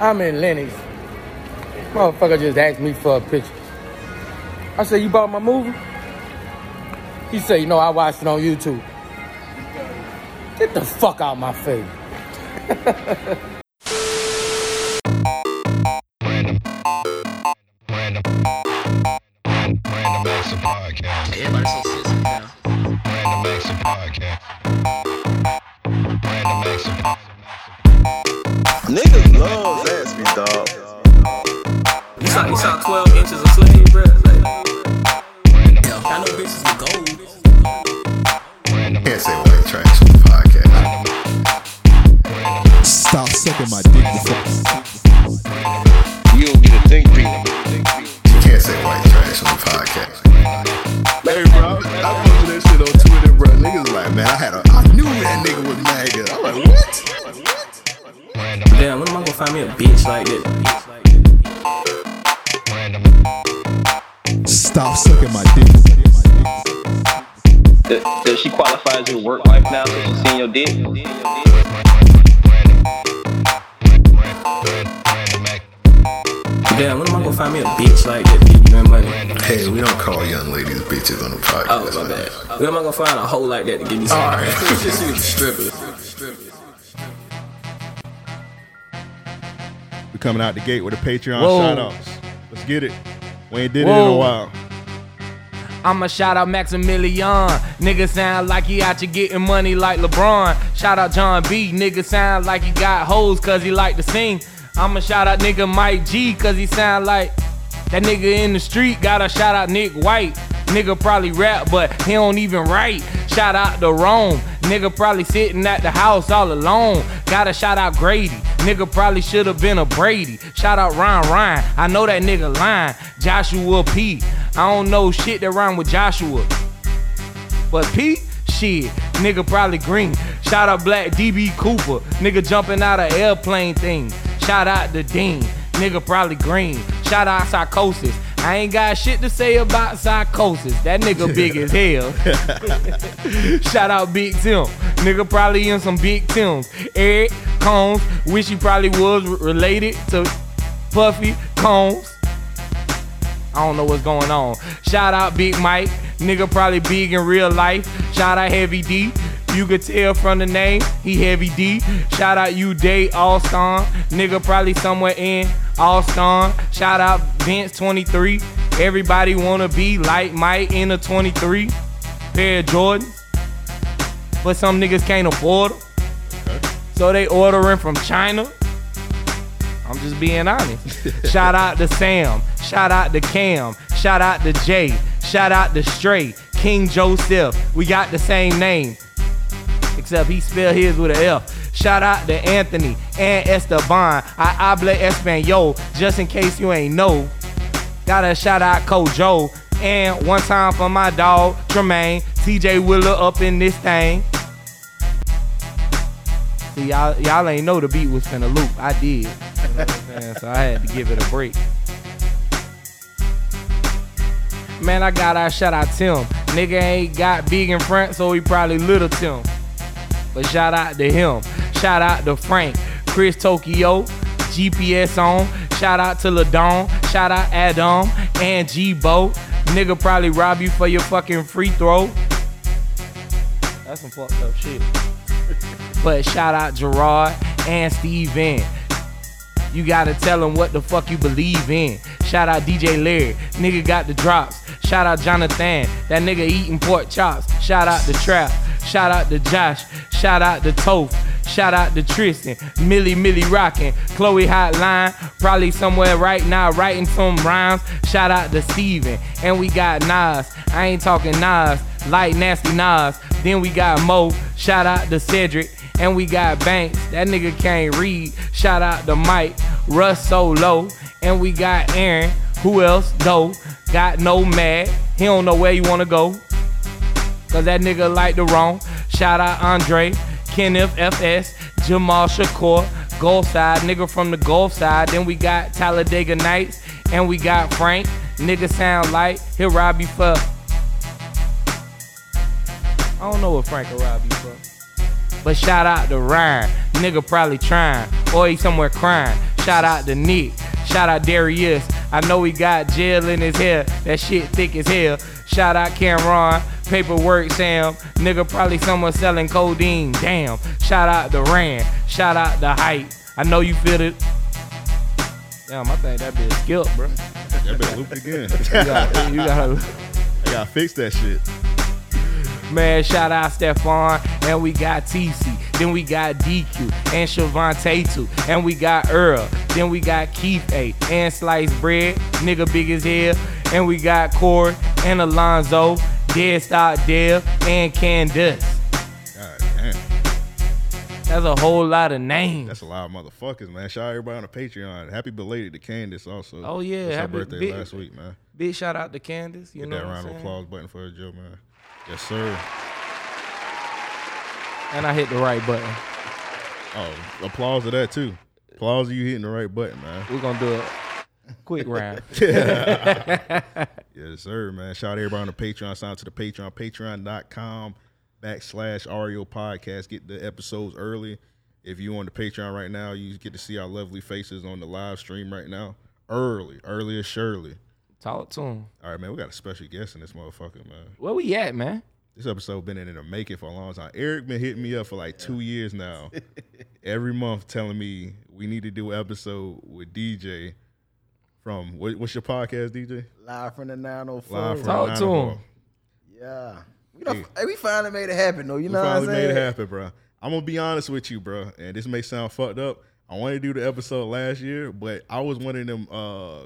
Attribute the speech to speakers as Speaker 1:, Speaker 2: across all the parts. Speaker 1: I'm in Lenny's. Motherfucker just asked me for a picture. I said, you bought my movie? He said, you know, I watched it on YouTube. Get the fuck out my face.
Speaker 2: Random, random, random acts of podcast.
Speaker 3: Everybody's so sensitive now.
Speaker 2: Random acts of podcast. Random acts of
Speaker 4: Niggas love Zaxby, dog.
Speaker 5: You saw, you saw 12 inches of sleeve, bro. Like, I know bitches with gold.
Speaker 6: Can't say white trash on the podcast.
Speaker 7: Stop sucking my dick. You
Speaker 4: You don't get a think piece.
Speaker 6: You can't say white trash on the podcast. Hey, bro, I posted that shit on Twitter, bro. Niggas was like, man, I had a, I knew that nigga was mad. 'cause I'm like, what?
Speaker 5: Damn, when am I gonna find me a bitch like this?
Speaker 2: random,
Speaker 7: Stop sucking my dick.
Speaker 8: Does, does she qualify as your work wife now? Cause she's seen your dick.
Speaker 2: random act,
Speaker 5: Damn, when am I gonna find me a bitch like this? Give me money.
Speaker 6: Hey, we don't call young ladies bitches on the podcast.
Speaker 5: Oh, my bad. When am I gonna find a hoe like that to give me some?
Speaker 6: All right.
Speaker 5: She was a stripper.
Speaker 9: We coming out the gate with a Patreon
Speaker 3: Whoa.
Speaker 9: shout outs. Let's get it. We ain't did it in
Speaker 3: Whoa.
Speaker 9: a while.
Speaker 3: I'ma shout out Maximilian. Nigga sound like he out you getting money like LeBron. Shout out John B. Nigga sound like he got hoes cause he like to sing. I'ma shout out nigga Mike G cause he sound like that nigga in the street. Gotta shout out Nick White. Nigga probably rap, but he don't even write. Shout out to Rome. Nigga probably sitting at the house all alone. Gotta shout out Grady. Nigga probably should have been a Brady. Shout out Ryan Ryan. I know that nigga lying. Joshua P. I don't know shit that rhyme with Joshua. But Pete, shit, nigga probably green. Shout out Black DB Cooper, nigga jumping out of airplane thing. Shout out to Dean, nigga probably green. Shout out Psychosis. I ain't got shit to say about Psychosis. That nigga big as hell. Shout out Big Tim. Nigga probably in some Big Tims. Eric Combs, wish he probably was r- related to Puffy Combs. I don't know what's going on. Shout out Big Mike. Nigga probably big in real life. Shout out Heavy D. You could tell from the name, he Heavy D. Shout out you Day Allston. Nigga probably somewhere in Allston. Shout out Vince 23. Everybody wanna be like Mike in a 23 pair of Jordans. But some niggas can't afford 'em. So they ordering from China. I'm just being honest. Shout out to Sam. Shout out to Cam. Shout out to Jay. Shout out to Stray. King Joseph. We got the same name. Except he spelled his with a F. Shout out to Anthony and Esteban. I habla Espanol, just in case you ain't know. Gotta shout out Coach Joe. And one time for my dog, Tremaine. TJ Wheeler up in this thing. See, y'all, y'all ain't know the beat was finna loop. I did. You know what I'm saying? so I had to give it a break. Man, I got our shout out Tim. Nigga ain't got big in front, so he probably little Tim. But shout out to him. Shout out to Frank, Chris Tokyo, GPS on. Shout out to Ladon. Shout out Adam and G Bo. Nigga probably rob you for your fucking free throw. That's some fucked up shit. But shout out Gerard and Steve N. You gotta tell them what the fuck you believe in. Shout out DJ Larry, nigga got the drops. Shout out Jonathan, that nigga eating pork chops. Shout out the Trap, shout out to Josh, shout out to Toph, shout out to Tristan, Millie Millie Rockin', Chloe Hotline, probably somewhere right now writing some rhymes. Shout out to Steven, and we got Nas. I ain't talking Nas, light nasty Nas. Then we got Mo, shout out to Cedric. And we got Banks, that nigga can't read. Shout out to Mike, Russ Solo. And we got Aaron, who else? Though, got no mad. He don't know where you wanna go. Cause that nigga like the wrong. Shout out Andre, Kenneth FS, Jamal Shakur, Gulf Side, nigga from the Gulf Side. Then we got Talladega Nights, and we got Frank. Nigga sound like he'll rob you for. I don't know what Frank will rob you for. But shout out to Ryan. Nigga probably trying. Or he somewhere crying. Shout out to Nick. Shout out Darius. I know he got gel in his hair. That shit thick as hell. Shout out Cameron. Paperwork Sam. Nigga probably someone selling codeine. Damn. Shout out to Rand. Shout out to Hype. I know you feel it. Damn, I think that bitch skipped, bro.
Speaker 9: I better loop it again.
Speaker 3: You gotta, you gotta
Speaker 9: I gotta fix that shit.
Speaker 3: Man, shout out Stefan. And we got TC. Then we got DQ and Shavante too. And we got Earl. Then we got Keith A. And Sliced Bread. Nigga big as hell. And we got Corey and Alonzo. Dead Stop Dev and Candace.
Speaker 9: God damn.
Speaker 3: That's a whole lot of names.
Speaker 9: That's a lot of motherfuckers, man. Shout out everybody on the Patreon. Happy belated to Candace also.
Speaker 3: Oh, yeah.
Speaker 9: It's her
Speaker 3: Happy
Speaker 9: birthday
Speaker 3: big-
Speaker 9: last week, man.
Speaker 3: Big shout out to Candace. You
Speaker 9: Hit
Speaker 3: know
Speaker 9: that
Speaker 3: what I'm
Speaker 9: round of
Speaker 3: saying?
Speaker 9: applause button for her, Joe, man. Yes, sir.
Speaker 3: And I hit the right button.
Speaker 9: Oh, applause to that too. Applause to you hitting the right button, man.
Speaker 3: We're gonna do a quick round.
Speaker 9: Yes, sir, man. Shout out everybody on the Patreon. Sign up to the Patreon, patreon.com backslash REO podcast. Get the episodes early. If you on the Patreon right now, you get to see our lovely faces on the live stream right now. Early, early as surely.
Speaker 3: Talk to him.
Speaker 9: All right, man, we got a special guest in this motherfucker, man.
Speaker 3: Where we at, man?
Speaker 9: This episode been in the making for a long time. Eric been hitting me up for like two years now. Every month telling me we need to do an episode with DJ from, what, what's your podcast, DJ?
Speaker 10: Live from the 904.
Speaker 9: Live from
Speaker 3: Talk to
Speaker 9: 904.
Speaker 3: him.
Speaker 10: yeah. We, done, hey, we finally made it happen, though. You know
Speaker 9: we
Speaker 10: what I'm
Speaker 9: finally
Speaker 10: saying?
Speaker 9: made it happen, bro. I'm gonna be honest with you, bro. And this may sound fucked up. I wanted to do the episode last year, but I was one of them. Uh,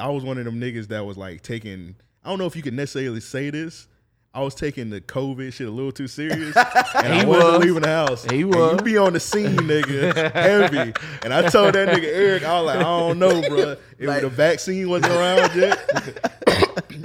Speaker 9: I was one of them niggas that was like taking. I don't know if you could necessarily say this. I was taking the COVID shit a little too serious, and I
Speaker 3: He
Speaker 9: wasn't
Speaker 3: was.
Speaker 9: leaving the house.
Speaker 3: He
Speaker 9: And
Speaker 3: was.
Speaker 9: you be on the scene, nigga, heavy. And I told that nigga Eric, I was like, I don't know, bro. If
Speaker 10: Like-
Speaker 9: the vaccine wasn't around yet,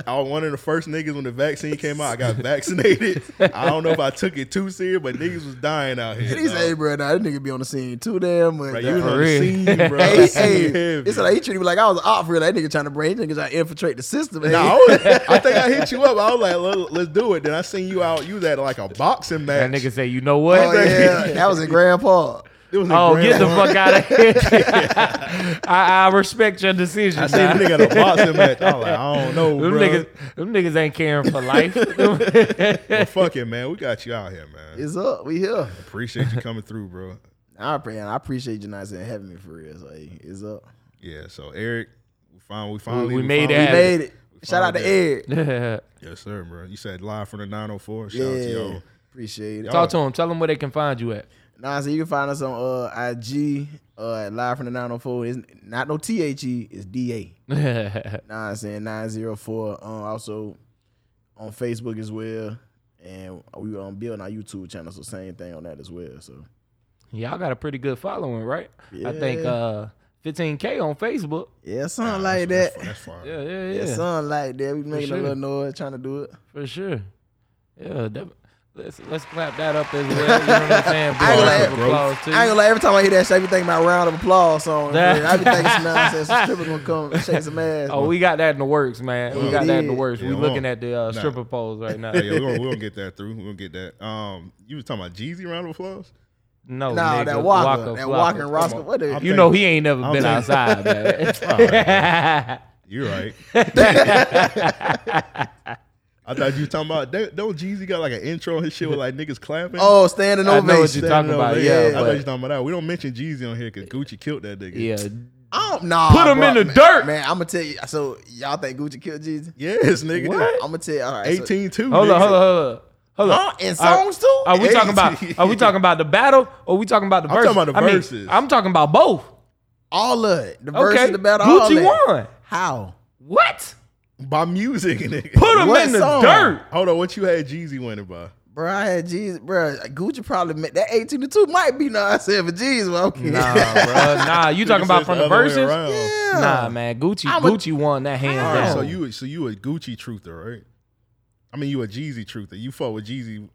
Speaker 9: I was one of the first niggas when the vaccine came out. I got vaccinated. I don't know if I took it too serious, but niggas was dying out here.
Speaker 10: And he
Speaker 9: dog.
Speaker 10: said, hey, bro, nah, that nigga be on the scene too damn much.
Speaker 9: Bro, you
Speaker 10: dog."
Speaker 9: was on
Speaker 3: For real.
Speaker 9: the scene, bro.
Speaker 10: Hey,
Speaker 9: That shit
Speaker 10: hey,
Speaker 9: heavy.
Speaker 10: it's like he treated me like I was an op for real. That nigga trying to bring, niggas trying to infiltrate the system.
Speaker 9: Nah, I,
Speaker 10: Hey,
Speaker 9: was- I think I hit you up. I was like, "Let- let's do it. Then I seen you out. You was at like a boxing match.
Speaker 3: That nigga say, you know what?
Speaker 10: oh, yeah, that was in Grand Park.
Speaker 9: It was a
Speaker 3: Oh,
Speaker 9: grand
Speaker 3: get the
Speaker 9: one.
Speaker 3: fuck out of here. I, I respect your decision.
Speaker 9: I seen the
Speaker 3: dog.
Speaker 9: nigga at a boxing match. I was like, I don't know,
Speaker 3: Them
Speaker 9: bro.
Speaker 3: niggas, them niggas ain't caring for life. Them-
Speaker 9: Well, fuck it, man. We got you out here, man.
Speaker 10: It's up. We here.
Speaker 9: Appreciate you coming through, bro.
Speaker 10: I appreciate, I appreciate you not saying having me for real. So, hey, it's up.
Speaker 9: Yeah. So Eric, we finally, we finally,
Speaker 3: we made
Speaker 9: finally-
Speaker 10: We
Speaker 3: Yeah.
Speaker 10: made it. Shout out to
Speaker 9: finally
Speaker 10: Ed.
Speaker 9: Yes, sir, bro. You said live from the 904. Shout out to
Speaker 10: Yeah,
Speaker 9: y'all.
Speaker 10: appreciate it. Oh.
Speaker 3: Talk to them. Tell them where they can find you at.
Speaker 10: Nah, so you can find us on uh, IG uh, at Live from the 904. It's not no T H E, it's D A. Nah, I'm saying 904. Um, also on Facebook as well. And we on building our YouTube channel, so same thing on that as well. So
Speaker 3: Y'all got a pretty good following, right? I think
Speaker 10: Yeah.
Speaker 3: uh, 15K on Facebook.
Speaker 10: yeah, something like that.
Speaker 9: That's fine.
Speaker 3: Yeah, yeah, yeah.
Speaker 10: Yeah, something like that. We making
Speaker 3: sure.
Speaker 10: a little noise, trying to do it.
Speaker 3: For sure. Yeah, that, let's let's clap that up as well. You know what I'm saying? Big
Speaker 10: I ain't
Speaker 3: round of
Speaker 10: gonna-
Speaker 3: applause
Speaker 10: I ain't
Speaker 3: too.
Speaker 10: gonna lie, every time I hear that shit, I be thinking about round of applause song.
Speaker 3: That-
Speaker 10: I be thinking some nonsense. Some stripper gonna come and shake some ass.
Speaker 3: Oh, we got that in the works, man. We
Speaker 10: Yeah.
Speaker 3: got that in the
Speaker 10: Yeah.
Speaker 3: works.
Speaker 9: Yeah,
Speaker 3: we
Speaker 9: hold on.
Speaker 3: looking at the uh,
Speaker 9: Nah.
Speaker 3: stripper poles right now.
Speaker 9: Yeah, yeah, we're gonna, we're gonna get that through. We're gonna get that. Um, you was talking about Jeezy round of applause.
Speaker 3: No,
Speaker 10: nah,
Speaker 3: nigga,
Speaker 10: that walker,
Speaker 3: Waka
Speaker 10: that
Speaker 3: Flocka.
Speaker 10: walking Roscoe.
Speaker 9: on.
Speaker 10: What the?
Speaker 9: I'm
Speaker 3: You
Speaker 9: Thank
Speaker 3: know
Speaker 9: you.
Speaker 3: he ain't never
Speaker 9: I'm
Speaker 3: been
Speaker 9: thank-
Speaker 3: outside, man.
Speaker 9: All right, you're right. I thought you were talking about that. Don't Jeezy got like an intro. His shit with like niggas clapping.
Speaker 10: Oh, standing
Speaker 3: I
Speaker 10: ovation.
Speaker 3: know what you're talking
Speaker 9: No,
Speaker 3: about.
Speaker 9: they-
Speaker 3: Yeah,
Speaker 9: I thought you
Speaker 3: but
Speaker 9: was talking about that. We don't mention Jeezy on here because Gucci killed that nigga.
Speaker 3: yeah,
Speaker 10: I don't know.
Speaker 3: Put 'em in the dirt.
Speaker 10: man. I'm gonna tell you. So y'all think Gucci killed Jesus?
Speaker 9: Yes, nigga.
Speaker 10: I'm gonna tell you. All right, so-
Speaker 9: 18 2.
Speaker 3: hold on, hold on, hold on. Hold
Speaker 10: Huh?
Speaker 3: on.
Speaker 10: And songs too?
Speaker 3: Are we talking
Speaker 9: Hey.
Speaker 3: about? Are we talking about the battle? Or we talking about the
Speaker 9: I'm
Speaker 3: verses?
Speaker 9: talking about the
Speaker 3: I mean,
Speaker 9: verses.
Speaker 3: I'm talking about both.
Speaker 10: all of it. The verse
Speaker 3: Okay,
Speaker 10: of the battle. all
Speaker 3: Gucci
Speaker 10: that.
Speaker 3: won.
Speaker 10: How?
Speaker 3: What?
Speaker 9: By music, nigga.
Speaker 3: Put him
Speaker 10: What
Speaker 3: in the
Speaker 10: song?
Speaker 3: dirt.
Speaker 9: Hold on, what you had Jeezy winning by?
Speaker 10: Bro, I had Jesus. Bro, Gucci probably made that 18 to 2 might be nonsense for Jesus. Well, okay.
Speaker 3: Nah, bro. Nah, you talking about from the verses?
Speaker 9: Yeah.
Speaker 10: Yeah.
Speaker 3: Nah, man. Gucci,
Speaker 10: I'm a-
Speaker 3: Gucci won that hands
Speaker 10: All right,
Speaker 3: down.
Speaker 9: So you so you a Gucci truther, right? I mean, you a Jeezy truther. You fought with Jeezy.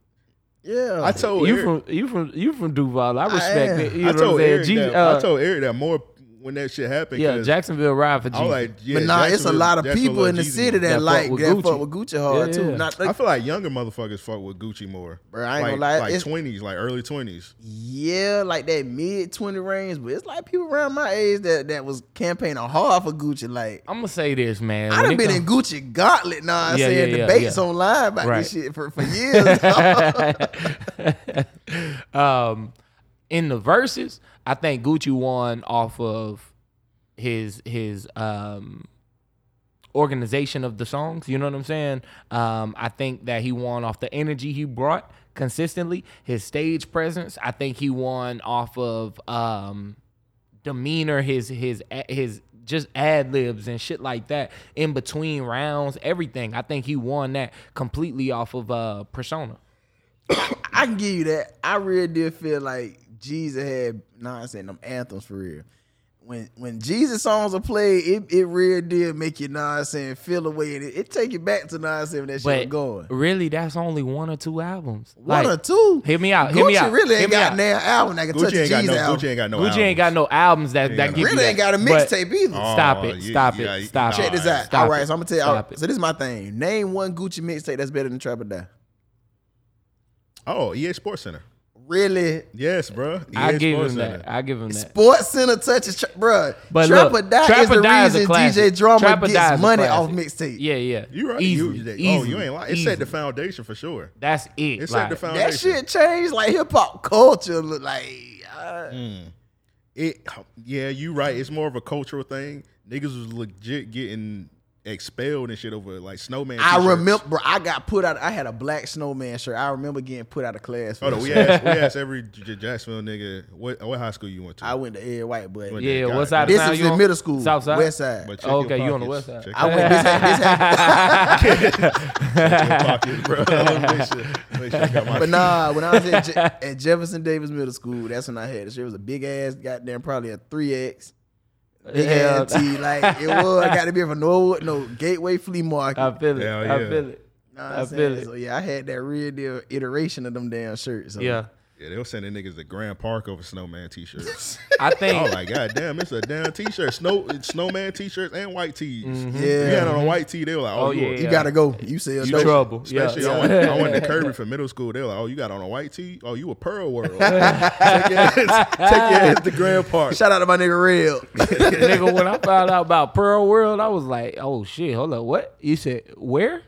Speaker 10: Yeah.
Speaker 9: I told
Speaker 3: you
Speaker 9: Eric,
Speaker 3: from you from you from Duval. I respect
Speaker 10: am.
Speaker 3: it. You
Speaker 9: I
Speaker 3: know what I'm
Speaker 9: told
Speaker 3: saying?
Speaker 9: Eric
Speaker 3: G,
Speaker 9: that,
Speaker 3: uh,
Speaker 9: I told Eric that more when that shit happened.
Speaker 3: Yeah,
Speaker 9: 'cause
Speaker 3: Jacksonville ride
Speaker 9: I
Speaker 3: for
Speaker 9: was
Speaker 3: Jeezy.
Speaker 9: like, yeah,
Speaker 10: but nah, it's a
Speaker 9: Jacksonville-
Speaker 10: lot of
Speaker 9: Jacksonville
Speaker 10: people in the
Speaker 9: love Jeezy
Speaker 10: city
Speaker 9: more.
Speaker 10: that, like
Speaker 3: with
Speaker 10: that
Speaker 3: Gucci.
Speaker 10: fuck with Gucci hard
Speaker 3: Yeah,
Speaker 10: too.
Speaker 3: yeah.
Speaker 10: Not like,
Speaker 9: I feel like younger motherfuckers fuck with Gucci more.
Speaker 10: Bruh, I ain't
Speaker 9: like,
Speaker 10: gonna lie,
Speaker 9: Like
Speaker 10: it's-
Speaker 9: twenties, like early twenties.
Speaker 10: yeah, like that mid twenty range, but it's like people around my age that that was campaigning hard for Gucci. Like
Speaker 3: I'm gonna say this, man.
Speaker 10: I
Speaker 3: When
Speaker 10: done
Speaker 3: it
Speaker 10: been
Speaker 3: come-
Speaker 10: in Gucci gauntlet. Nah, I'm
Speaker 3: Yeah,
Speaker 10: saying
Speaker 3: yeah, yeah,
Speaker 10: debates
Speaker 3: yeah.
Speaker 10: online about
Speaker 3: Right.
Speaker 10: this shit for for years. dog.
Speaker 3: um, in the verses, I think Gucci won off of his his um organization of the songs. You know what I'm saying? Um, I think that he won off the energy he brought consistently, his stage presence. I think he won off of um demeanor, his his his just ad libs and shit like that in between rounds, everything. I think he won that completely off of uh persona.
Speaker 10: I can give you that. I really did feel like Jesus had nonsense them anthems for real. When when Jesus songs are played, it, it really did make you nonsense feel away, and it, it take you back to nonsense when that shit was
Speaker 3: But
Speaker 10: going.
Speaker 3: really, that's only one or two albums.
Speaker 10: One
Speaker 3: Like,
Speaker 10: or two.
Speaker 3: Hear me out. Hear me
Speaker 10: Gucci
Speaker 3: out.
Speaker 10: really
Speaker 3: hear
Speaker 10: ain't
Speaker 3: me
Speaker 10: got
Speaker 3: out.
Speaker 10: an album that can touch
Speaker 9: Gucci ain't got
Speaker 10: Jesus
Speaker 9: no.
Speaker 10: album.
Speaker 9: Gucci ain't got no.
Speaker 3: Gucci ain't got no albums that
Speaker 9: Ain't
Speaker 3: that
Speaker 9: got
Speaker 3: give you
Speaker 10: really ain't
Speaker 3: that.
Speaker 10: got a
Speaker 3: But
Speaker 10: mixtape either.
Speaker 9: Oh,
Speaker 3: Stop it.
Speaker 9: yeah,
Speaker 3: Stop
Speaker 9: yeah,
Speaker 3: it.
Speaker 9: yeah.
Speaker 3: Stop
Speaker 9: Check
Speaker 3: it.
Speaker 10: Check this out.
Speaker 3: Stop
Speaker 10: All right,
Speaker 3: it.
Speaker 10: so I'm gonna tell you.
Speaker 3: Stop it.
Speaker 10: So this is my thing. Name one Gucci mixtape that's better than Trap or Die.
Speaker 9: Oh, EA Sports Center.
Speaker 10: Really,
Speaker 9: Yes, bro. EA
Speaker 3: I give
Speaker 9: Sports
Speaker 3: him
Speaker 9: Center.
Speaker 3: that. I give him that.
Speaker 10: Sports Center touches, tra- bruh.
Speaker 3: But
Speaker 10: Trap
Speaker 3: look,
Speaker 10: or Die
Speaker 3: Trap
Speaker 10: is
Speaker 3: or
Speaker 10: the
Speaker 3: Die is a
Speaker 10: reason
Speaker 3: classic.
Speaker 10: DJ Drama
Speaker 3: Trap or Die is
Speaker 10: gets
Speaker 3: a
Speaker 10: money
Speaker 3: classic.
Speaker 10: off mixtape.
Speaker 3: Yeah, yeah.
Speaker 9: You right.
Speaker 3: Easy.
Speaker 9: you, Oh,
Speaker 3: Easy.
Speaker 9: you ain't lying. It
Speaker 3: Easy.
Speaker 9: set the foundation for sure.
Speaker 3: That's it.
Speaker 9: It set
Speaker 3: like,
Speaker 9: the foundation.
Speaker 10: That shit changed like hip hop culture. Look like uh,
Speaker 9: It. Yeah, you right. It's more of a cultural thing. Niggas was legit getting expelled and shit over like snowman.
Speaker 10: I
Speaker 9: t-shirts.
Speaker 10: remember bro, I got put out. I had a black snowman shirt. I remember getting put out of class. For that
Speaker 9: Hold on, Oh, we
Speaker 10: shit.
Speaker 9: asked, we asked every J- J- Jacksonville nigga what what high school you went to.
Speaker 10: I went to Ed White, but
Speaker 9: Went to-
Speaker 3: yeah,
Speaker 9: Got
Speaker 3: what's
Speaker 9: it.
Speaker 3: out
Speaker 10: this
Speaker 3: of town?
Speaker 10: is
Speaker 3: You
Speaker 10: in
Speaker 3: on-
Speaker 10: middle school,
Speaker 3: South side?
Speaker 10: West Side.
Speaker 9: But check
Speaker 3: Oh,
Speaker 9: your
Speaker 3: okay, you on the
Speaker 9: pockets.
Speaker 3: west side.
Speaker 9: Check
Speaker 10: I went. This had, this had,
Speaker 9: your pockets, bro. Make sure- make sure I got my-
Speaker 10: but nah, when I was at, Je- at Jefferson Davis Middle School, that's when I had this. It was a big ass, goddamn, probably a three X. Big
Speaker 3: Hell.
Speaker 10: ass T, like it was. I got to be from Norwood, no Gateway Flea Market.
Speaker 3: I feel it.
Speaker 9: Hell
Speaker 3: I
Speaker 9: yeah.
Speaker 3: feel it.
Speaker 10: Know what I'm
Speaker 3: I
Speaker 10: saying?
Speaker 3: feel it.
Speaker 10: So yeah, I had that real deal iteration of them damn shirts. So.
Speaker 3: Yeah.
Speaker 9: Yeah, they were sending niggas to Grand Park over snowman t-shirts.
Speaker 3: I
Speaker 9: I
Speaker 3: think
Speaker 9: was like, God damn, it's a damn t-shirt. Snow snowman t-shirts and white tees.
Speaker 10: Yeah.
Speaker 9: You had on a white tee, they were like, Oh,
Speaker 3: Mm-hmm. Oh,
Speaker 9: you
Speaker 3: yeah.
Speaker 10: You gotta go. You sell
Speaker 3: you
Speaker 10: dope.
Speaker 3: trouble. Yeah.
Speaker 9: Especially, I, went, I went to Kirby for middle school. They were like, "Oh, you got on a white tee? Oh, you a Pearl World? take your ass, take your ass to Grand Park."
Speaker 10: Shout out to my nigga Real.
Speaker 3: nigga, when I found out about Pearl World, I was like, oh shit, hold up, what? You said where?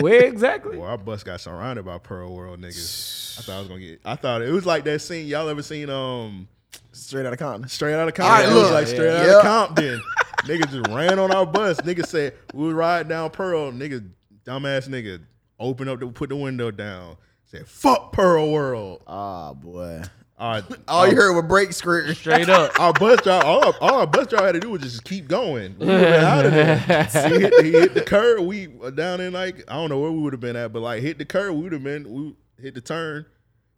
Speaker 3: where exactly?
Speaker 9: Boy, our bus got surrounded by Pearl World niggas. I thought I was gonna get. I thought it was like that scene y'all ever seen? Um,
Speaker 10: Straight out of Compton.
Speaker 9: straight out of
Speaker 10: All right,
Speaker 9: Compton. It was
Speaker 10: look.
Speaker 9: like straight
Speaker 10: Yeah.
Speaker 9: out of Compton. niggas just ran on our bus. Niggas said we would ride down Pearl. Niggas, dumbass nigga, open up, the, put the window down. Said fuck Pearl World.
Speaker 10: Ah boy.
Speaker 9: Our,
Speaker 10: All Oh, you
Speaker 9: our,
Speaker 10: heard was break script.
Speaker 3: Oh. Straight up.
Speaker 9: our bus driver, all our, all our bus driver had to do was just keep going. We would've been out of there. He hit, he hit the curb. We were down in like I don't know where we would have been at, but like hit the curb, we would have been we hit the turn.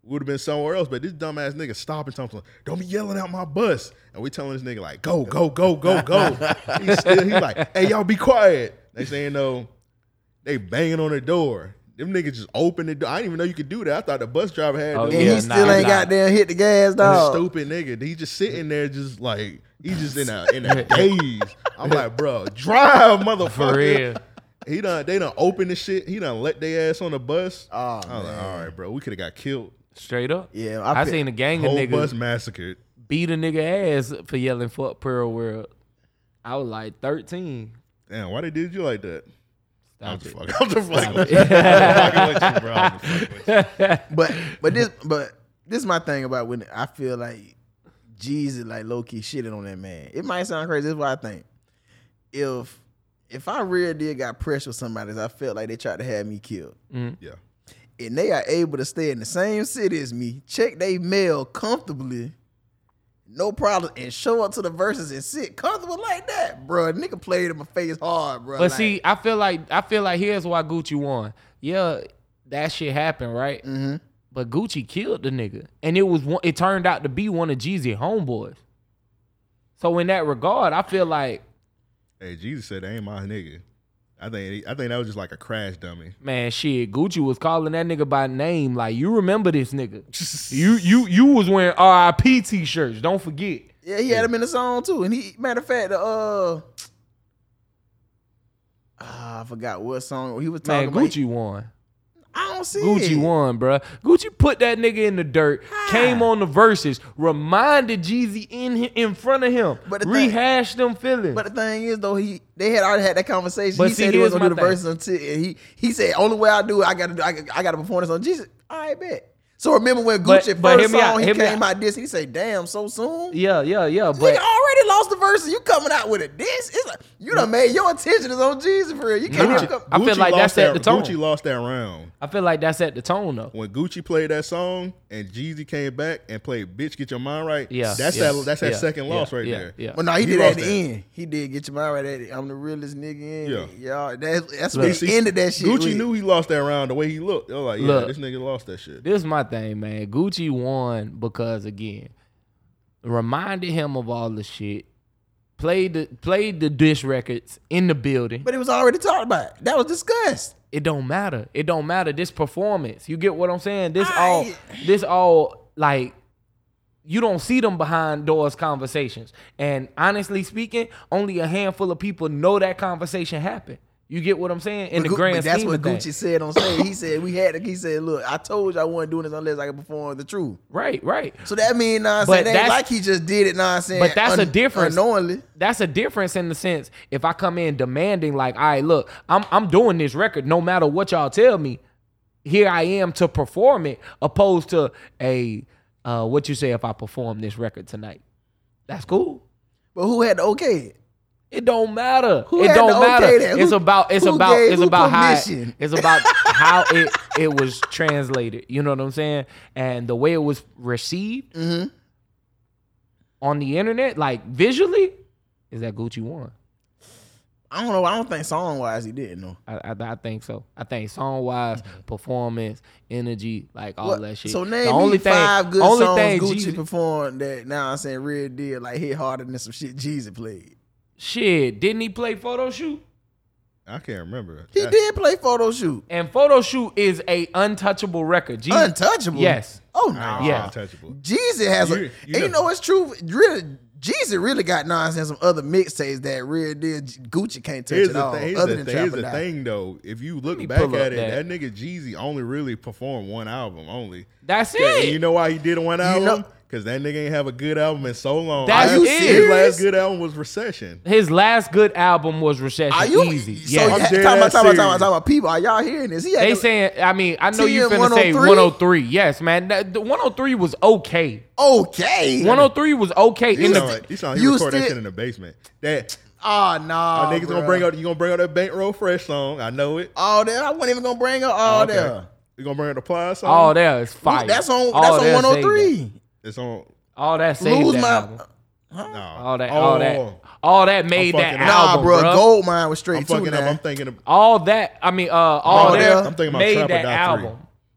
Speaker 9: We would have been somewhere else, but this dumbass nigga stopping Thompson. Don't be yelling out my bus. And we telling this nigga like, go, go, go, go, go. He's still he's like, hey, y'all be quiet. They saying though, they banging on the door. Them niggas just open the door. I didn't even know you could do that. I thought the bus driver had.
Speaker 3: Oh,
Speaker 9: the-
Speaker 10: And
Speaker 3: Yeah,
Speaker 10: he
Speaker 3: nah,
Speaker 10: still ain't
Speaker 3: nah.
Speaker 10: goddamn hit the gas, dog.
Speaker 9: Stupid nigga. He just sitting there, just like he just in a in a daze. I'm like, bro, drive, motherfucker.
Speaker 3: For real.
Speaker 9: He done. They done open the shit. He done let their ass on the bus.
Speaker 10: Oh,
Speaker 9: I was like, all right, bro, we could have got killed.
Speaker 3: Straight up.
Speaker 10: Yeah, I
Speaker 3: I,
Speaker 10: pick-
Speaker 3: seen a gang of
Speaker 9: Whole
Speaker 3: niggas
Speaker 9: bus massacred.
Speaker 3: beat a nigga ass for yelling fuck Pearl World. I was like 13.
Speaker 9: Damn, why they did you like that? I'm
Speaker 3: Stop
Speaker 9: just
Speaker 3: it.
Speaker 9: fucking. I'm just fucking. with you. I'm just fucking with you, bro. I'm just fucking with you.
Speaker 10: But but this but this is my thing about when I feel like Jesus like low key shitted on that man. It might sound crazy. This is what I think. If if I really did got pressure with somebody, I felt like they tried to have me killed.
Speaker 3: Mm.
Speaker 9: Yeah.
Speaker 10: and they are able to stay in the same city as me, check they mail comfortably, no problem, and show up to the verses and sit comfortable like that, bro. Nigga played in my face hard, bro.
Speaker 3: But
Speaker 10: Like,
Speaker 3: see, I feel like I feel like here's why Gucci won. Yeah, that shit happened, right? Mm-hmm. But Gucci killed the nigga, and it was one, it turned out to be one of Jeezy homeboys. So in that regard, I feel like
Speaker 9: Hey, Jesus said, "That ain't my nigga. I think I think that was just like a crash dummy.
Speaker 3: Man, shit, Gucci was calling that nigga by name. Like, you remember this nigga. you you you was wearing RIP t-shirts. Don't forget.
Speaker 10: Yeah, he had him in the song too. And he matter of fact, the uh ah, I forgot what song he was talking
Speaker 3: Man,
Speaker 10: about.
Speaker 3: Gucci won.
Speaker 10: I don't see
Speaker 3: Gucci
Speaker 10: it.
Speaker 3: won, bruh. Gucci put that nigga in the dirt, came on the verses, reminded Jeezy in hi- in front of him,
Speaker 10: the thing-
Speaker 3: rehashed them feelings.
Speaker 10: But the thing is though, he they had already had that conversation.
Speaker 3: But
Speaker 10: he
Speaker 3: see,
Speaker 10: said he
Speaker 3: here's
Speaker 10: was gonna do
Speaker 3: my
Speaker 10: the
Speaker 3: thing.
Speaker 10: verses until and he he said only way I do it, I gotta do I, gotta- I gotta perform this on Jesus. I bet. So remember when
Speaker 3: But-
Speaker 10: Gucci
Speaker 3: but hear
Speaker 10: first
Speaker 3: me out,
Speaker 10: song
Speaker 3: hear
Speaker 10: he
Speaker 3: me
Speaker 10: came
Speaker 3: out.
Speaker 10: out this, he said, "Damn, so soon."
Speaker 3: yeah, yeah, yeah.
Speaker 10: Nigga
Speaker 3: But
Speaker 10: already lost the verse. and You coming out with a diss? It's like you
Speaker 3: Mm.
Speaker 10: done made your attention is on Jesus for real. You can't even come.
Speaker 3: I feel
Speaker 9: Gucci
Speaker 3: like that
Speaker 9: lost
Speaker 3: set the tone.
Speaker 9: Gucci lost that round
Speaker 3: I feel like that set the tone though.
Speaker 9: when Gucci played that song and Jeezy came back and played "Bitch Get Your Mind Right."
Speaker 3: Yeah,
Speaker 9: that's
Speaker 3: yeah,
Speaker 9: that that's that
Speaker 3: yeah,
Speaker 9: second loss
Speaker 3: yeah,
Speaker 9: right
Speaker 3: yeah,
Speaker 9: there.
Speaker 3: yeah.
Speaker 10: Well, no, he,
Speaker 9: He
Speaker 10: did at
Speaker 9: lost
Speaker 10: the
Speaker 9: that.
Speaker 10: end. He did get your mind right at it. I'm the realest nigga in.
Speaker 9: Yeah.
Speaker 10: Yeah. Y'all, that's that's
Speaker 9: He
Speaker 10: what
Speaker 9: see-
Speaker 10: he ended that shit.
Speaker 9: Gucci
Speaker 10: with.
Speaker 9: knew he lost that round the way he looked. They're like, yeah,
Speaker 3: Look.
Speaker 9: this nigga lost that shit.
Speaker 3: This is my thing, man. Gucci won because again, reminded him of all the shit. Played the played the dish records in the building.
Speaker 10: But it was already talked about. That was discussed.
Speaker 3: It don't matter. It don't matter. This performance. You get what I'm saying? This all this all like you don't see them behind doors conversations. And honestly speaking, only a handful of people know that conversation happened. You get what I'm saying? In
Speaker 10: But
Speaker 3: the
Speaker 10: Gu-
Speaker 3: grand
Speaker 10: but that's
Speaker 3: scheme
Speaker 10: what
Speaker 3: of things.
Speaker 10: Gucci said on stage. He said we had to. He said, "Look, I told you I wasn't doing this unless I could perform the truth."
Speaker 3: Right, right.
Speaker 10: So that means nah,
Speaker 3: But
Speaker 10: saying ain't
Speaker 3: that's-
Speaker 10: like he just did it. Nah, saying,
Speaker 3: But that's a difference.
Speaker 10: Unknowingly,
Speaker 3: That's a difference in the sense if I come in demanding, like, all right, look, I'm I'm doing this record no matter what y'all tell me. Here I am to perform it, opposed to a uh, what you say if I perform this record tonight. That's cool.
Speaker 10: but who had to okay it?
Speaker 3: It don't matter.
Speaker 10: Who
Speaker 3: it
Speaker 10: had
Speaker 3: don't
Speaker 10: the
Speaker 3: matter.
Speaker 10: okay then?
Speaker 3: It's
Speaker 10: Who-
Speaker 3: about it's
Speaker 10: who
Speaker 3: about
Speaker 10: gave-
Speaker 3: it's
Speaker 10: who
Speaker 3: about how it,
Speaker 10: permission?
Speaker 3: it's about how it it was translated. You know what I'm saying? And the way it was received on the internet, like visually, is that Gucci won.
Speaker 10: I don't know. I don't think song wise he didn't know.
Speaker 3: I, I, I think so. I think song wise, performance, energy, like all
Speaker 10: Mm-hmm. What-
Speaker 3: that shit.
Speaker 10: So name
Speaker 3: the only
Speaker 10: me five
Speaker 3: thing,
Speaker 10: good
Speaker 3: only
Speaker 10: songs
Speaker 3: thing
Speaker 10: Gucci
Speaker 3: Jeezy-
Speaker 10: performed that now I'm saying real deal like hit harder than some shit Jeezy played.
Speaker 3: shit, didn't he play photo shoot?
Speaker 9: I can't remember.
Speaker 10: He
Speaker 9: That-
Speaker 10: did play photo shoot.
Speaker 3: And photo shoot is a untouchable record. Jeezy,
Speaker 10: Untouchable.
Speaker 3: Yes.
Speaker 10: Oh
Speaker 9: I
Speaker 10: no.
Speaker 9: ain't
Speaker 3: Yeah.
Speaker 9: untouchable.
Speaker 10: Jeezy has a
Speaker 9: You- you
Speaker 10: and
Speaker 9: know-
Speaker 10: you know what's true? Really Jeezy really got nonsense some other mixtapes that real deal Gucci can't touch
Speaker 9: Here's
Speaker 10: at
Speaker 9: the
Speaker 10: all.
Speaker 9: thing. Here's,
Speaker 10: other
Speaker 9: the,
Speaker 10: than
Speaker 9: thing, here's
Speaker 10: Trap or
Speaker 9: the
Speaker 10: Die.
Speaker 9: thing, though. If you
Speaker 3: me
Speaker 9: look back
Speaker 3: pull up
Speaker 9: at it, that.
Speaker 3: that.
Speaker 9: nigga Jeezy only really performed one album only.
Speaker 3: That's
Speaker 9: And
Speaker 3: it.
Speaker 9: you know why he did one album?
Speaker 10: know-
Speaker 9: Cause that nigga ain't have a good album in so long.
Speaker 3: That's
Speaker 9: His-
Speaker 3: it.
Speaker 9: His
Speaker 10: serious?
Speaker 9: last good album was Recession.
Speaker 3: His last good album was Recession.
Speaker 10: Are you
Speaker 3: Easy.
Speaker 10: So
Speaker 3: yeah.
Speaker 10: yeah,
Speaker 9: I'm
Speaker 10: talking
Speaker 9: dead
Speaker 10: about talking
Speaker 9: ass
Speaker 10: about talking
Speaker 9: serious.
Speaker 10: about- talking about people. Are y'all hearing this? He had
Speaker 3: they
Speaker 10: to-
Speaker 3: saying, I mean, I know you
Speaker 10: TM
Speaker 3: finna say
Speaker 10: 103?
Speaker 3: 103. Yes, man. That, the 103 was okay.
Speaker 10: okay.
Speaker 3: 103 was okay.
Speaker 9: You
Speaker 3: In
Speaker 9: know,
Speaker 3: the,
Speaker 9: like, you sound like he
Speaker 10: you
Speaker 9: recorded that
Speaker 10: still-
Speaker 9: shit in the basement. That
Speaker 10: Oh no. Nah,
Speaker 9: niggas gonna
Speaker 10: bruh.
Speaker 9: bring up you gonna bring up that bankroll fresh song. I know it.
Speaker 10: all that. I wasn't even gonna bring up all
Speaker 9: Okay.
Speaker 10: that.
Speaker 9: You gonna bring up the Plies song?
Speaker 3: all that is fire.
Speaker 10: That's on
Speaker 3: All
Speaker 10: that's on
Speaker 3: that saved
Speaker 10: 103.
Speaker 9: that. It's on.
Speaker 3: that. All that saved
Speaker 10: Lose
Speaker 3: that
Speaker 10: my Oh.
Speaker 3: album.
Speaker 9: No.
Speaker 3: All that, all that, all that made
Speaker 9: I'm
Speaker 3: that
Speaker 9: fucking up.
Speaker 10: Nah,
Speaker 3: album,
Speaker 10: bro,
Speaker 3: bruh.
Speaker 10: Goldmine was straight
Speaker 9: Oh, I'm
Speaker 10: too.
Speaker 9: fucking up.
Speaker 10: now.
Speaker 9: I'm thinking. Of,
Speaker 3: All that, I mean, uh, all
Speaker 10: Bro,
Speaker 3: there
Speaker 10: I'm
Speaker 9: thinking about
Speaker 3: made
Speaker 9: Trap or Die
Speaker 3: that
Speaker 9: three.
Speaker 3: album.
Speaker 9: I'm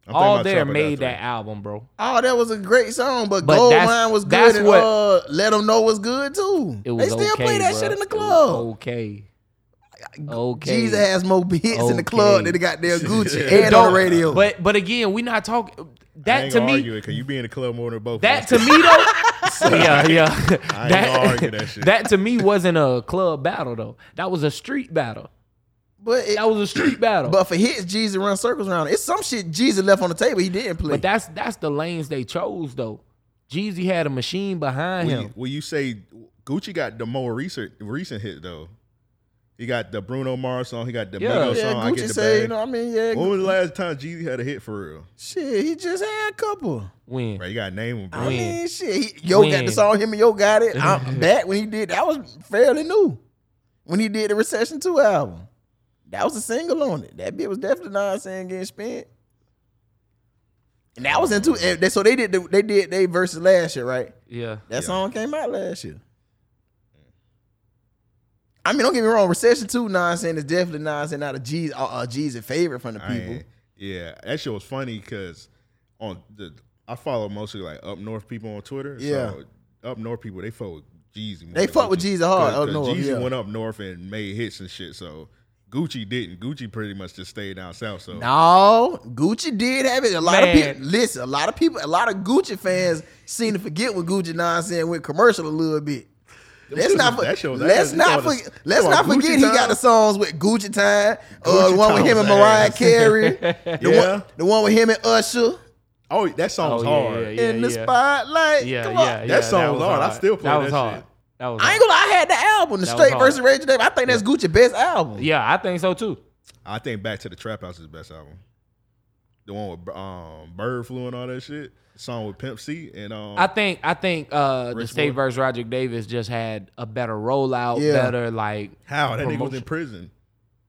Speaker 9: thinking
Speaker 3: All
Speaker 9: about
Speaker 3: there
Speaker 9: Trap or Die
Speaker 3: made
Speaker 9: three.
Speaker 3: that album, bro.
Speaker 10: Oh, that was a great song, but,
Speaker 3: But
Speaker 10: Goldmine
Speaker 3: that's-
Speaker 10: was good.
Speaker 3: that's
Speaker 10: and,
Speaker 3: what-
Speaker 10: uh, Let Them Know was good too.
Speaker 3: It was
Speaker 10: they still
Speaker 3: okay,
Speaker 10: play that
Speaker 3: bruh.
Speaker 10: shit in the
Speaker 3: It was
Speaker 10: club.
Speaker 3: Okay. Okay.
Speaker 10: Jesus has more hits in
Speaker 3: Okay.
Speaker 10: the club than the goddamn Gucci
Speaker 9: It
Speaker 10: and on
Speaker 3: Don't-
Speaker 10: the radio.
Speaker 3: But but again, we not talking
Speaker 9: I
Speaker 3: that
Speaker 9: ain't
Speaker 3: to
Speaker 9: gonna
Speaker 3: me.
Speaker 9: argue it because you be in the club more than both. of
Speaker 3: That
Speaker 9: us.
Speaker 3: to me though, yeah, yeah.
Speaker 9: ain't gonna argue that shit.
Speaker 3: that to me wasn't a club battle though. That was a street battle.
Speaker 10: but it,
Speaker 3: That was a street battle.
Speaker 10: but for hits, Jesus run circles around. it. It's some shit Jesus left on the table. He didn't play.
Speaker 3: But that's that's the lanes they chose though. Jeezy had a machine behind
Speaker 9: Will you,
Speaker 3: him.
Speaker 9: will you say Gucci got the more recent recent hit though? He got the Bruno Mars song. He got the
Speaker 3: Yeah.
Speaker 9: Migos
Speaker 10: yeah,
Speaker 9: song. I
Speaker 10: Gucci
Speaker 9: get the
Speaker 10: say,
Speaker 9: bag.
Speaker 10: you know, what I mean, yeah,
Speaker 9: when was the last time Jeezy had a hit for real?
Speaker 10: shit. He just had a couple.
Speaker 3: When
Speaker 9: Bro, you got to name him, bro.
Speaker 10: I
Speaker 3: When?
Speaker 10: mean, shit. He, yo got
Speaker 3: When?
Speaker 10: the song. Him and Yo got it. I'm back when he did. That was fairly new. When he did the Recession Two album, that was a single on it. That bit was definitely not saying getting spent. And that was in two. and they- So they did. The, they did. They versus last year, right?
Speaker 3: yeah.
Speaker 10: That song came out last year. I mean, don't get me wrong. Recession Two nonsense is definitely nonsense. Not a G's, a, a G's uh, favorite from the
Speaker 9: I
Speaker 10: people.
Speaker 9: ain't- yeah, that shit was funny because on the I follow mostly like up north people on Twitter.
Speaker 10: Yeah.
Speaker 9: so up north people they fuck with Jeezy. more
Speaker 10: They
Speaker 9: than
Speaker 10: fuck with
Speaker 9: Gucci.
Speaker 10: Jeezy hard
Speaker 9: Cause-
Speaker 10: up
Speaker 9: cause
Speaker 10: north,
Speaker 9: Jeezy
Speaker 10: yeah.
Speaker 9: went up north and made hits and shit. So Gucci didn't. Gucci pretty much just stayed down south. So
Speaker 10: No, Gucci did have it. A lot of
Speaker 9: Man.
Speaker 10: people listen. A lot of people, a lot of Gucci fans seem to forget when Gucci nonsense went commercial a little bit. Let's
Speaker 9: shit
Speaker 10: not,
Speaker 9: was-
Speaker 10: for,
Speaker 9: that shit was
Speaker 10: let's
Speaker 9: ass. You
Speaker 10: not
Speaker 9: talking
Speaker 10: forget.
Speaker 9: about- you
Speaker 10: Let's
Speaker 9: talking
Speaker 10: not
Speaker 9: about
Speaker 10: forget
Speaker 9: Gucci
Speaker 10: he
Speaker 9: Time?
Speaker 10: got the songs with Gucci Time, uh,
Speaker 9: Gucci
Speaker 10: the one with
Speaker 9: Time
Speaker 10: him and
Speaker 9: was
Speaker 10: Mariah
Speaker 9: ass.
Speaker 10: Carey, the,
Speaker 9: Yeah.
Speaker 10: one, the one with him and Usher.
Speaker 9: Oh, that song's
Speaker 10: Oh, yeah,
Speaker 9: hard.
Speaker 10: yeah, In the yeah. spotlight.
Speaker 3: Yeah,
Speaker 10: Come
Speaker 3: yeah,
Speaker 10: on.
Speaker 3: yeah.
Speaker 9: That song
Speaker 3: was
Speaker 9: was hard. I still play
Speaker 3: that was
Speaker 9: that
Speaker 3: hard.
Speaker 9: shit.
Speaker 3: That was.
Speaker 10: I ain't gonna lie, I had the album, the
Speaker 3: That was
Speaker 10: State
Speaker 3: hard.
Speaker 10: versus Rage Dave. I think that's Gucci best album.
Speaker 3: Yeah, I think so too.
Speaker 9: I think Back to the Trap House is the best album. The one with um, Bird Flu and all that shit. The song with Pimp C and um,
Speaker 3: I think I think uh, the
Speaker 9: Rich
Speaker 3: state
Speaker 9: Boy.
Speaker 3: versus Roderick Davis just had a better rollout,
Speaker 10: Yeah.
Speaker 3: better like
Speaker 9: how that nigga was
Speaker 3: promotion.
Speaker 9: in prison.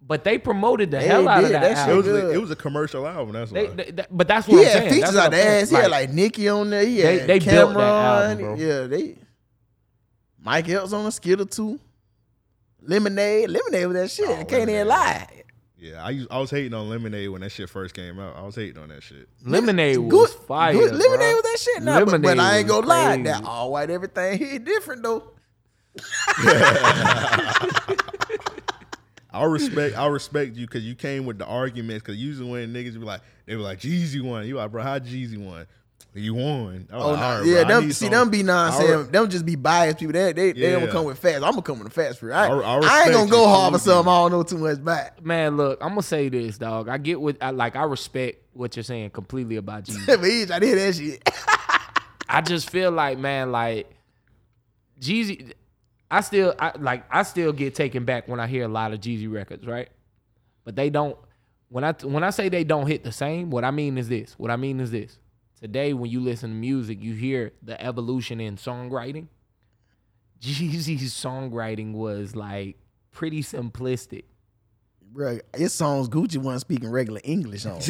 Speaker 3: But they promoted the
Speaker 10: They
Speaker 3: hell out of
Speaker 10: did.
Speaker 3: that.
Speaker 10: That shit
Speaker 9: It
Speaker 3: album.
Speaker 9: was a, it was a commercial album. That's
Speaker 3: They-
Speaker 9: why.
Speaker 3: they- that- but that's what
Speaker 10: He
Speaker 3: I'm
Speaker 10: had
Speaker 3: saying.
Speaker 10: features
Speaker 3: that's
Speaker 10: out
Speaker 3: what I'm
Speaker 10: the
Speaker 3: saying.
Speaker 10: ass. He had like Nicki on there. He
Speaker 3: They-
Speaker 10: had
Speaker 3: they built
Speaker 10: Cameron.
Speaker 3: that album, bro.
Speaker 10: Yeah, they. Mike Epps on a skittle too. Lemonade, lemonade was that shit.
Speaker 9: Oh,
Speaker 10: Can't
Speaker 9: Lemonade.
Speaker 10: even lie.
Speaker 9: yeah, I used, I was hating on Lemonade when that shit first came out. I was hating on that shit.
Speaker 3: Lemonade
Speaker 10: Good-
Speaker 3: was fire.
Speaker 10: good lemonade
Speaker 3: bro.
Speaker 10: was that shit. Nah, but, but
Speaker 3: Lemonade
Speaker 10: I ain't
Speaker 3: was
Speaker 10: gonna lie.
Speaker 3: crazy.
Speaker 10: That all white everything hit different though.
Speaker 9: I respect I respect you because you came with the arguments. Because usually when niggas be like, they were like Jeezy won. You like, bro, how Jeezy won? You won. I was
Speaker 10: Oh,
Speaker 9: like,
Speaker 10: nah.
Speaker 9: "All right,
Speaker 10: yeah,
Speaker 9: bro, I
Speaker 10: them
Speaker 9: need
Speaker 10: see
Speaker 9: some-
Speaker 10: them be
Speaker 9: I
Speaker 10: nonsense.
Speaker 9: re-
Speaker 10: Them just be biased people. They they, they don't
Speaker 9: Yeah.
Speaker 10: come with facts. I'm gonna come with the facts for you. I,
Speaker 9: I re- I
Speaker 10: I, ain't
Speaker 9: respect
Speaker 10: gonna
Speaker 9: you.
Speaker 10: go
Speaker 9: I
Speaker 10: hard for
Speaker 9: believe
Speaker 10: something
Speaker 9: you.
Speaker 10: I don't know too much about.
Speaker 3: Man, look, I'm gonna say this, dog. I get what I like. I respect what you're saying completely about Jeezy.
Speaker 10: but he I did that shit.
Speaker 3: I just feel like, man, like Jeezy. I still, I like, I still get taken back when I hear a lot of Jeezy records, right? But they don't. When I when I say they don't hit the same, what I mean is this. What I mean is this. Today, when you listen to music, you hear the evolution in songwriting. Jeezy's songwriting was like pretty simplistic.
Speaker 10: Bro, his songs Gucci wasn't speaking regular English on.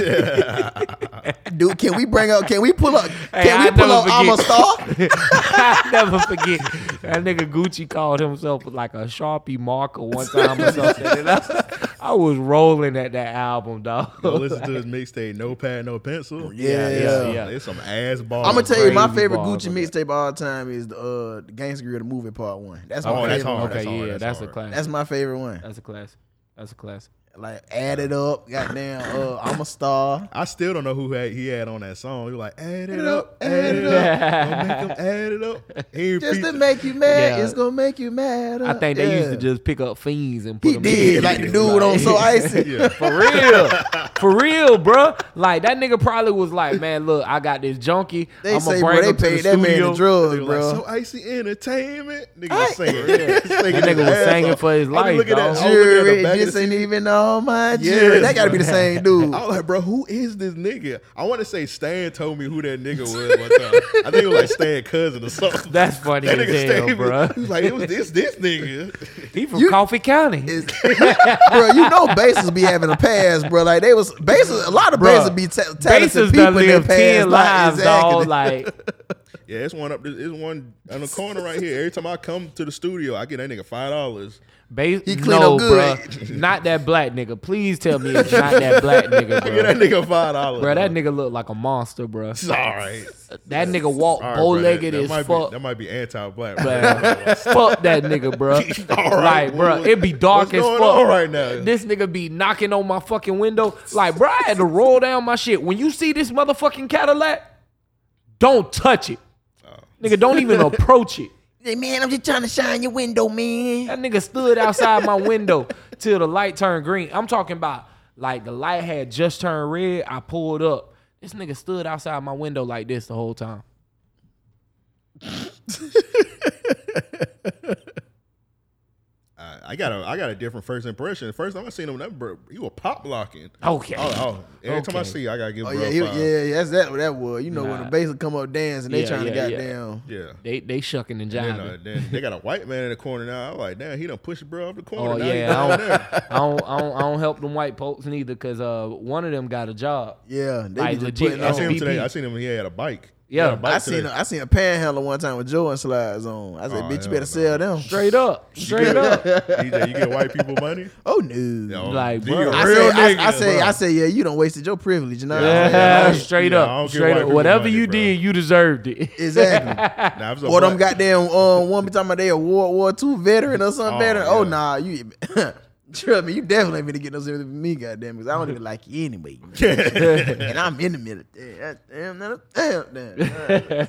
Speaker 10: Dude, can we bring up? Can we pull up?
Speaker 3: Hey,
Speaker 10: can we
Speaker 3: I
Speaker 10: pull
Speaker 3: never
Speaker 10: up? I'm a
Speaker 3: forget.
Speaker 10: star.
Speaker 3: I never forget that nigga Gucci called himself like a Sharpie marker one time or something. And I, I was rolling at that album, dog.
Speaker 9: Go listen to his mixtape, No Pad, No Pencil.
Speaker 10: Yeah,
Speaker 3: yeah, yeah.
Speaker 9: It's some ass ball.
Speaker 10: I'm gonna tell you my
Speaker 3: crazy
Speaker 10: favorite
Speaker 3: bars
Speaker 10: Gucci
Speaker 3: on that.
Speaker 10: mixtape of all time is the uh, the Gangsta Grill the movie part one. That's my
Speaker 9: Oh,
Speaker 10: favorite.
Speaker 9: that's hard.
Speaker 10: one.
Speaker 3: okay,
Speaker 9: that's hard,
Speaker 3: yeah,
Speaker 9: that's
Speaker 3: that's, a
Speaker 9: hard.
Speaker 3: class.
Speaker 10: That's my favorite one.
Speaker 3: That's a class. That's a class.
Speaker 10: Like add it up, goddamn. Uh, I'm a star.
Speaker 9: I still don't know who had, he had on that song. He was like, add it up, add it up. Don't make him add it up. He ain't
Speaker 10: Just
Speaker 9: feat-
Speaker 10: to make you mad,
Speaker 3: Yeah.
Speaker 10: it's gonna make you mad.
Speaker 3: I think they used to
Speaker 10: Uh, Yeah.
Speaker 3: just pick up fiends and put
Speaker 10: He
Speaker 3: them
Speaker 10: did like the dude on So Icy.
Speaker 9: yeah.
Speaker 3: For real, for real, bro. Like that nigga probably was like, "Man, look, I got this junkie.
Speaker 10: They
Speaker 3: I'm
Speaker 10: say,
Speaker 3: bring
Speaker 10: bro, they
Speaker 3: him to
Speaker 10: paid
Speaker 3: the
Speaker 10: that man
Speaker 3: studio."
Speaker 10: the drugs,
Speaker 9: They were
Speaker 10: bro.
Speaker 9: Like, so icy entertainment. Nigga
Speaker 10: I-
Speaker 9: was singing. Yeah.
Speaker 3: That nigga was singing for his life,
Speaker 9: looking
Speaker 3: dog.
Speaker 9: at I was looking at
Speaker 10: jury,
Speaker 9: the back of
Speaker 10: Oh, this
Speaker 9: the Oh.
Speaker 10: ain't
Speaker 9: CD.
Speaker 10: even all my
Speaker 9: Yes,
Speaker 10: jury. that gotta be
Speaker 9: bro.
Speaker 10: the same dude.
Speaker 9: I was like, bro, who is this nigga? I want to say Stan told me who that nigga was one time. I think it was like Stan cousin or something.
Speaker 3: That's funny
Speaker 9: that
Speaker 3: as
Speaker 9: nigga
Speaker 3: hell,
Speaker 9: Stan,
Speaker 3: bro.
Speaker 9: He was like, it was this this nigga.
Speaker 3: He from Coffee County.
Speaker 10: is- bro, you know bases be having a pass, bro. Like they was bases, a lot of
Speaker 3: Bruh.
Speaker 10: bases be ta- talented
Speaker 3: Bases
Speaker 10: people
Speaker 3: done
Speaker 10: in their
Speaker 3: live
Speaker 10: past.
Speaker 3: ten lives, dog.
Speaker 10: Like,
Speaker 3: Like
Speaker 9: Yeah, it's one up. It's one on the corner right here. Every time I come to the studio, I get that nigga five dollars.
Speaker 3: Base,
Speaker 10: He clean
Speaker 3: no,
Speaker 10: up good.
Speaker 3: bruh. Not that black nigga. Please tell me it's not that black nigga,
Speaker 9: I get that
Speaker 3: bro.
Speaker 9: nigga five dollars.
Speaker 3: Bro, that nigga look like a monster, bro.
Speaker 9: It's all right.
Speaker 3: That nigga walk
Speaker 9: All right,
Speaker 3: bow
Speaker 9: bro, that-
Speaker 3: legged
Speaker 9: that
Speaker 3: as
Speaker 9: might be-
Speaker 3: fuck.
Speaker 9: that might be anti-black.
Speaker 3: Man, fuck that nigga, bro.
Speaker 9: right,
Speaker 3: like, bro,
Speaker 9: what-
Speaker 3: it be dark
Speaker 9: what's
Speaker 3: as
Speaker 9: going
Speaker 3: fuck
Speaker 9: on right now?
Speaker 3: This nigga be knocking on my fucking window. Like, bro, I had to roll down my shit. When you see this motherfucking Cadillac, don't touch it.
Speaker 9: Oh.
Speaker 3: Nigga, don't even approach it.
Speaker 10: Hey, man, I'm just trying to shine your window, man.
Speaker 3: That nigga stood outside my window till the light turned green. I'm talking about like the light had just turned red. I pulled up. This nigga stood outside my window like this the whole time.
Speaker 9: I, I got a I got a different first impression. First time I seen him, that bro, you were pop blocking.
Speaker 3: Okay.
Speaker 9: Oh, oh. every time I
Speaker 3: Okay.
Speaker 9: see, you, I gotta give.
Speaker 10: Oh
Speaker 9: bro
Speaker 10: yeah,
Speaker 9: a
Speaker 10: he,
Speaker 9: five.
Speaker 10: yeah, yeah, that's that. What that was, you know, when
Speaker 3: Nah.
Speaker 10: the bases come up dance and they
Speaker 3: Yeah,
Speaker 10: trying to
Speaker 3: yeah, yeah.
Speaker 10: goddamn.
Speaker 9: yeah.
Speaker 3: They they shucking and jiving.
Speaker 9: Then, uh, then they got a white man in the corner now. I'm like, damn, he done pushed bro up the corner.
Speaker 3: Oh
Speaker 9: now
Speaker 3: yeah, I
Speaker 9: he down
Speaker 3: don't,
Speaker 9: there.
Speaker 3: I don't, I don't, I don't help them white folks neither, cause uh, one of them got a job.
Speaker 10: Yeah, they
Speaker 3: Like,
Speaker 10: be just
Speaker 3: legit,
Speaker 10: putting
Speaker 9: I
Speaker 3: that's
Speaker 10: on.
Speaker 9: seen him
Speaker 3: BP.
Speaker 9: today. I seen him. He had a bike. He
Speaker 3: Yeah.
Speaker 9: had a bike
Speaker 10: I seen
Speaker 9: today.
Speaker 10: a, I seen a panhandler one time with Joe and slides on. I said,
Speaker 9: Oh,
Speaker 10: "Bitch, you
Speaker 9: hell
Speaker 10: better
Speaker 9: no.
Speaker 10: sell them."
Speaker 3: Straight up, straight up.
Speaker 9: DJ, you get white people money?
Speaker 10: Oh no.
Speaker 9: Yo,
Speaker 3: Like,
Speaker 9: these
Speaker 3: bro.
Speaker 9: are
Speaker 10: I say,
Speaker 9: real
Speaker 10: I,
Speaker 9: niggas,
Speaker 10: I say,
Speaker 9: bro.
Speaker 10: I say, yeah, you don't wasted your privilege, you know.
Speaker 3: Yeah,
Speaker 9: I don't-
Speaker 3: straight
Speaker 9: yeah, I don't
Speaker 3: up,
Speaker 9: get
Speaker 3: straight
Speaker 9: white
Speaker 3: up.
Speaker 9: people
Speaker 3: Whatever
Speaker 9: money,
Speaker 3: you
Speaker 9: bro.
Speaker 3: did, you deserved it.
Speaker 10: Exactly.
Speaker 9: Nah, if it's a
Speaker 10: Or them uh,
Speaker 9: black-
Speaker 10: goddamn um, one be talking about they a World War II veteran or something
Speaker 9: Oh,
Speaker 10: veteran. Oh
Speaker 9: yeah.
Speaker 10: nah, you Trust me, you definitely ain't gonna get no sympathy from me, goddamn, because I don't even like you anyway. and I'm in the military. That's- Damn, that's- damn,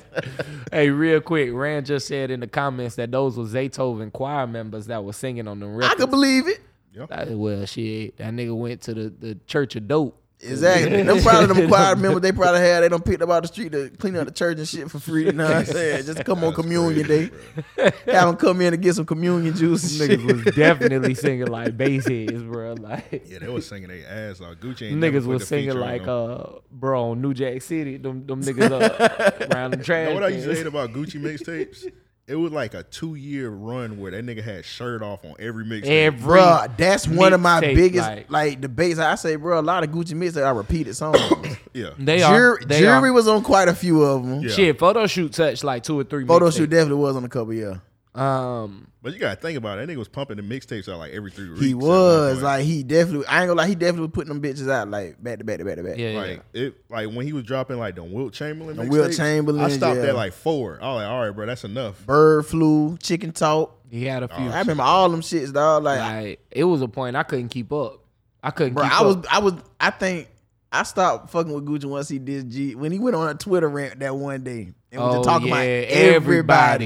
Speaker 10: damn.
Speaker 3: hey, real quick, Rand just said in the comments that those were Zaytoven choir members that were singing on the record.
Speaker 10: I could believe it.
Speaker 3: Uh, well, shit, that nigga went to the, the church of dope.
Speaker 10: Exactly. Them probably them choir members they probably had. They don't pick up out the street to clean up the church and shit for free. You know what I'm saying? Just come on communion day. Have them come in and get some communion juice. and shit.
Speaker 3: niggas was definitely singing like bass heads, bro. Like
Speaker 9: Yeah, they was singing their ass off. Gucci ain't never
Speaker 3: niggas
Speaker 9: put
Speaker 3: was
Speaker 9: the
Speaker 3: singing
Speaker 9: feature on
Speaker 3: like
Speaker 9: them.
Speaker 3: uh bro on New Jack City, them them niggas up around the
Speaker 9: You
Speaker 3: trash.
Speaker 9: know what I used to
Speaker 3: cans.
Speaker 9: hate about Gucci mixtapes? It was like a two year run where that nigga had shirt off on every mixtape.
Speaker 3: Every
Speaker 10: Bruh, that's one of my
Speaker 3: mixtape,
Speaker 10: biggest
Speaker 3: like-
Speaker 10: like, debates. I say, bruh, a lot of Gucci mixes are repeated songs.
Speaker 9: yeah.
Speaker 3: they are
Speaker 10: Jury,
Speaker 3: they
Speaker 10: Jury
Speaker 3: are.
Speaker 10: was on quite a few of them.
Speaker 9: Yeah.
Speaker 3: shit. Photo shoot touched like two or three.
Speaker 10: Photo
Speaker 3: mixtapes.
Speaker 10: shoot definitely was on a couple, yeah.
Speaker 3: Um,
Speaker 9: But you gotta think about it. That nigga was pumping the mixtapes out like every three weeks.
Speaker 10: He
Speaker 9: at one
Speaker 10: was
Speaker 9: point.
Speaker 10: like he definitely. I ain't gonna lie, he definitely was putting them bitches out like back to back to back to back.
Speaker 3: yeah, yeah.
Speaker 9: Like it, like when he was dropping like the Wilt Chamberlain,
Speaker 10: The Wilt
Speaker 9: mixtapes,
Speaker 10: Chamberlain,
Speaker 9: I stopped
Speaker 10: yeah.
Speaker 9: at like four. I was like, all right, bro, that's enough.
Speaker 10: Bird flu, chicken talk.
Speaker 3: he had a few.
Speaker 10: I remember all them shits, dog. Like,
Speaker 3: like it was a point I couldn't keep up. I couldn't.
Speaker 10: bro,
Speaker 3: keep
Speaker 10: I
Speaker 3: up.
Speaker 10: was, I was, I think I stopped fucking with Gucci once he did G when he went on a Twitter rant that one day and was just talking about everybody.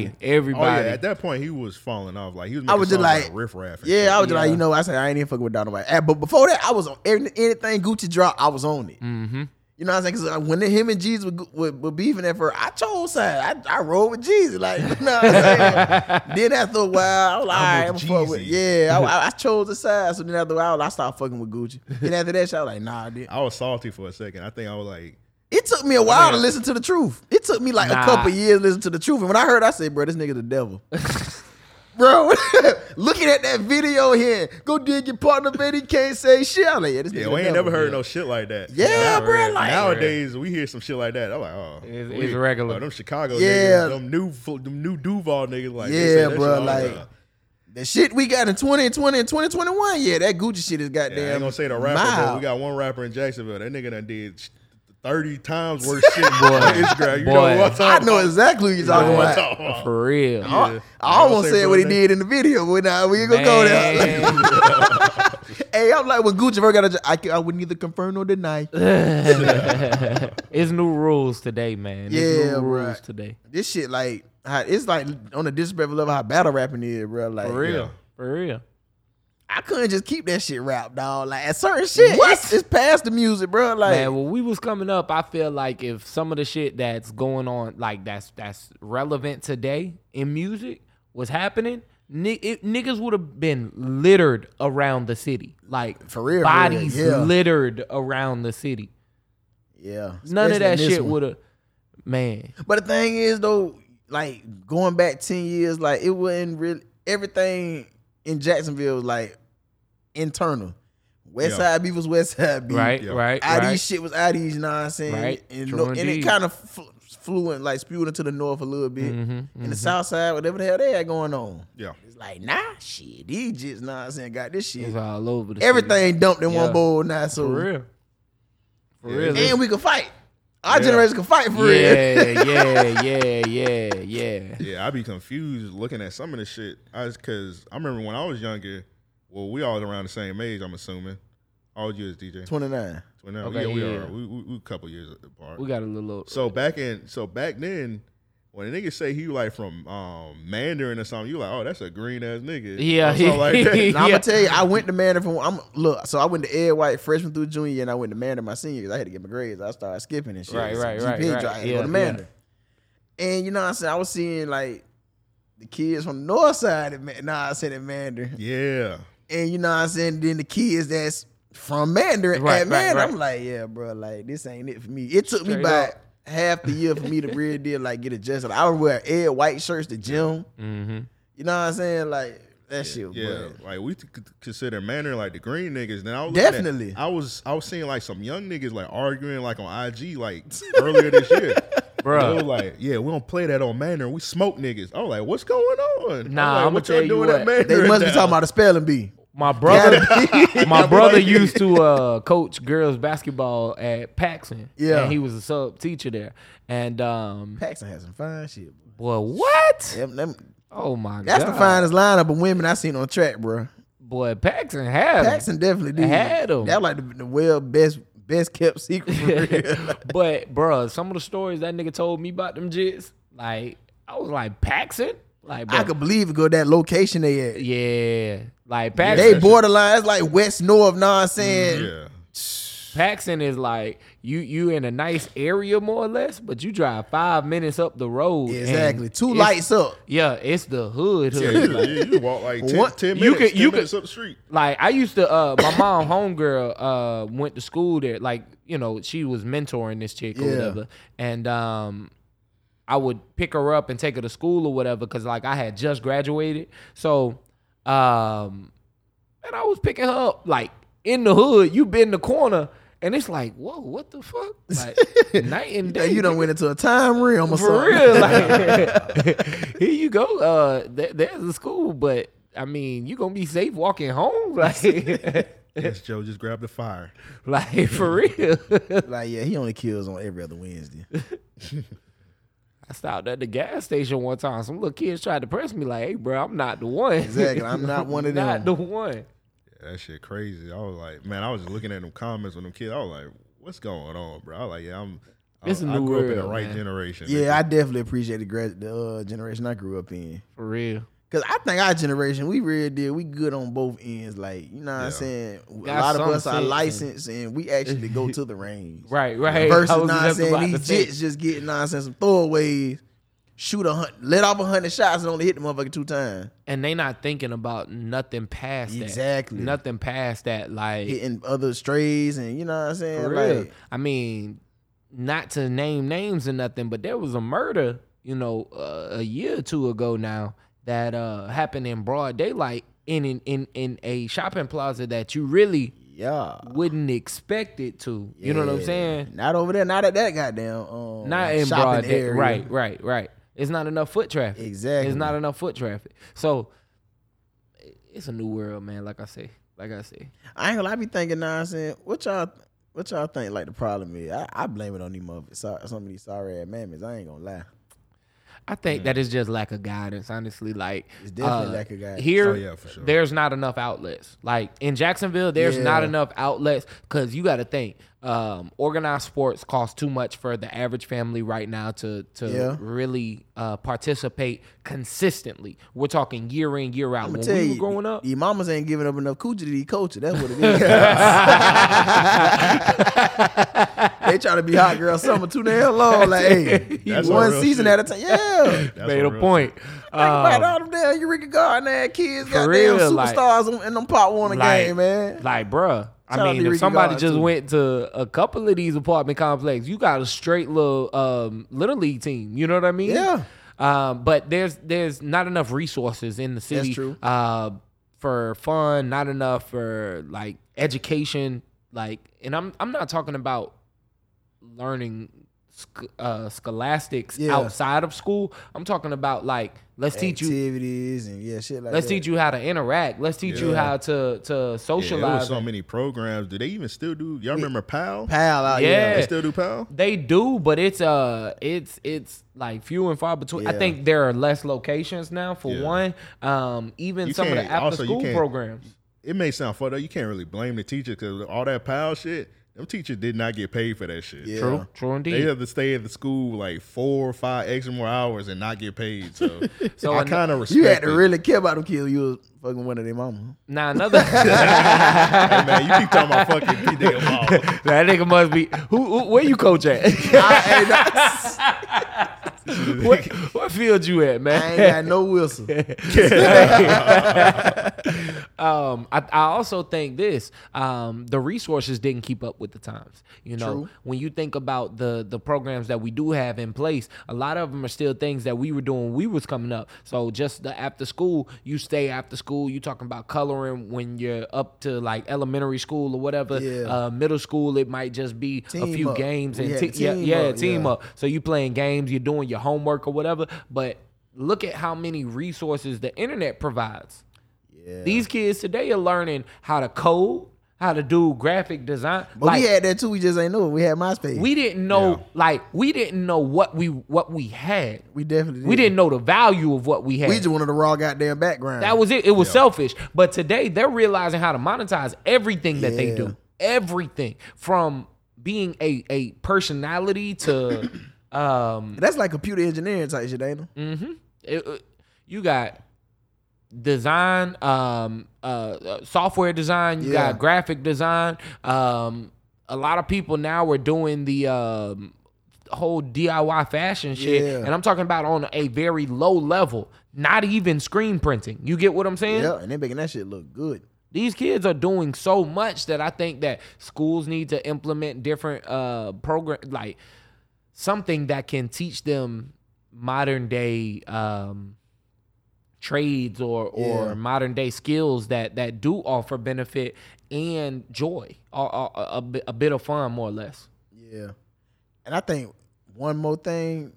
Speaker 3: Oh, everybody.
Speaker 9: Oh yeah,
Speaker 3: everybody.
Speaker 9: at that point he was falling off. Like he was.
Speaker 10: I
Speaker 9: Making
Speaker 10: was just
Speaker 9: songs
Speaker 10: like-
Speaker 9: riff raff. and shit.
Speaker 10: Yeah, I was just like,
Speaker 3: Yeah.
Speaker 10: you know, I said I ain't even fucking with Donald White. Eh, But before that, I was on every, anything Gucci dropped, I was on it.
Speaker 3: mm-hmm.
Speaker 10: You know what I'm saying? Because uh, when him and Jeezy were, were, were beefing at first, I chose side. I, I rolled with Jeezy. Like, you know what I'm saying? then after a while, I was like, all right,
Speaker 9: I'm
Speaker 10: I'm
Speaker 9: with
Speaker 10: fuck with.
Speaker 9: Jeezy.
Speaker 10: Yeah, I, I- I chose the side. So then after a while, I started fucking with Gucci. Then after that, shit, I was like, nah, dude.
Speaker 9: I was salty for a second. I think I was like,
Speaker 10: It took me a while to listen to the truth. It took me like
Speaker 3: Nah.
Speaker 10: a couple years to listen to the truth. And when I heard, I said, bro, this nigga the devil. bro, looking at that video here, go dig your partner, man. He can't say shit. I'm like, yeah, this nigga
Speaker 9: yeah,
Speaker 10: the
Speaker 9: we ain't
Speaker 10: devil.
Speaker 9: never heard no shit like that.
Speaker 10: Yeah,
Speaker 9: Now-
Speaker 10: bro, like-
Speaker 9: nowadays we hear some shit like that. I'm like, oh,
Speaker 3: It's-
Speaker 9: we-
Speaker 3: it's regular.
Speaker 9: oh, them Chicago
Speaker 10: Yeah.
Speaker 9: niggas, them new, fo- them new Duval niggas, like, they
Speaker 10: Yeah,
Speaker 9: say that shit
Speaker 10: bro,
Speaker 9: all the
Speaker 10: like-
Speaker 9: time.
Speaker 10: The shit we got in 2020 and 2021, yeah, that Gucci shit is
Speaker 9: Yeah,
Speaker 10: goddamn.
Speaker 9: I ain't gonna say the rapper, but
Speaker 10: mild.
Speaker 9: we got one rapper in Jacksonville. That nigga done did sh- thirty times worse shit on Instagram. You
Speaker 3: Boy.
Speaker 9: know what I'm
Speaker 10: I
Speaker 9: talking
Speaker 10: know exactly who you're talking
Speaker 9: about?
Speaker 10: about.
Speaker 9: Talking about.
Speaker 3: For real.
Speaker 10: I-
Speaker 9: Yeah.
Speaker 10: I almost
Speaker 9: Don't say
Speaker 10: said what he
Speaker 9: Bro
Speaker 10: did in the video, but nah, we ain't gonna go there.
Speaker 3: Man.
Speaker 10: hey, I'm like, when Gucci first got a job, I, can- I would neither confirm nor deny.
Speaker 3: it's new rules today, man. It's
Speaker 10: Yeah,
Speaker 3: new rules
Speaker 10: right.
Speaker 3: today.
Speaker 10: This shit, like, how, it's like on a disrespectful level how battle rapping is, bro. Like,
Speaker 3: For real.
Speaker 9: Yeah.
Speaker 3: For real.
Speaker 10: I couldn't just keep that shit rap, dog. Like, at certain shit, It's, it's past the music, bro. Like,
Speaker 3: Man, when we was coming up, I feel like if some of the shit that's going on, like that's that's relevant today in music, was happening, ni- it, niggas would have been littered around the city, like
Speaker 10: For real, for real,
Speaker 3: bodies
Speaker 10: yeah.
Speaker 3: littered around the city.
Speaker 10: yeah,
Speaker 3: None
Speaker 10: especially
Speaker 3: of that
Speaker 10: this
Speaker 3: shit
Speaker 10: one.
Speaker 3: would have, man.
Speaker 10: But the thing is though, like going back ten years, like it wasn't really everything in Jacksonville was like internal. West
Speaker 9: Yeah.
Speaker 10: Side beef was West Side beef.
Speaker 3: Right,
Speaker 9: Yeah.
Speaker 3: right,
Speaker 10: ID's
Speaker 3: right.
Speaker 10: shit was ID's, you know what I'm saying?
Speaker 3: Right,
Speaker 10: And,
Speaker 3: true
Speaker 10: no- and it
Speaker 3: indeed.
Speaker 10: kind of fl- flew in, like spewed into the north a little bit.
Speaker 3: Mhm,
Speaker 10: And the South Side, whatever the hell they had going on.
Speaker 9: Yeah.
Speaker 10: It's like, nah, shit. These jits, know what I'm saying? Got this shit.
Speaker 3: It's all over the city.
Speaker 10: Everything dumped in
Speaker 3: Yeah.
Speaker 10: one bowl now. So
Speaker 3: For real. For
Speaker 9: Yeah,
Speaker 3: real.
Speaker 9: it's-
Speaker 10: And we can fight. Our
Speaker 9: Yeah.
Speaker 10: generation can fight for real.
Speaker 3: yeah, yeah, yeah, yeah, yeah.
Speaker 9: Yeah, I be confused looking at some of this shit. I because I remember when I was younger. Well, we all around the same age. I'm assuming. How old you is DJ?
Speaker 10: 29.
Speaker 9: Well, no,
Speaker 3: Okay,
Speaker 9: yeah, we
Speaker 3: yeah.
Speaker 9: are. We, we, we a couple years apart.
Speaker 3: We got a little.
Speaker 9: so back in, so back then, when a nigga say he like from um, Mandarin or something, you like, oh, that's a green ass nigga.
Speaker 3: Yeah,
Speaker 9: Or something like that.
Speaker 10: Now, I'm
Speaker 3: Yeah.
Speaker 10: gonna tell you, I went to Manor from I'm look. So I went to Ed White freshman through junior, year, and I went to Manor my senior. year 'cause I had to get my grades. I started skipping and shit.
Speaker 3: Right,
Speaker 10: So
Speaker 3: right,
Speaker 10: GP
Speaker 3: right,
Speaker 10: drive,
Speaker 3: right.
Speaker 10: I had to
Speaker 3: Yeah,
Speaker 10: go to Manor. And you know, what I'm saying I was seeing like the kids from the north side. Of Man- nah, I said at Manor.
Speaker 9: yeah.
Speaker 10: And you know, what I'm saying then the kids that's from Mandarin
Speaker 3: Right,
Speaker 10: at
Speaker 3: right,
Speaker 10: Manor.
Speaker 3: right.
Speaker 10: I'm like, yeah, bro, like this ain't it for me. It took me
Speaker 3: Straight
Speaker 10: about
Speaker 3: up.
Speaker 10: half the year for me to real deal like get adjusted. I would wear Ed White shirts to gym.
Speaker 3: Mm-hmm.
Speaker 10: You know what I'm saying? Like that shit.
Speaker 9: Yeah,
Speaker 10: Yeah.
Speaker 9: like we t- consider Mandarin like the green niggas. Then I was looking at-
Speaker 10: Definitely.
Speaker 9: I was I was seeing like some young niggas like arguing like on IG like earlier this year,
Speaker 3: Bruh.
Speaker 9: They were like, yeah, we don't play that on Mandarin. We smoke niggas. I was like, what's going on?
Speaker 3: Nah,
Speaker 9: I'm like,
Speaker 3: I'ma
Speaker 9: what
Speaker 3: tell you
Speaker 9: doing
Speaker 3: what.
Speaker 9: at Mandarin?
Speaker 10: They must be
Speaker 9: now?
Speaker 10: talking about a spelling bee.
Speaker 3: My brother, my
Speaker 9: I'm
Speaker 3: brother
Speaker 9: like-
Speaker 3: used to uh, coach girls basketball at Paxson.
Speaker 10: Yeah.
Speaker 3: and he was a sub teacher there. And um,
Speaker 10: Paxton has some fine shit. Bro.
Speaker 3: boy, what?
Speaker 10: Them- them-
Speaker 3: Oh my
Speaker 10: that's
Speaker 3: god,
Speaker 10: the finest lineup of women I seen on track, bro.
Speaker 3: Boy, Paxton had 'em.
Speaker 10: Paxton definitely did.
Speaker 3: Had 'em.
Speaker 10: That was like the, the well best best kept secret. For real.
Speaker 3: but bruh, some of the stories that nigga told me about them jits, like I was like Paxton, like
Speaker 10: I
Speaker 3: bruh,
Speaker 10: could believe it go that location they at.
Speaker 3: yeah, like Paxton.
Speaker 10: They borderline. It's like west north. Know what
Speaker 3: Mm,
Speaker 10: I'm saying?
Speaker 9: Yeah.
Speaker 3: Paxton is like you you in a nice area more or less, but you drive five minutes up the road. and
Speaker 10: Exactly. Two
Speaker 3: it's-
Speaker 10: lights up.
Speaker 3: Yeah, it's the hood.
Speaker 9: Yeah,
Speaker 3: hood.
Speaker 9: you,
Speaker 3: Like,
Speaker 9: yeah, you walk like 10,
Speaker 10: What?
Speaker 9: 10
Speaker 3: You
Speaker 9: minutes,
Speaker 3: could- you
Speaker 9: 10
Speaker 3: could-
Speaker 9: minutes up the street.
Speaker 3: like, I used to uh my mom homegirl uh went to school there, like, you know, she was mentoring this chick or
Speaker 10: Yeah.
Speaker 3: whatever. And um I would pick her up and take her to school or whatever, cause like I had just graduated. So um and I was picking her up like in the hood, you been the corner. And it's like, whoa, what the fuck? Like night and
Speaker 10: Yeah,
Speaker 3: day.
Speaker 10: you done went into a time realm or
Speaker 3: for
Speaker 10: something.
Speaker 3: real. Like, here you go. Uh, th- there's a school, but I mean, you gonna be safe walking home, like,
Speaker 9: Yes, Joe just grabbed the fire.
Speaker 3: like for real.
Speaker 10: Like, yeah, he only kills on every other Wednesday.
Speaker 3: I stopped at the gas station one time. Some little kids tried to press me, like, "Hey, bro, I'm not the one.
Speaker 10: Exactly. I'm not one of them.
Speaker 3: not the one."
Speaker 9: Yeah, that shit crazy. I was like, man, I was just looking at them comments on them kids. I was like, what's going on, bro? I was like, yeah, I'm. I-
Speaker 3: It's a
Speaker 9: I
Speaker 3: new
Speaker 9: grew up in the
Speaker 3: world,
Speaker 9: right
Speaker 3: man.
Speaker 9: generation.
Speaker 10: yeah, I definitely appreciate the, gra- the uh, generation I grew up in.
Speaker 3: For real.
Speaker 10: Cause I think our generation, we really did. We good on both ends. Like, you know what
Speaker 9: Yeah.
Speaker 10: I'm saying? A
Speaker 3: Got
Speaker 10: lot of
Speaker 3: some
Speaker 10: us are
Speaker 3: sense in-
Speaker 10: licensed and we actually go to the range.
Speaker 3: Right. Right. I
Speaker 10: Versus
Speaker 3: was just
Speaker 10: nonsense,
Speaker 3: about to
Speaker 10: these
Speaker 3: say,
Speaker 10: jits just getting nonsense, some throwaways, shoot a hundred, let off a hundred shots and only hit the motherfucker two times.
Speaker 3: and they not thinking about nothing past that.
Speaker 10: Exactly.
Speaker 3: Nothing past that. Like
Speaker 10: Hitting other strays and you know what I'm saying?
Speaker 3: For real.
Speaker 10: Like,
Speaker 3: I mean, not to name names and nothing, but there was a murder, you know, uh, a year or two ago now that uh, happened in broad daylight in in in, in a shopping plaza that you really
Speaker 10: yeah.
Speaker 3: wouldn't expect it to. You know what I'm
Speaker 10: Yeah.
Speaker 3: saying?
Speaker 10: Not over there, not at that goddamn um
Speaker 3: Not in
Speaker 10: shopping
Speaker 3: broad day.
Speaker 10: area.
Speaker 3: Right, right, right. It's not enough foot traffic.
Speaker 10: Exactly.
Speaker 3: It's not enough foot traffic. So it's a new world, man. Like I say, like I say.
Speaker 10: I ain't gonna lie, I be thinking nonsense. What y'all what y'all think like the problem is? I, I blame it on these motherfuckers. so- Some of these sorry ass mammies. I ain't gonna lie.
Speaker 3: I think that is just lack of guidance, honestly. Like uh,
Speaker 10: It's definitely lack of guidance.
Speaker 3: Here,
Speaker 9: Oh, yeah, for sure.
Speaker 3: there's not enough outlets. Like in Jacksonville, there's not
Speaker 10: Yeah.
Speaker 3: enough outlets because you got to think um, organized sports cost too much for the average family right now to to
Speaker 10: Yeah.
Speaker 3: really uh, participate consistently. We're talking year in year out.
Speaker 10: I'm
Speaker 3: When
Speaker 10: gonna
Speaker 3: we
Speaker 10: tell
Speaker 3: were
Speaker 10: you,
Speaker 3: growing up,
Speaker 10: your mamas ain't giving up enough coochie to these coaches. That's what it is. they try to be hot girl summer too damn long. Like, hey,
Speaker 9: That's
Speaker 10: one
Speaker 9: some real
Speaker 10: season
Speaker 9: shit.
Speaker 10: at a time. Yeah.
Speaker 9: That's
Speaker 3: made a
Speaker 9: some real
Speaker 3: point.
Speaker 10: Right,
Speaker 3: Um,
Speaker 10: all them damn Eureka Garden ass kids,
Speaker 3: For
Speaker 10: goddamn
Speaker 3: real, like-
Speaker 10: superstars in- in them pot warner
Speaker 3: Like-
Speaker 10: game, man.
Speaker 3: Like, bruh. I
Speaker 10: Shout out
Speaker 3: mean,
Speaker 10: to
Speaker 3: if
Speaker 10: Ricky
Speaker 3: somebody
Speaker 10: Garland,
Speaker 3: just
Speaker 10: too.
Speaker 3: went to a couple of these apartment complexes, you got a straight little um, little league team. You know what I mean?
Speaker 10: Yeah.
Speaker 3: Um, but there's there's not enough resources in the city.
Speaker 10: true.
Speaker 3: Uh, for fun, not enough for like education. Like, and I'm I'm not talking about learning sc- uh, scholastics
Speaker 10: Yeah.
Speaker 3: outside of school. I'm talking about like let's teach you
Speaker 10: activities and yeah, shit like
Speaker 3: Let's
Speaker 10: that.
Speaker 3: teach you how to interact. Let's teach you how to to
Speaker 9: Yeah, there was
Speaker 3: socialize.
Speaker 9: so many programs. Do they even still do? Y'all remember PAL?
Speaker 10: pal out
Speaker 3: Yeah.
Speaker 10: yeah.
Speaker 9: They still do PAL?
Speaker 3: they do, but it's uh it's it's like few and far between. I
Speaker 10: Yeah.
Speaker 3: think there are less locations now for
Speaker 9: Yeah.
Speaker 3: one. Um even
Speaker 9: You
Speaker 3: some of the
Speaker 9: can't-
Speaker 3: after
Speaker 9: also, you
Speaker 3: school
Speaker 9: can't-
Speaker 3: programs.
Speaker 9: It may sound fucked up. You can't really blame the teacher because all that PAL shit, them teachers did not get paid for that shit.
Speaker 10: Yeah.
Speaker 3: True, true
Speaker 9: They
Speaker 3: indeed.
Speaker 9: have to stay at the school like four or five extra more hours and not get paid. So,
Speaker 3: So
Speaker 9: I
Speaker 3: an-
Speaker 9: kind of respect
Speaker 10: You had to
Speaker 9: it.
Speaker 10: really care about them kids. You was fucking one of their mama.
Speaker 3: Now another
Speaker 9: Hey, man, you keep talking about fucking P. Dale Mall.
Speaker 3: that nigga must be who, who where you coach at? what, what field you at, man?
Speaker 10: I ain't got no whistle.
Speaker 3: um, I, I also think this: um, the resources didn't keep up with the times. You know,
Speaker 10: True.
Speaker 3: when you think about the the programs that we do have in place, a lot of them are still things that we were doing when we was coming up. So just the after school, you stay after school. You talking about coloring when you're up to like elementary school or whatever.
Speaker 10: Yeah.
Speaker 3: Uh, middle school, it might just be a
Speaker 10: Team
Speaker 3: few
Speaker 10: up.
Speaker 3: games
Speaker 10: We
Speaker 3: and
Speaker 10: had
Speaker 3: te-
Speaker 10: the
Speaker 3: yeah,
Speaker 10: team
Speaker 3: yeah,
Speaker 10: up,
Speaker 3: team
Speaker 10: yeah.
Speaker 3: up. So you playing games, you're doing your homework or whatever. But look at how many resources the internet provides. These kids today are learning how to code, how to do graphic design.
Speaker 10: But we had that too. We just ain't know it. We had MySpace.
Speaker 3: we didn't know like we didn't know what we what we had.
Speaker 10: We definitely
Speaker 3: We didn't know the value of what we had.
Speaker 10: We just wanted the raw goddamn background.
Speaker 3: that was it. It was selfish. But today they're realizing how to monetize everything that they
Speaker 10: Yeah.
Speaker 3: do. Everything from being a a personality to um
Speaker 10: That's like computer engineering type shit, ain't it?
Speaker 3: Mm-hmm. It- it- you got design, um, uh, uh, software design. You
Speaker 10: Yeah.
Speaker 3: got graphic design. Um, a lot of people now are doing the um, whole DIY fashion shit,
Speaker 10: Yeah.
Speaker 3: and I'm talking about on a very low level. Not even screen printing. You get what I'm saying?
Speaker 10: Yeah, and they making that shit look good.
Speaker 3: These kids are doing so much that I think that schools need to implement different uh program like something that can teach them modern day um trades or or
Speaker 10: Yeah.
Speaker 3: modern day skills that that do offer benefit and joy or, or- or a, bit- a bit of fun more or less.
Speaker 10: Yeah. And I think one more thing,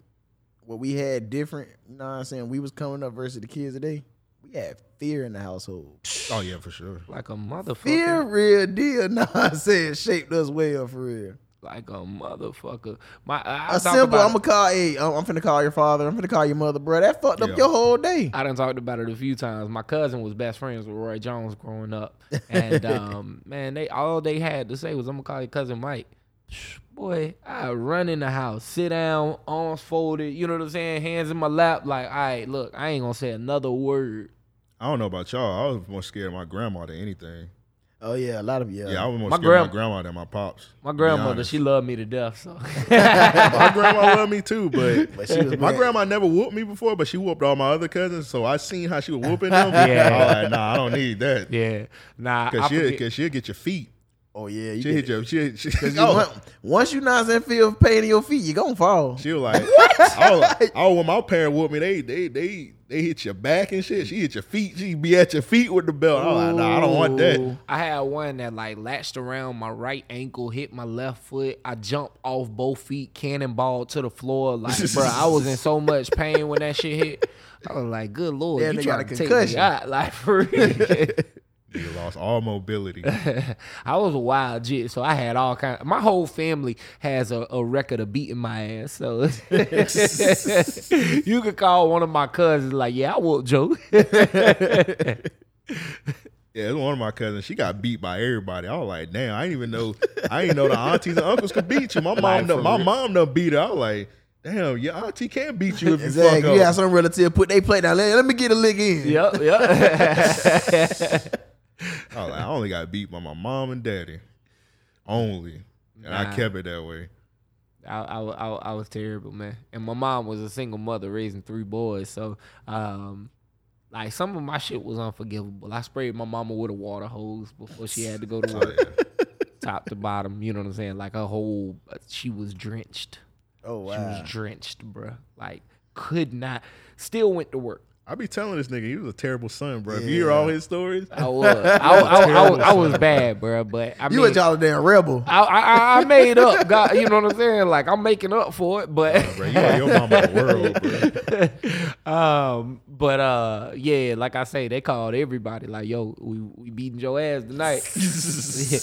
Speaker 10: what we had different, you know what I'm saying? We was coming up versus the kids today. We had fear in the household.
Speaker 9: Oh yeah, for sure.
Speaker 3: Like a motherfucker.
Speaker 10: Fear real deal, know what I'm saying? Shaped us well for real.
Speaker 3: Like a motherfucker. My I, I
Speaker 10: A
Speaker 3: talk
Speaker 10: simple,
Speaker 3: about
Speaker 10: I'm gonna call hey, I'm, I'm finna call your father, I'm finna call your mother, bro. That fucked up your whole day.
Speaker 3: I done talked about it a few times. My cousin was best friends with Roy Jones growing up, and um, man, they all they had to say was, "I'm gonna call your cousin Mike." Psh, Boy, I run in the house, sit down, arms folded, you know what I'm saying, hands in my lap, like, all right, look, I ain't gonna say another word.
Speaker 9: I don't know about y'all. I was more scared of my grandma than anything.
Speaker 10: Oh yeah, a lot of yeah.
Speaker 9: Yeah, I was more
Speaker 3: My
Speaker 9: scared of
Speaker 3: grand-
Speaker 9: my grandma than my pops.
Speaker 3: My
Speaker 9: to be
Speaker 3: grandmother,
Speaker 9: honest.
Speaker 3: she loved me to death, so
Speaker 9: my grandma loved me too, but,
Speaker 10: But she was
Speaker 9: my
Speaker 10: mad.
Speaker 9: grandma never whooped me before, but she whooped all my other cousins. So I seen how she was whooping them. yeah, I was like, nah, I don't need that.
Speaker 3: yeah, nah, I
Speaker 9: Cause she'll,
Speaker 3: forget-
Speaker 9: cause she'll get your feet.
Speaker 10: Oh yeah, you
Speaker 9: She'll
Speaker 10: get
Speaker 9: hit your she she,
Speaker 10: Cause you
Speaker 9: oh,
Speaker 10: want- once you not in feel pain in your feet, you gonna fall.
Speaker 9: she was like oh, oh when my parent whooped me, they they they they hit your back and shit. She hit your feet. She be at your feet with the belt. I was like, nah, I don't want that.
Speaker 3: Ooh. I had one that like latched around my right ankle, hit my left foot. I jumped off both feet, cannonball to the floor. Like, bro, I was in so much pain when that shit hit. I was like, good lord,
Speaker 10: Damn,
Speaker 3: you
Speaker 10: they got
Speaker 3: trying
Speaker 10: a
Speaker 3: to take me
Speaker 10: concussion.
Speaker 3: out? Like, for real.
Speaker 9: You lost all mobility.
Speaker 3: I was a wild jit, so I had all kind. my whole family has a, a record of beating my ass. So you could call one of my cousins, like, yeah, I whooped Joe.
Speaker 9: Yeah, it was one of my cousins. She got beat by everybody. I was like, damn, I didn't even know. I didn't know the aunties and uncles could beat you. My mom, done, my mom done beat her. I was like, damn, your auntie can beat you if you
Speaker 10: Exactly.
Speaker 9: fuck up.
Speaker 10: You have some relative put they plate down. Let, let me get a lick in.
Speaker 3: yep, yep.
Speaker 9: I was like, I only got beat by my mom and daddy, only, and
Speaker 3: Nah.
Speaker 9: I kept it that way.
Speaker 3: I, I, wa- I, wa- I was terrible, man. And my mom was a single mother raising three boys. So, um, like, some of my shit was unforgivable. I sprayed my mama with a water hose before she had to go
Speaker 10: Oh,
Speaker 3: to work, top to bottom. You know what I'm saying? Like, a whole, uh, she was drenched.
Speaker 10: Oh
Speaker 3: She
Speaker 10: wow.
Speaker 3: was drenched, bruh. Like, could not, still went to work.
Speaker 9: I be telling this nigga, he was a terrible son, bro. If you hear all his stories,
Speaker 3: I was. I, wa- I, wa- I, wa- I was bad, bruh. But I
Speaker 10: You
Speaker 3: mean,
Speaker 10: a y'all a damn rebel.
Speaker 3: I, I, I- I made up, God, you know what I'm saying? Like, I'm making up for it, but.
Speaker 9: bro, you are your mama the world, bro.
Speaker 3: um, but uh, yeah, like I say, they called everybody like, "Yo, we, we beating your ass tonight." Yeah.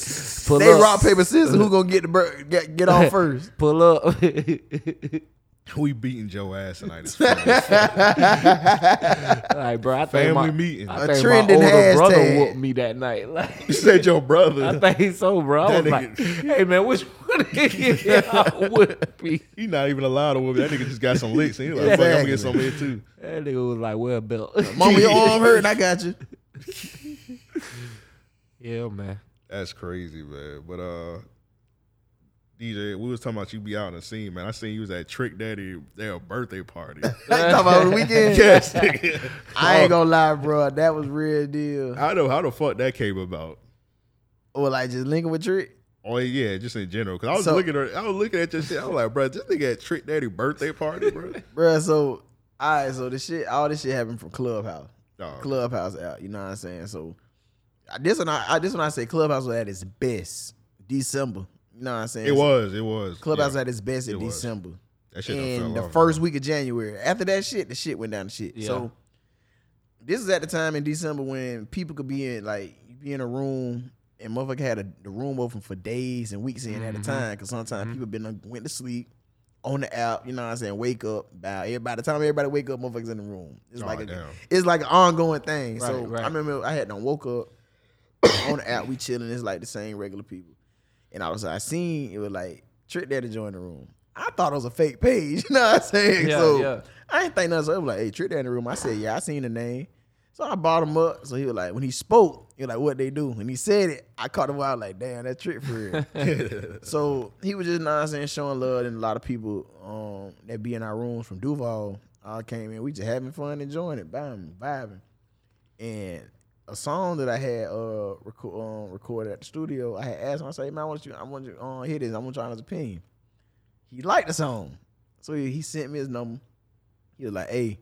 Speaker 3: pull
Speaker 10: They
Speaker 3: up,
Speaker 10: rock paper scissors. Who gonna get the bur- get get off first?
Speaker 3: pull up.
Speaker 9: We beating Joe ass tonight. It's funny.
Speaker 3: like, bro, I
Speaker 9: Family
Speaker 3: think Oh my,
Speaker 9: meeting.
Speaker 3: I
Speaker 9: A
Speaker 3: think
Speaker 10: trending
Speaker 3: my older brother
Speaker 10: hashtag.
Speaker 3: whooped me that night. Like,
Speaker 9: you said your brother.
Speaker 3: I think so, bro. I
Speaker 9: That
Speaker 3: was like, "Hey, man, which one of you I whooped me?"
Speaker 9: he not even allowed a woman. That nigga just got some licks, and he like, fuck, I'm gonna get some here too.
Speaker 3: That nigga was like, "Well, belt."
Speaker 10: Mama, your arm hurting. I got you.
Speaker 3: yeah, man.
Speaker 9: That's crazy, man. But uh DJ, we was talking about you be out in the scene, man. I seen you was at Trick Daddy their birthday party.
Speaker 10: Talking about the weekend.
Speaker 9: yes, nigga.
Speaker 10: I ain't gonna lie, bro. That was real deal.
Speaker 9: I know how the fuck that came about.
Speaker 10: Or like just linking with Trick.
Speaker 9: Oh yeah, just in general. Cause I was
Speaker 10: So-
Speaker 9: looking at I was looking at your shit. I was like, bro, this nigga at Trick Daddy birthday party, bro.
Speaker 10: Bruh, so all right, so the shit, all this shit happened from Clubhouse.
Speaker 9: Dog.
Speaker 10: Clubhouse out, you know what I'm saying? So I- this one, I, I this one I say Clubhouse was at its best December. You know what I'm saying?
Speaker 9: it was, it was.
Speaker 10: Clubhouse
Speaker 9: Yeah.
Speaker 10: at its best in
Speaker 9: it was.
Speaker 10: December.
Speaker 9: that shit done
Speaker 10: in
Speaker 9: fell
Speaker 10: the
Speaker 9: off,
Speaker 10: first week of January. After that shit, the shit went down to shit.
Speaker 3: Yeah.
Speaker 10: So this is at the time in December when people could be in like you be in a room and motherfucker had a, the room open for days and weeks in at a
Speaker 11: Mhm.
Speaker 10: time because sometimes people been done went to sleep on the app. You know what I'm saying? Wake up, bow. Every- By the time everybody wake up, motherfuckers in the room. It's
Speaker 9: Oh,
Speaker 11: Aw,
Speaker 10: like a,
Speaker 11: damn.
Speaker 10: it's like an ongoing thing. so
Speaker 11: Right, right.
Speaker 10: I remember I had done woke up on the app. We chilling. It's like the same regular people. And I was I seen it was like Trick Daddy joined the room. I thought it was a fake page. You know what I'm saying?
Speaker 11: Yeah,
Speaker 10: so
Speaker 11: yeah.
Speaker 10: I ain't think nothing. So it was like, hey, Trick Daddy in the room. I said, yeah, I seen the name. So I bought him up. So he was like, when he spoke, he was like, what they do? When he said it, I caught him out like, damn, that trick for real. so he was just nonsense showing love, and a lot of people um, that be in our rooms from Duval all came in. We just having fun, enjoying it, vibing, vibing. And a song that I had uh reco- um, recorded at the studio, I had asked him, I said, man, I want you, I want you on uh, hear this, I want y'all's opinion. He liked the song. So he, he sent me his number. He was like, hey,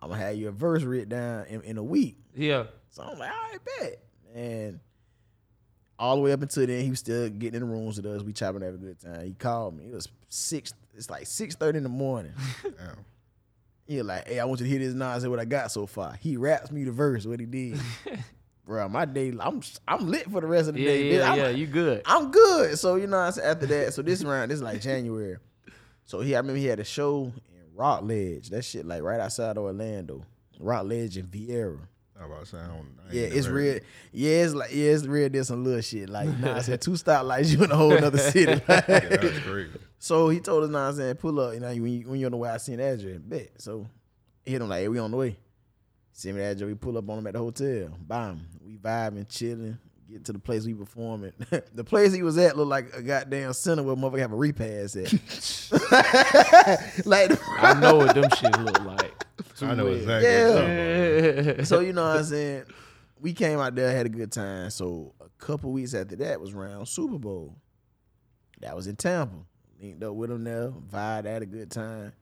Speaker 10: I'm gonna have your verse written down in, in a week.
Speaker 3: Yeah.
Speaker 10: So I'm like, all right, bet. And all the way up until then, he was still getting in the rooms with us. We chopping having a good time. He called me. It was six. It's like six thirty in the morning. he was like, "Hey, I want you to hear this now. I said what I got so far." He raps me the verse. What he did, bro. My day, I'm I'm lit for the rest of the
Speaker 3: Yeah,
Speaker 10: day.
Speaker 3: yeah,
Speaker 10: bitch. I'm-
Speaker 3: yeah, you good.
Speaker 10: I'm good. So you know, what I'm saying after that. So this round, this is like January. So he, I remember he had a show in Rockledge. That shit like right outside of Orlando, Rockledge and Vieira.
Speaker 9: I about to say, I don't, I ain't
Speaker 10: Yeah,
Speaker 9: never
Speaker 10: it's
Speaker 9: heard
Speaker 10: real. Yeah, it's like yeah, it's real. There's some little shit like you know what I'm saying two stoplights, you in a whole other city.
Speaker 9: Yeah, that's crazy.
Speaker 10: So he told us, nah, I'm saying pull up. You know, when you when you're on the way, I seen the address. Bet. So he hit him like, hey, we on the way. Send me the address. We pull up on him at the hotel. Bam. We vibing, chilling. Get to the place we performing. the place he was at looked like a goddamn center where motherfucker have a repass at. like
Speaker 3: I know what them shit look like.
Speaker 9: I know
Speaker 3: Too weird.
Speaker 9: exactly what you're talking about.
Speaker 3: Yeah.
Speaker 10: so you know what I'm saying? We came out there, had a good time. So a couple weeks after that was round Super Bowl. That was in Tampa. Linked up with him there, vibed, had a good time.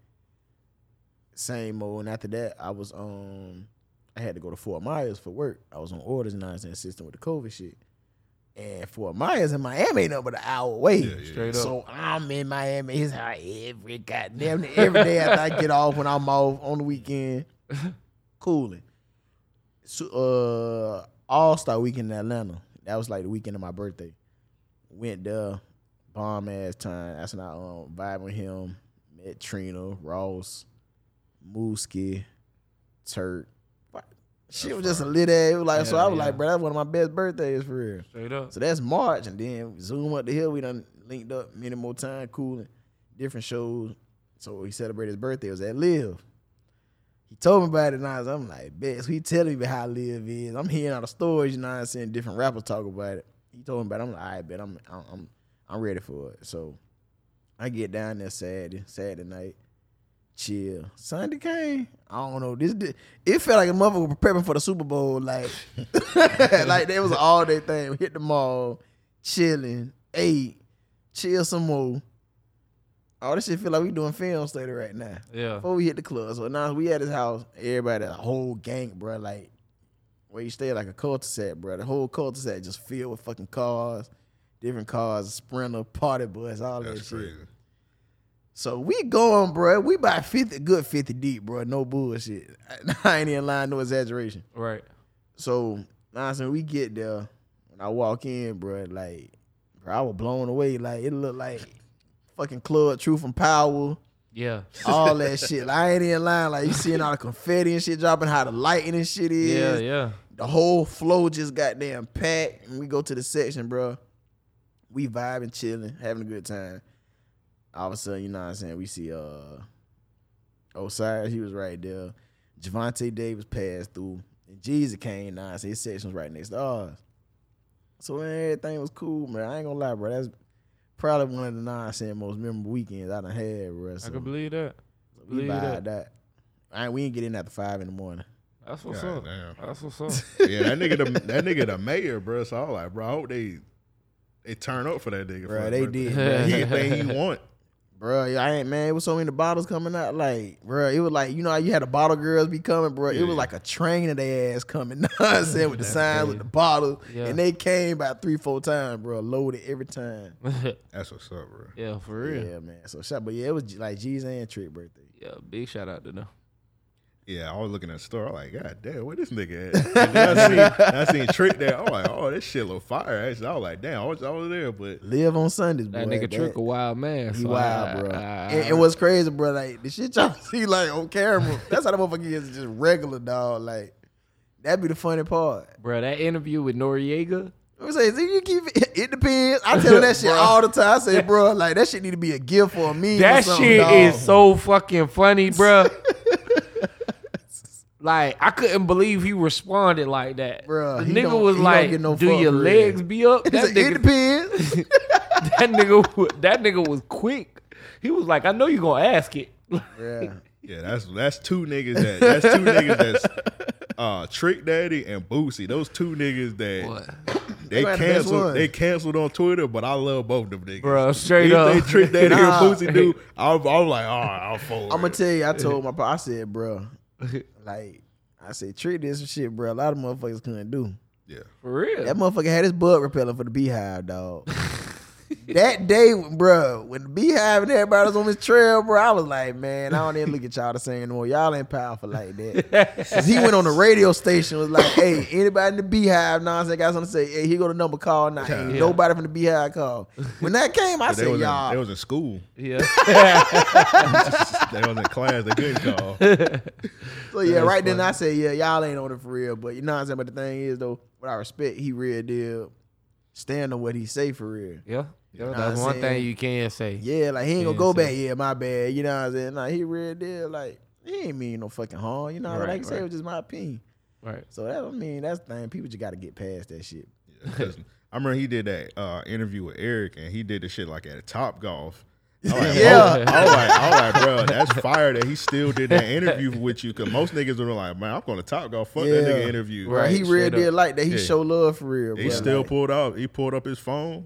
Speaker 10: Same old. And after that, I was um I had to go to Fort Myers for work. I was on orders and I was in assisting with the COVID shit. And Fort Myers in Miami ain't nothing but an hour away.
Speaker 3: Straight up.
Speaker 10: So I'm in Miami. His house every goddamn day. every day after I get off when I'm off on the weekend. Cooling. So, uh All Star Weekend in Atlanta. That was like the weekend of my birthday. Went there, bomb ass time. That's when I um vibe with him. Met Trina, Ross, Mooski, Turk. Shit was just a lit ass. It was like so.
Speaker 11: Yeah,
Speaker 10: I was
Speaker 11: yeah.
Speaker 10: like, bro, that's one of my best birthdays for real.
Speaker 3: Straight up.
Speaker 10: So that's March, and then zoom up the hill. We done linked up many more time, cooling, different shows. So he celebrated his birthday. It was at Live. He told me about it, and I was, I'm like, bet. So he telling me about how Live is. I'm hearing all the stories, you know, I'm saying different rappers talk about it. He told me about. It. I'm like, all right, bet. I'm, I'm, I'm, I'm ready for it. So I get down there Saturday, Saturday night, chill. Sunday came. I don't know. This di- it felt like a mother was preparing for the Super Bowl. Like, like that was an all day thing. We hit the mall, chilling, ate, chill some more. All this shit feel like we doing film study right now.
Speaker 11: Yeah.
Speaker 10: Before we hit the club, so now we at his house. Everybody, the whole gang, bro. Like where you stay, like a cul-de-sac, bro. The whole cul-de-sac just filled with fucking cars, different cars, Sprinter, party bus, all that shit. So we going, bro. We about fifty, good fifty deep, bro. No bullshit. I ain't in line, no exaggeration.
Speaker 3: Right.
Speaker 10: So, honestly, we get there. When I walk in, bro, like, bro, I was blown away. Like, it looked like fucking club Truth and Power.
Speaker 3: Yeah.
Speaker 10: All that shit. Like, I ain't in line. Like, you seeing all the confetti and shit dropping, how the lighting and shit is.
Speaker 3: Yeah, yeah.
Speaker 10: The whole flow just got damn packed. And we go to the section, bro. We vibing, chilling, having a good time. All of a sudden, you know what I'm saying? We see uh Osiris, he was right there. Javante Davis passed through. And Jesus came now. So his section was right next to ours. So man, everything was cool, man. I ain't gonna lie, bro. That's probably one of the nonsense most memorable weekends I done had, bro.
Speaker 3: I
Speaker 10: So
Speaker 3: can believe that.
Speaker 10: we
Speaker 3: Believe
Speaker 10: vibed
Speaker 3: that.
Speaker 10: that. I ain't, we ain't get in after five in the morning.
Speaker 3: That's what's up. That's what's up.
Speaker 9: yeah, that nigga, the, that nigga, the mayor, bro. So I was like, bro, I hope they they turn up for that nigga. for
Speaker 10: Bro,
Speaker 9: his
Speaker 10: they
Speaker 9: birthday.
Speaker 10: did. man.
Speaker 9: He get everything he want.
Speaker 10: Bro, I ain't man. It was so many bottles coming out. Like, bro, it was like you know how you had the bottle girls be coming, bro. It
Speaker 11: Yeah.
Speaker 10: was like a train of their ass coming. Know what I'm saying with the
Speaker 11: That's
Speaker 10: signs, with
Speaker 11: crazy.
Speaker 10: the bottles,
Speaker 11: Yeah.
Speaker 10: and they came about three, four times, bro. Loaded every time.
Speaker 9: That's what's up, bro.
Speaker 3: Yeah, for real.
Speaker 10: Yeah, man. So shout, but yeah, it was like G's and Trick birthday.
Speaker 3: Yeah, big shout out to them.
Speaker 9: Yeah, I was looking at the store. I'm like, God damn, where this nigga at? And then I seen, I seen Trick there. I'm like, oh, this shit look fire. Actually, I was like, damn, I was, I was there, but
Speaker 10: live on Sundays. Boy,
Speaker 9: That nigga Trick a
Speaker 3: wild man.
Speaker 10: He
Speaker 9: so
Speaker 10: wild,
Speaker 9: I-
Speaker 10: bro.
Speaker 9: I-
Speaker 10: and, and what's crazy, bro? Like the shit y'all see, like on camera. that's how the motherfucker is, just regular dog. Like that'd be the funny part.
Speaker 3: Bro, that interview with Noriega.
Speaker 10: I'm saying, see, you keep it, it depends. I tell her that shit
Speaker 3: Bruh.
Speaker 10: all the time. I say, bro, like that shit need to be a gift or a meme.
Speaker 3: That
Speaker 10: or something,
Speaker 3: shit
Speaker 10: dawg.
Speaker 3: is so fucking funny, bro. like I couldn't believe he responded like that. Bro, the
Speaker 10: he
Speaker 3: nigga
Speaker 10: don't-
Speaker 3: was
Speaker 10: he don't
Speaker 3: like,
Speaker 10: get no
Speaker 3: "Do
Speaker 10: fuck
Speaker 3: your
Speaker 10: for real."
Speaker 3: legs be up?" That
Speaker 10: said, "It depends.
Speaker 3: that nigga, wa- that nigga was quick. He was like, "I know you gonna ask it."
Speaker 10: Yeah.
Speaker 9: Yeah, that's that's two niggas that that's two niggas that's uh Trick Daddy and Boosie. Those two niggas that they
Speaker 10: They might have the best
Speaker 9: canceled
Speaker 10: ones.
Speaker 9: they canceled on Twitter, but I love both of them niggas.
Speaker 3: Bruh, straight
Speaker 9: If They
Speaker 3: up.
Speaker 9: Trick Daddy
Speaker 10: Nah.
Speaker 9: and Boosie do. I'm, I'm like, all right, I'll fold.
Speaker 10: I'm
Speaker 9: it."
Speaker 10: gonna tell you, I told my pa, I said, bro, like I said, treat this some shit, bro. A lot of motherfuckers couldn't do.
Speaker 9: Yeah.
Speaker 3: For real.
Speaker 10: That motherfucker had his bug repeller for the beehive, dog. that day, bro, when the beehive and everybody was on this trail, bro, I was like, man, I don't even look at y'all the same anymore. Y'all ain't powerful like that. 'Cause he went on the radio station, was like, hey, anybody in the beehive, nonsense, got something to say, hey, here go the number call now. Ain't
Speaker 9: Yeah.
Speaker 10: nobody from the beehive call. When that came, I
Speaker 9: But they
Speaker 10: said,
Speaker 9: was in-
Speaker 10: y'all.
Speaker 9: they was in school.
Speaker 3: Yeah.
Speaker 9: they was in class. They couldn't call.
Speaker 10: So yeah,
Speaker 9: That's
Speaker 10: right then
Speaker 9: funny.
Speaker 10: I said, yeah, y'all ain't on it for real. But you know what I'm saying? But the thing is though, what I respect, he real deal stand on what he say for real.
Speaker 3: Yeah.
Speaker 10: You know what
Speaker 3: that's
Speaker 10: I'm
Speaker 3: one
Speaker 10: saying?
Speaker 3: thing you can say.
Speaker 10: Yeah, like he ain't gonna
Speaker 3: Can
Speaker 10: go
Speaker 3: say.
Speaker 10: back, yeah, my bad. You know what I'm saying? Like he real deal, like he ain't mean no fucking harm. You know what I
Speaker 3: Right,
Speaker 10: like I said,
Speaker 3: right.
Speaker 10: it was just my opinion.
Speaker 3: Right.
Speaker 10: So that I mean that's the thing. People just gotta get past that shit.
Speaker 9: 'Cause I remember he did that uh, interview with Eric, and he did the shit like at a Top Golf. I was like,
Speaker 10: Yeah.
Speaker 9: yeah, all right, all right, bro. That's fire that he still did that interview with you. Cause most niggas would be like, man, I'm going to Top Golf. Fuck that nigga interview.
Speaker 10: Right. he real
Speaker 3: straight
Speaker 10: deal
Speaker 3: up.
Speaker 10: like that. He
Speaker 9: Yeah.
Speaker 10: show love for real,
Speaker 9: He
Speaker 10: bro.
Speaker 9: still
Speaker 10: Like,
Speaker 9: pulled out. He pulled up his phone.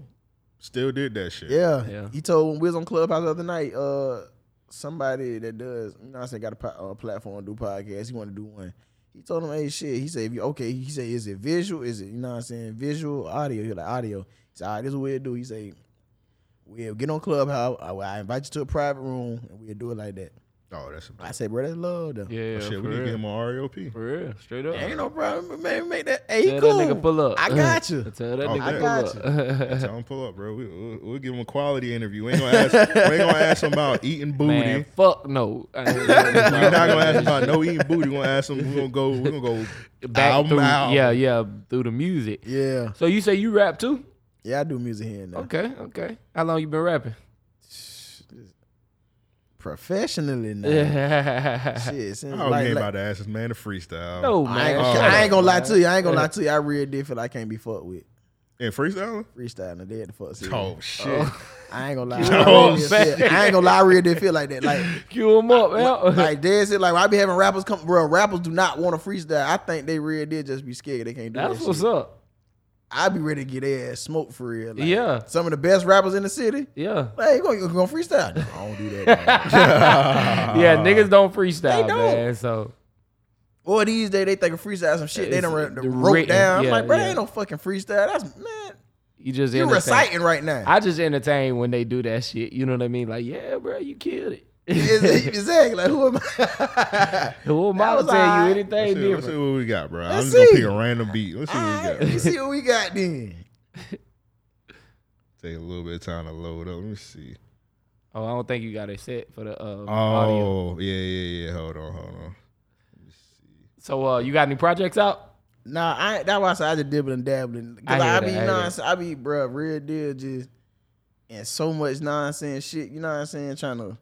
Speaker 9: Still did that shit.
Speaker 10: yeah.
Speaker 3: Yeah.
Speaker 10: He told when we was on Clubhouse the other night, uh somebody that does, you know what I'm saying, got a po- uh, platform to do podcasts, he wanna do one. He told him, hey shit. He said, if you okay, he said, is it visual? Is it, you know what I'm saying, visual, audio? He like audio. He said, all right, this is what we'll do. He said, we'll get on Clubhouse. I, I invite you to a private room and we'll do it like that.
Speaker 9: Oh, that's
Speaker 10: I said, bro, that's love though.
Speaker 3: Yeah. yeah,
Speaker 9: shit. We
Speaker 3: for
Speaker 9: need to
Speaker 3: real.
Speaker 9: get him on REOP.
Speaker 3: For real. Straight up.
Speaker 10: Ain't no problem, man. Make that. Hey, he
Speaker 3: Tell
Speaker 10: cool.
Speaker 3: that nigga pull up.
Speaker 10: I got you.
Speaker 3: Tell that
Speaker 9: Oh,
Speaker 3: nigga
Speaker 9: I
Speaker 10: got
Speaker 3: pull up.
Speaker 9: Yeah, Tell him pull up, bro. We, we'll, we'll give him a quality interview. We ain't gonna ask. we ain't gonna ask him about eating booty.
Speaker 3: Man, fuck no. I ain't-
Speaker 9: We're not gonna ask him about no eating booty. We're gonna ask him. We're gonna go. We're gonna go
Speaker 3: back
Speaker 9: album,
Speaker 3: through,
Speaker 9: album.
Speaker 3: yeah, yeah, through the music.
Speaker 10: Yeah,
Speaker 3: So you say you rap too?
Speaker 10: yeah. I do music here and there.
Speaker 3: Okay, okay. How long you been rapping?
Speaker 10: Professionally now. Shit, since
Speaker 9: I don't
Speaker 10: like,
Speaker 9: care
Speaker 10: like-
Speaker 9: about the asses, man. The freestyle.
Speaker 3: no
Speaker 10: I ain't,
Speaker 3: man,
Speaker 10: gonna-
Speaker 9: Oh.
Speaker 10: I ain't gonna lie to you. I ain't gonna lie to you. I really did feel I can't be fucked with
Speaker 9: And freestyling?
Speaker 10: freestyling. They had to fuck serious.
Speaker 9: Oh shit.
Speaker 10: I ain't gonna lie. I,
Speaker 9: Oh,
Speaker 10: really did feel, I ain't gonna lie. I really did feel like that. Like
Speaker 3: cue him up, man.
Speaker 10: like dead shit. Like I be having rappers come, bro. Rappers do not want to freestyle. I think they really did just be scared. They can't do
Speaker 3: That's
Speaker 10: that
Speaker 3: what's
Speaker 10: shit.
Speaker 3: up.
Speaker 10: I be ready to get their ass smoked for real. Like,
Speaker 3: Yeah.
Speaker 10: some of the best rappers in the city.
Speaker 3: Yeah,
Speaker 10: Like, you gonna, you gonna freestyle? No, I don't do that. man.
Speaker 3: yeah. Niggas don't freestyle,
Speaker 10: They don't.
Speaker 3: man. So
Speaker 10: or these days they think of freestyle some shit they done
Speaker 3: It's
Speaker 10: wrote, wrote
Speaker 3: written,
Speaker 10: down. I'm
Speaker 3: yeah,
Speaker 10: like, bro,
Speaker 3: yeah.
Speaker 10: ain't no fucking freestyle. That's man,
Speaker 3: you just
Speaker 10: you
Speaker 3: entertain.
Speaker 10: reciting right now.
Speaker 3: I just entertain when they do that shit. You know what I mean? Like, yeah, bro, you killed it.
Speaker 10: exactly. Like, who am I?
Speaker 3: Who am I to
Speaker 10: was
Speaker 3: tell you
Speaker 10: alright.
Speaker 9: Let's
Speaker 3: anything
Speaker 9: see, let's see
Speaker 3: different?
Speaker 9: what we got, bro. I'm
Speaker 10: Let's
Speaker 9: just gonna
Speaker 10: see.
Speaker 9: pick a random beat. Let's see what we
Speaker 10: All right,
Speaker 9: got.
Speaker 10: let
Speaker 9: bro.
Speaker 10: me see what we got then.
Speaker 9: Take a little bit of time to load up. Let me see.
Speaker 3: Oh, I don't think you got it set for the uh,
Speaker 9: Oh
Speaker 3: audio.
Speaker 9: yeah, yeah, yeah. Hold on, hold on.
Speaker 3: So, uh, you got any projects out?
Speaker 10: Nah, I that's why I said I just dibbling and dabbling.
Speaker 3: I
Speaker 10: Cause
Speaker 3: hear
Speaker 10: I,
Speaker 3: that,
Speaker 10: be
Speaker 3: I hear
Speaker 10: nonsense. I be bruh, real deal just and so much nonsense shit. You know what I'm saying? Trying to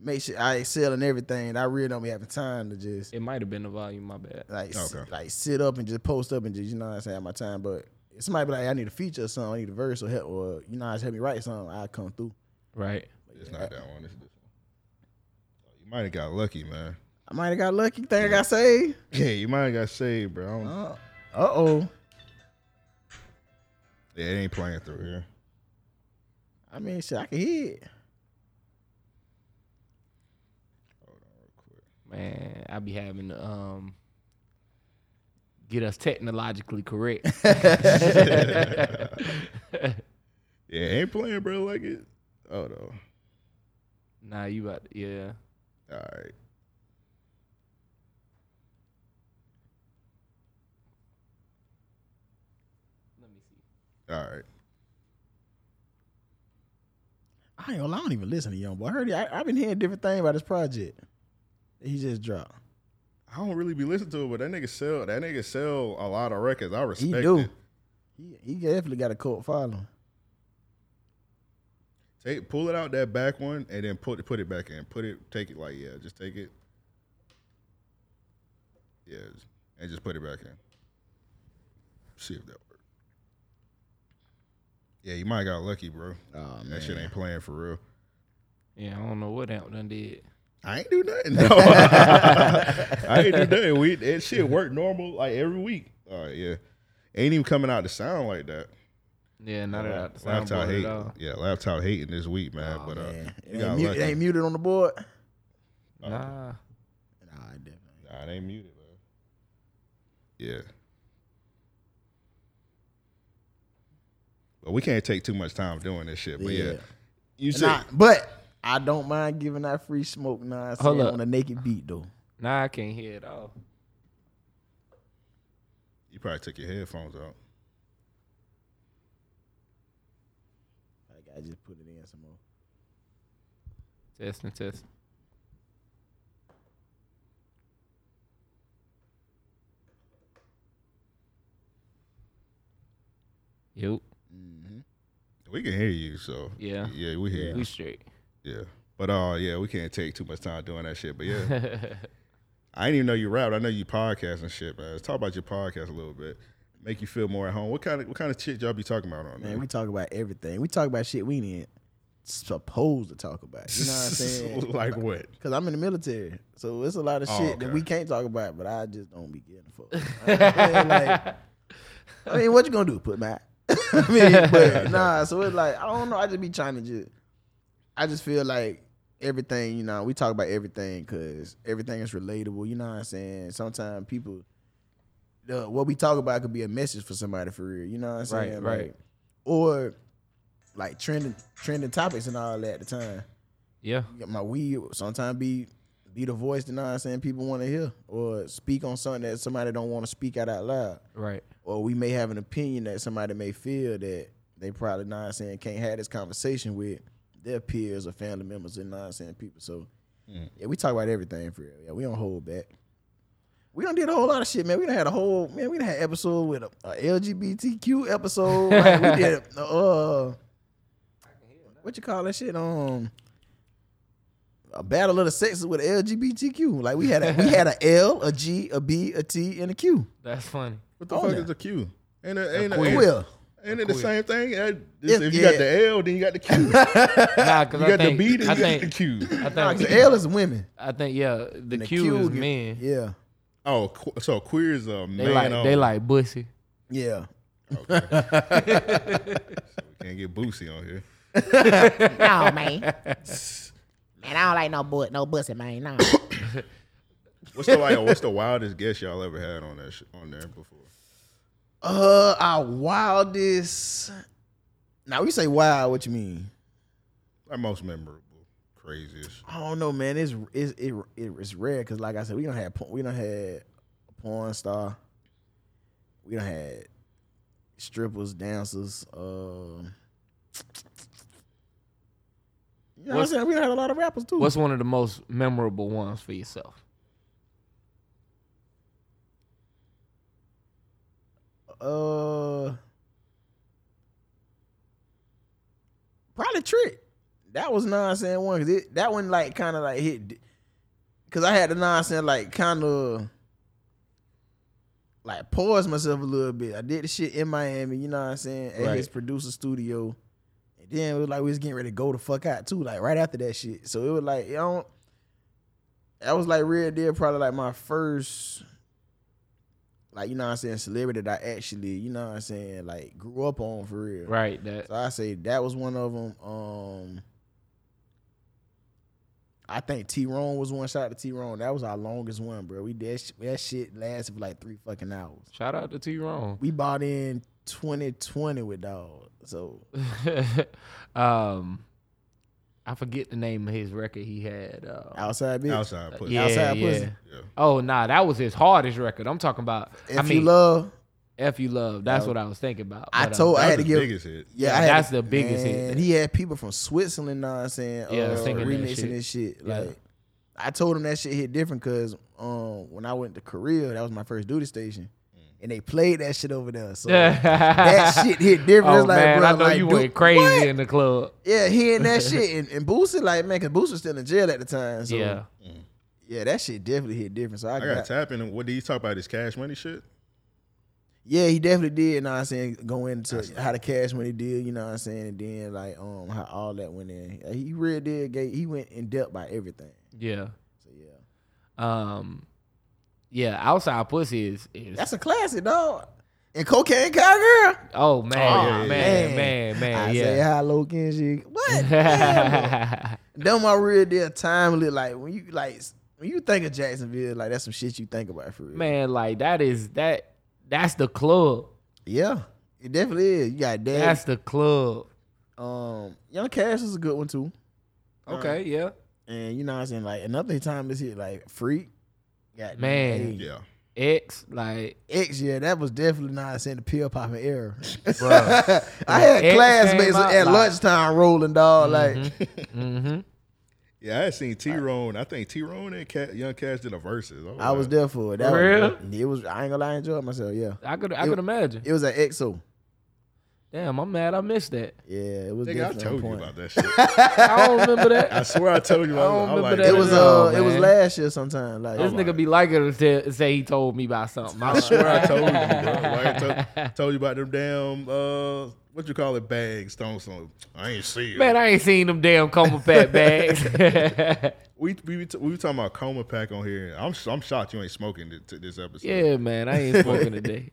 Speaker 10: make sure I excel in everything. And I really don't be having time to just
Speaker 3: It might have been the volume. My bad.
Speaker 10: like s-
Speaker 9: Okay.
Speaker 10: like sit up and just post up and just you know what I'm saying have my time. But it might be like I need a feature or something. I need a verse or help or you know how to help me write something. I come through.
Speaker 3: Right.
Speaker 9: It's not that one. It's this one. Oh, You might have got lucky, man.
Speaker 10: I might have got lucky. Think I got saved.
Speaker 9: Yeah, you might have got saved, bro. I don't-
Speaker 10: Uh oh.
Speaker 9: yeah, it ain't playing through here.
Speaker 10: I mean, shit, I can hear it.
Speaker 3: Man, I be having to um get us technologically correct.
Speaker 9: Yeah, it ain't playing, bro. Like it. Oh, Hold on.
Speaker 3: nah, you about yeah.
Speaker 9: All right.
Speaker 3: Let me see.
Speaker 9: All right.
Speaker 10: I ain't gonna lie, I don't even listen to Young Boy. I heard he, I, I've been hearing different things about this project. that He just dropped.
Speaker 9: I don't really be listening to it, but that nigga sell that nigga sell a lot of records. I respect
Speaker 10: do.
Speaker 9: it.
Speaker 10: He, he definitely got a cult following.
Speaker 9: Take pull it out that back one and then put put it back in. Put it take it like yeah, just take it. Yeah, and just put it back in. See if that works. Yeah, you might got lucky, bro. that shit ain't playing for real.
Speaker 3: Yeah, I don't know what that done did.
Speaker 9: I ain't do nothing. No. I ain't do nothing. We that shit worked normal like every week. All right, yeah. Ain't even coming out to sound like that.
Speaker 3: Yeah, not out the
Speaker 9: laptop
Speaker 3: soundboard at
Speaker 9: hating.
Speaker 3: all.
Speaker 9: Yeah, laptop hating this week, man. but uh, you
Speaker 10: It
Speaker 9: got
Speaker 10: ain't, mute,
Speaker 9: lucky.
Speaker 10: it ain't muted on the board. Uh,
Speaker 3: Nah.
Speaker 10: Nah, it definitely.
Speaker 9: Nah, it ain't muted, man. Yeah. But we can't take too much time doing this shit. But yeah,
Speaker 10: Yeah.
Speaker 9: you
Speaker 10: And
Speaker 9: see,
Speaker 10: I- but I don't mind giving out free smoke nine
Speaker 3: Hold
Speaker 10: cent
Speaker 3: up.
Speaker 10: on a naked beat though.
Speaker 3: Nah, I can't hear it all.
Speaker 9: you probably took your headphones out.
Speaker 10: Like I just put it in some more.
Speaker 3: Testing, testing. Yep.
Speaker 9: We can hear you, so
Speaker 3: Yeah.
Speaker 9: yeah, we hear
Speaker 3: We
Speaker 9: you.
Speaker 3: straight.
Speaker 9: Yeah, but uh, yeah, we can't take too much time doing that shit. But yeah, I didn't even know you rapped. I know you podcast and shit, man. Let's talk about your podcast a little bit. Make you feel more at home. What kind of what kind of shit y'all be talking about on there?
Speaker 10: Man, we talk about everything. We talk about shit we ain't supposed to talk about. You know what I'm saying?
Speaker 9: like what?
Speaker 10: Because I'm in the military, so it's a lot of
Speaker 9: Oh,
Speaker 10: shit
Speaker 9: okay.
Speaker 10: that we can't talk about. But I just don't be getting fucked. like, I mean, what you gonna do? Put my I mean, but nah. So it's like I don't know. I just be trying to just. I just feel like everything. You know, we talk about everything because everything is relatable. You know what I'm saying? Sometimes people, the, what we talk about could be a message for somebody for real. You know what I'm
Speaker 3: Right,
Speaker 10: saying? Like,
Speaker 3: right.
Speaker 10: Or like trending trending topics and all that at the time
Speaker 3: Yeah.
Speaker 10: my weed sometimes be be the voice that you know what I'm saying people want to hear or speak on something that somebody don't want to speak out out loud
Speaker 3: Right.
Speaker 10: or we may have an opinion that somebody may feel that they probably you know what I'm saying can't have this conversation with their peers or family members and you know what I'm saying people so yeah we talk about everything for real yeah we don't hold back we done did a whole lot of shit, man. We done had a whole man. We done had episode with a, a LGBTQ episode. Like, we did a, uh, what you call that shit? Um, a battle of the sexes with LGBTQ. Like we had a, we had a L, a G, a B, a T, and a Q.
Speaker 3: That's funny.
Speaker 9: What the
Speaker 10: on
Speaker 9: fuck
Speaker 10: there.
Speaker 9: is Oh, a Q? Ain't it, ain't, it- ain't, it-
Speaker 10: Quill.
Speaker 9: ain't it the
Speaker 3: Quill.
Speaker 9: same thing? That-
Speaker 10: If-
Speaker 9: if, you got
Speaker 10: yeah.
Speaker 9: the L, then you got the Q. you got
Speaker 3: Nah, cause I
Speaker 9: the
Speaker 3: think,
Speaker 9: B, then
Speaker 3: I
Speaker 9: you got the
Speaker 3: think,
Speaker 9: Q.
Speaker 3: I
Speaker 10: Nah,
Speaker 3: think,
Speaker 10: 'cause L is women.
Speaker 3: I think, yeah, the
Speaker 10: and
Speaker 3: Q, is
Speaker 10: get-
Speaker 3: men.
Speaker 10: Yeah,
Speaker 9: Oh, qu- so queer is a
Speaker 3: They
Speaker 9: man. uh,
Speaker 3: like,
Speaker 9: on-
Speaker 3: they like bussy.
Speaker 10: yeah.
Speaker 9: We can't get Boosie on here.
Speaker 11: No, man. Man, I don't like no butt, no pussy, man. No.
Speaker 9: What's the like? what's the wildest guess y'all ever had on that sh- on there before?
Speaker 10: Uh, our wildest. Now we say wild. What you mean?
Speaker 9: Like most memorable, craziest.
Speaker 10: I don't know, man. It's it's it, it, it's rare because, like I said, we don't have we don't had a porn star. We don't had strippers, dancers. Um, you know what I'm
Speaker 3: What's-
Speaker 10: saying? We done had a lot of rappers too.
Speaker 3: What's one of the most memorable ones for yourself?
Speaker 10: uh, probably trick. That was nonsense one because that one like kind of like hit because I had the nonsense like kind of like pause myself a little bit. I did the shit in Miami, you know what I'm saying, at his
Speaker 3: Right.
Speaker 10: producer studio, and then it was like we was getting ready to go the fuck out too, like right after that shit. So it was like you know, that was like real deal, probably like my first. Like you know what I'm saying, celebrity that I actually, you know what I'm saying, like grew up on for real.
Speaker 3: Right. That.
Speaker 10: So I say that was one of them. Um, I think T Ron was one. Shout out to T Ron. That was our longest one, bro. We did sh- that shit lasted for like three fucking hours.
Speaker 3: Shout out to T. Ron.
Speaker 10: We bought in 2020 with dog. So
Speaker 3: um, I forget the name of his record he had. Uh,
Speaker 10: outside bitch,
Speaker 9: Outside pussy.
Speaker 3: yeah,
Speaker 10: Outside
Speaker 3: yeah.
Speaker 10: Pussy.
Speaker 9: Yeah.
Speaker 3: Oh nah, that was his hardest record. I'm talking about.
Speaker 10: if
Speaker 3: I mean,
Speaker 10: you love,
Speaker 3: F you love. That's what I was thinking about.
Speaker 10: I
Speaker 3: But, uh,
Speaker 10: told I had to give
Speaker 3: Yeah,
Speaker 10: I had
Speaker 3: that's
Speaker 10: to-
Speaker 3: the biggest
Speaker 10: man,
Speaker 3: hit.
Speaker 10: He had people from Switzerland, know what I'm saying?
Speaker 3: Yeah,
Speaker 10: uh,
Speaker 3: singing that
Speaker 10: remixing
Speaker 3: shit.
Speaker 10: this shit.
Speaker 3: Yeah.
Speaker 10: Like I told him that shit hit different because um when I went to Korea, that was my first duty station.
Speaker 3: Mm.
Speaker 10: And they played that shit over there. So that shit hit different.
Speaker 3: Oh
Speaker 10: it's like,
Speaker 3: man,
Speaker 10: bro,
Speaker 3: I know
Speaker 10: like,
Speaker 3: you
Speaker 10: dude,
Speaker 3: went crazy
Speaker 10: what?
Speaker 3: in the club.
Speaker 10: Yeah, hearing that shit and, and Boosie, like, man, cause Boosie was still in jail at the time. So
Speaker 3: Yeah.
Speaker 10: yeah, that shit definitely hit different. So I,
Speaker 9: I
Speaker 10: got,
Speaker 9: got tapping. and What did he talk about? His cash money shit.
Speaker 10: Yeah, he definitely did, know what I'm saying, go into how the cash money did, you know what I'm saying, and then like um how all that went in. Uh, He really did gay he went in depth by everything.
Speaker 3: Yeah. So yeah. Um. Yeah, outside pussy is, is
Speaker 10: That's a classic, dog. And cocaine cowgirl.
Speaker 3: oh man,
Speaker 10: Oh, man.
Speaker 3: man, man, man,
Speaker 10: I
Speaker 3: yeah.
Speaker 10: say hi, low Kenji. What? Damn, boy. Them my real deal timely. Like when you like when you think of Jacksonville, like that's some shit you think about for real.
Speaker 3: man, like that is that that's the club.
Speaker 10: Yeah, it definitely is. You got Daddy.
Speaker 3: That's the club.
Speaker 10: Um, Young Cash is a good one too.
Speaker 3: Okay, yeah.
Speaker 10: And you know what I'm saying? Like another time this hit like Freak. Got
Speaker 3: Man.
Speaker 10: yeah.
Speaker 3: X, like
Speaker 10: X, yeah, that was definitely not saying the pill popping era.
Speaker 3: Bruh.
Speaker 10: I had
Speaker 9: X
Speaker 10: classmates
Speaker 9: came out
Speaker 10: at
Speaker 9: like-
Speaker 10: lunchtime rolling dog like
Speaker 3: Mm-hmm.
Speaker 9: Yeah, I had seen T Roan. I think T Roan and Ca- Young Cash did a verses.
Speaker 6: Oh,
Speaker 10: I was there for it. That
Speaker 3: Real?
Speaker 10: Was, it was. I ain't gonna lie, I enjoyed myself. Yeah,
Speaker 3: I could- I
Speaker 10: It-
Speaker 3: could imagine.
Speaker 10: It was an EXO.
Speaker 3: Damn, I'm mad I missed that.
Speaker 10: Yeah, it was.
Speaker 9: Nigga, I
Speaker 10: definitely
Speaker 9: told
Speaker 10: on
Speaker 9: you
Speaker 10: point.
Speaker 9: about that shit.
Speaker 3: I don't remember that.
Speaker 9: I swear I told you. I,
Speaker 3: I don't
Speaker 9: was, I
Speaker 3: remember
Speaker 9: like,
Speaker 3: that
Speaker 10: It was
Speaker 3: at all,
Speaker 10: uh, it was
Speaker 3: man.
Speaker 10: last year sometime. Like
Speaker 3: This nigga be liking to t- say he told me about something.
Speaker 9: I swear I told you. Bro. Like, I told, told you about them damn uh, what you call it bags, stone stone. I ain't see it.
Speaker 3: Man, I ain't seen them damn coma fat bags.
Speaker 9: we we we, t- we were talking about coma pack on here. I'm sh- I'm shocked you ain't smoking to, this episode.
Speaker 3: Yeah, man, I ain't smoking today.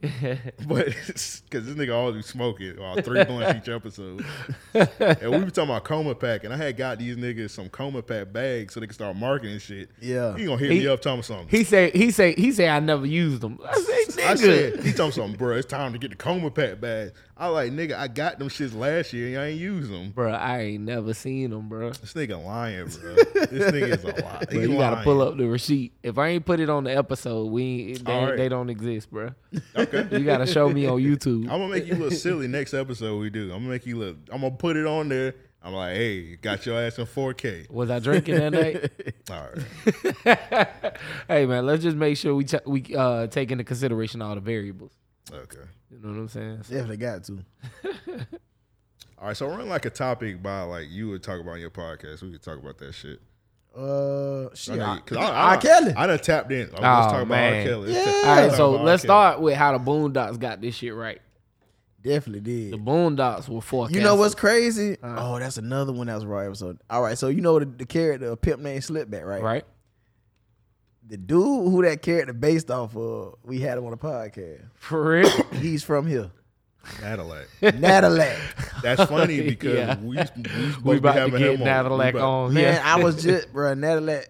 Speaker 9: but because this nigga always be smoking uh, three blunts each episode, and we were talking about coma pack, and I had got these niggas some coma pack bags so they could start marketing shit.
Speaker 10: Yeah,
Speaker 9: he gonna hit
Speaker 3: He-
Speaker 9: me up talking something.
Speaker 3: he say he say he say I never used them. I say
Speaker 9: I
Speaker 3: nigga,
Speaker 9: said, he told me something, bro. It's time to get the coma pack bags. I like, nigga, I got them shits last year and I ain't use them.
Speaker 3: bro, I ain't never seen them, bro.
Speaker 9: This nigga lying, bro. this nigga is a lie.
Speaker 3: Bro,
Speaker 9: He
Speaker 3: you gotta
Speaker 9: lying.
Speaker 3: pull up the receipt. If I ain't put it on the episode, we ain't, they,
Speaker 9: All right.
Speaker 3: they don't exist, bro. You gotta show me on
Speaker 9: I'm
Speaker 3: YouTube.
Speaker 9: gonna make you look silly next episode we do. I'm gonna make you look. I'm gonna put it on there. I'm like, hey, got your ass in 4K.
Speaker 3: Was I drinking that night?
Speaker 9: All
Speaker 3: right. hey man, let's just make sure we ch- we uh, take into consideration all the variables.
Speaker 9: Okay.
Speaker 3: You know what I'm saying? So-
Speaker 10: Definitely got to.
Speaker 9: All right, so run like a topic by like you would talk about in your podcast. We could talk about that shit.
Speaker 10: Uh, shit.
Speaker 9: know you-
Speaker 10: I, I, Kelly.
Speaker 9: I done tapped in. Like,
Speaker 3: Oh,
Speaker 9: let's talk about R.
Speaker 3: man.
Speaker 9: Kelly.
Speaker 10: Yeah.
Speaker 9: Let's ta-
Speaker 3: All right,
Speaker 9: let's talk
Speaker 3: so
Speaker 9: about R.
Speaker 3: let's
Speaker 9: Kelly.
Speaker 3: start with how the Boondocks got this shit right.
Speaker 10: Definitely did.
Speaker 3: The Boondocks were forecast.
Speaker 10: You know what's crazy?
Speaker 3: Uh-huh.
Speaker 10: oh, that's another one that was raw episode. All right, so you know the, the character of Pimp named Slipback, right?
Speaker 3: Right.
Speaker 10: The dude who that character based off of, we had him on the podcast.
Speaker 3: for real?
Speaker 10: He's from here,
Speaker 9: Nadilac.
Speaker 10: Nadilac.
Speaker 9: That's funny because
Speaker 3: Yeah.
Speaker 9: we, we, supposed
Speaker 3: We about
Speaker 9: be
Speaker 3: to
Speaker 9: having
Speaker 3: get
Speaker 9: him on.
Speaker 3: Nadilac
Speaker 9: We
Speaker 3: on.
Speaker 10: Man,
Speaker 3: Oh, Yeah.
Speaker 10: I was just, bro, Nadilac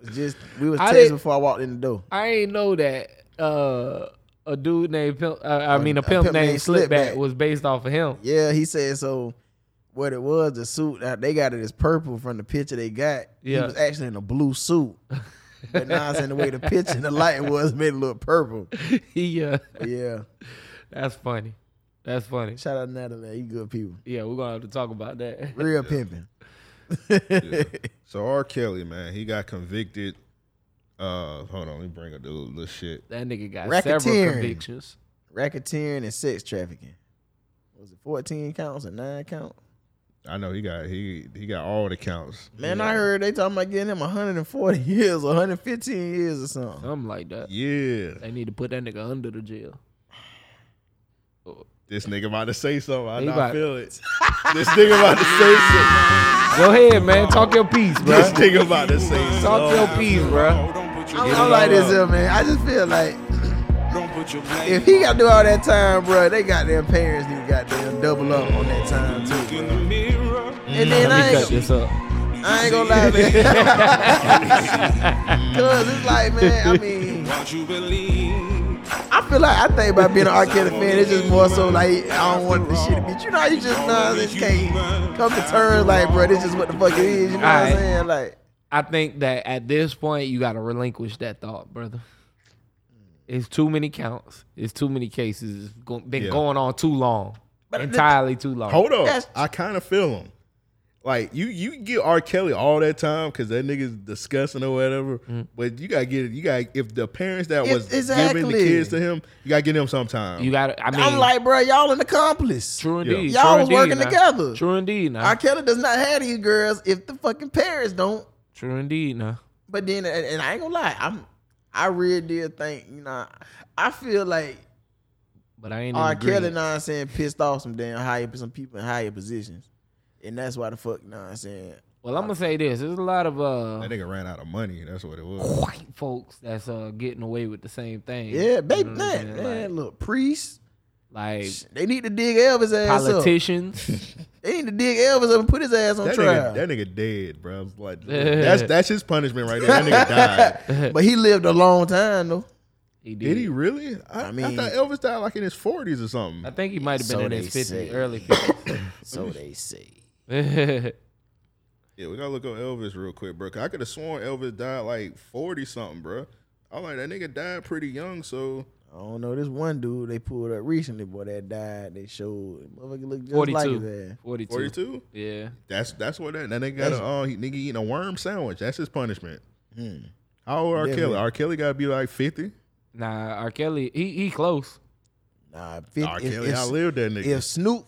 Speaker 10: was just, we was
Speaker 3: I
Speaker 10: texting
Speaker 3: didn't-
Speaker 10: before I walked in the door.
Speaker 3: I ain't know that uh, a dude named Pimp, uh, I
Speaker 10: A-
Speaker 3: mean a
Speaker 10: a
Speaker 3: pimp,
Speaker 10: pimp
Speaker 3: named
Speaker 10: named
Speaker 3: Slipback
Speaker 10: Slipback.
Speaker 3: was based off of him.
Speaker 10: Yeah, he said so. What it was, the suit that they got it is purple from the picture they got.
Speaker 3: Yeah.
Speaker 10: He was actually in a blue suit. But now it's in the way the picture and the light was made it look purple.
Speaker 3: yeah,
Speaker 10: Yeah.
Speaker 3: that's funny. That's funny.
Speaker 10: Shout out to Natalie. You good people.
Speaker 3: Yeah, we're gonna have to talk about that.
Speaker 10: Real pimping.
Speaker 9: So R. Kelly, man, he got convicted. Uh, hold on, let me bring up the little, little shit.
Speaker 3: That nigga got several
Speaker 10: Racketeering.
Speaker 3: convictions.
Speaker 10: Racketeering and sex trafficking. Was it 14 counts or nine count?
Speaker 9: I know he got he he got all the counts.
Speaker 10: Man, I heard they talking about getting him 140 years, 115 years or something.
Speaker 3: Something like that.
Speaker 9: Yeah,
Speaker 3: They need to put that nigga under the jail.
Speaker 9: this nigga about to say something. I,
Speaker 3: He
Speaker 9: know, I
Speaker 3: about-
Speaker 9: feel it. this nigga about to say something.
Speaker 3: Go ahead, man. Talk your piece, bro.
Speaker 9: This nigga about to say something.
Speaker 3: Talk your piece, bro.
Speaker 10: I'm, I'm like this here, man. I just feel like if he got to do all that time, bro, they goddamn parents need to goddamn double up on that time too. bro. And then I
Speaker 3: Let me
Speaker 10: ain't,
Speaker 3: cut this up.
Speaker 10: I ain't gonna lie, man. Cause it's like, man, I mean, I feel like I think about being an R. Kelly fan, it's just more so like I don't want this shit to be. You know, how you just nah, this can't come to terms like, bro, this is what the fuck it is. You know what I'm
Speaker 3: Alright.
Speaker 10: saying? Like,
Speaker 3: I think that at this point you gotta relinquish that thought, brother. It's too many counts. It's too many cases. It's go- been
Speaker 9: Yeah.
Speaker 3: going on too long. Entirely too long.
Speaker 9: Hold up.
Speaker 3: That's-
Speaker 9: I kind of feel him. Like you, you give R. Kelly all that time because that nigga's discussing or whatever.
Speaker 3: Mm.
Speaker 9: But you gotta get it. You got to if the parents that was giving
Speaker 10: exactly.
Speaker 9: the kids to him, you gotta get them sometime.
Speaker 3: You gotta. I
Speaker 10: I'm like, bro, y'all an accomplice.
Speaker 3: True
Speaker 9: indeed.
Speaker 10: Y'all
Speaker 9: True
Speaker 10: was
Speaker 9: indeed,
Speaker 10: working
Speaker 9: nah.
Speaker 10: together.
Speaker 3: True indeed. Nah.
Speaker 10: R. Kelly does not have these girls if the fucking parents don't.
Speaker 3: True indeed. Nah.
Speaker 10: But then, and, and I ain't gonna lie, I'm, I really did think, you know, I feel like
Speaker 3: But I ain't.
Speaker 10: R.
Speaker 3: in agreement.
Speaker 10: Kelly, know what I'm saying, pissed off some damn higher, some people in higher positions, and that's why the fuck, know what I'm saying.
Speaker 3: Well, I'm gonna say this. There's a lot of uh.
Speaker 9: That nigga ran out of money. That's what it was.
Speaker 3: White folks that's uh getting away with the same thing.
Speaker 10: Yeah, baby,
Speaker 3: You know what I'm
Speaker 10: man,
Speaker 3: saying?
Speaker 10: man, look, priest,
Speaker 3: Like,
Speaker 10: they need to dig Elvis
Speaker 3: like
Speaker 10: ass
Speaker 3: politicians.
Speaker 10: up. They need to dig Elvis up and put his ass on
Speaker 9: That
Speaker 10: trial.
Speaker 9: nigga, that nigga dead, bro. I was Like that's that's his punishment right there. That nigga died.
Speaker 10: but he lived a long time though.
Speaker 3: He
Speaker 9: Did he really? I, I
Speaker 10: mean-
Speaker 9: thought Elvis died like in his forties or something.
Speaker 3: I think he might have been
Speaker 10: So
Speaker 3: in his
Speaker 10: they
Speaker 3: 50s,
Speaker 10: say.
Speaker 3: early 50s.
Speaker 10: So they say.
Speaker 9: Yeah, we gotta look up Elvis real quick, bro. 'Cause I could have sworn Elvis died like forty something, bro. I'm like that nigga died pretty young, so
Speaker 10: I don't know. This one dude they pulled up recently, boy, that died. They showed motherfucker looked just like
Speaker 3: 42.
Speaker 10: his ass.
Speaker 3: 42.
Speaker 9: 42?
Speaker 3: Yeah.
Speaker 9: That's that's Hmm. what that that nigga got.
Speaker 10: That's-
Speaker 9: A, oh, he nigga eating a worm sandwich. That's his punishment. How old R.
Speaker 10: Definitely.
Speaker 9: Kelly? R. Kelly gotta be like fifty.
Speaker 3: Nah, R. Kelly, he he close.
Speaker 10: Nah, 50,
Speaker 9: R. Kelly outlived that nigga.
Speaker 10: If Snoop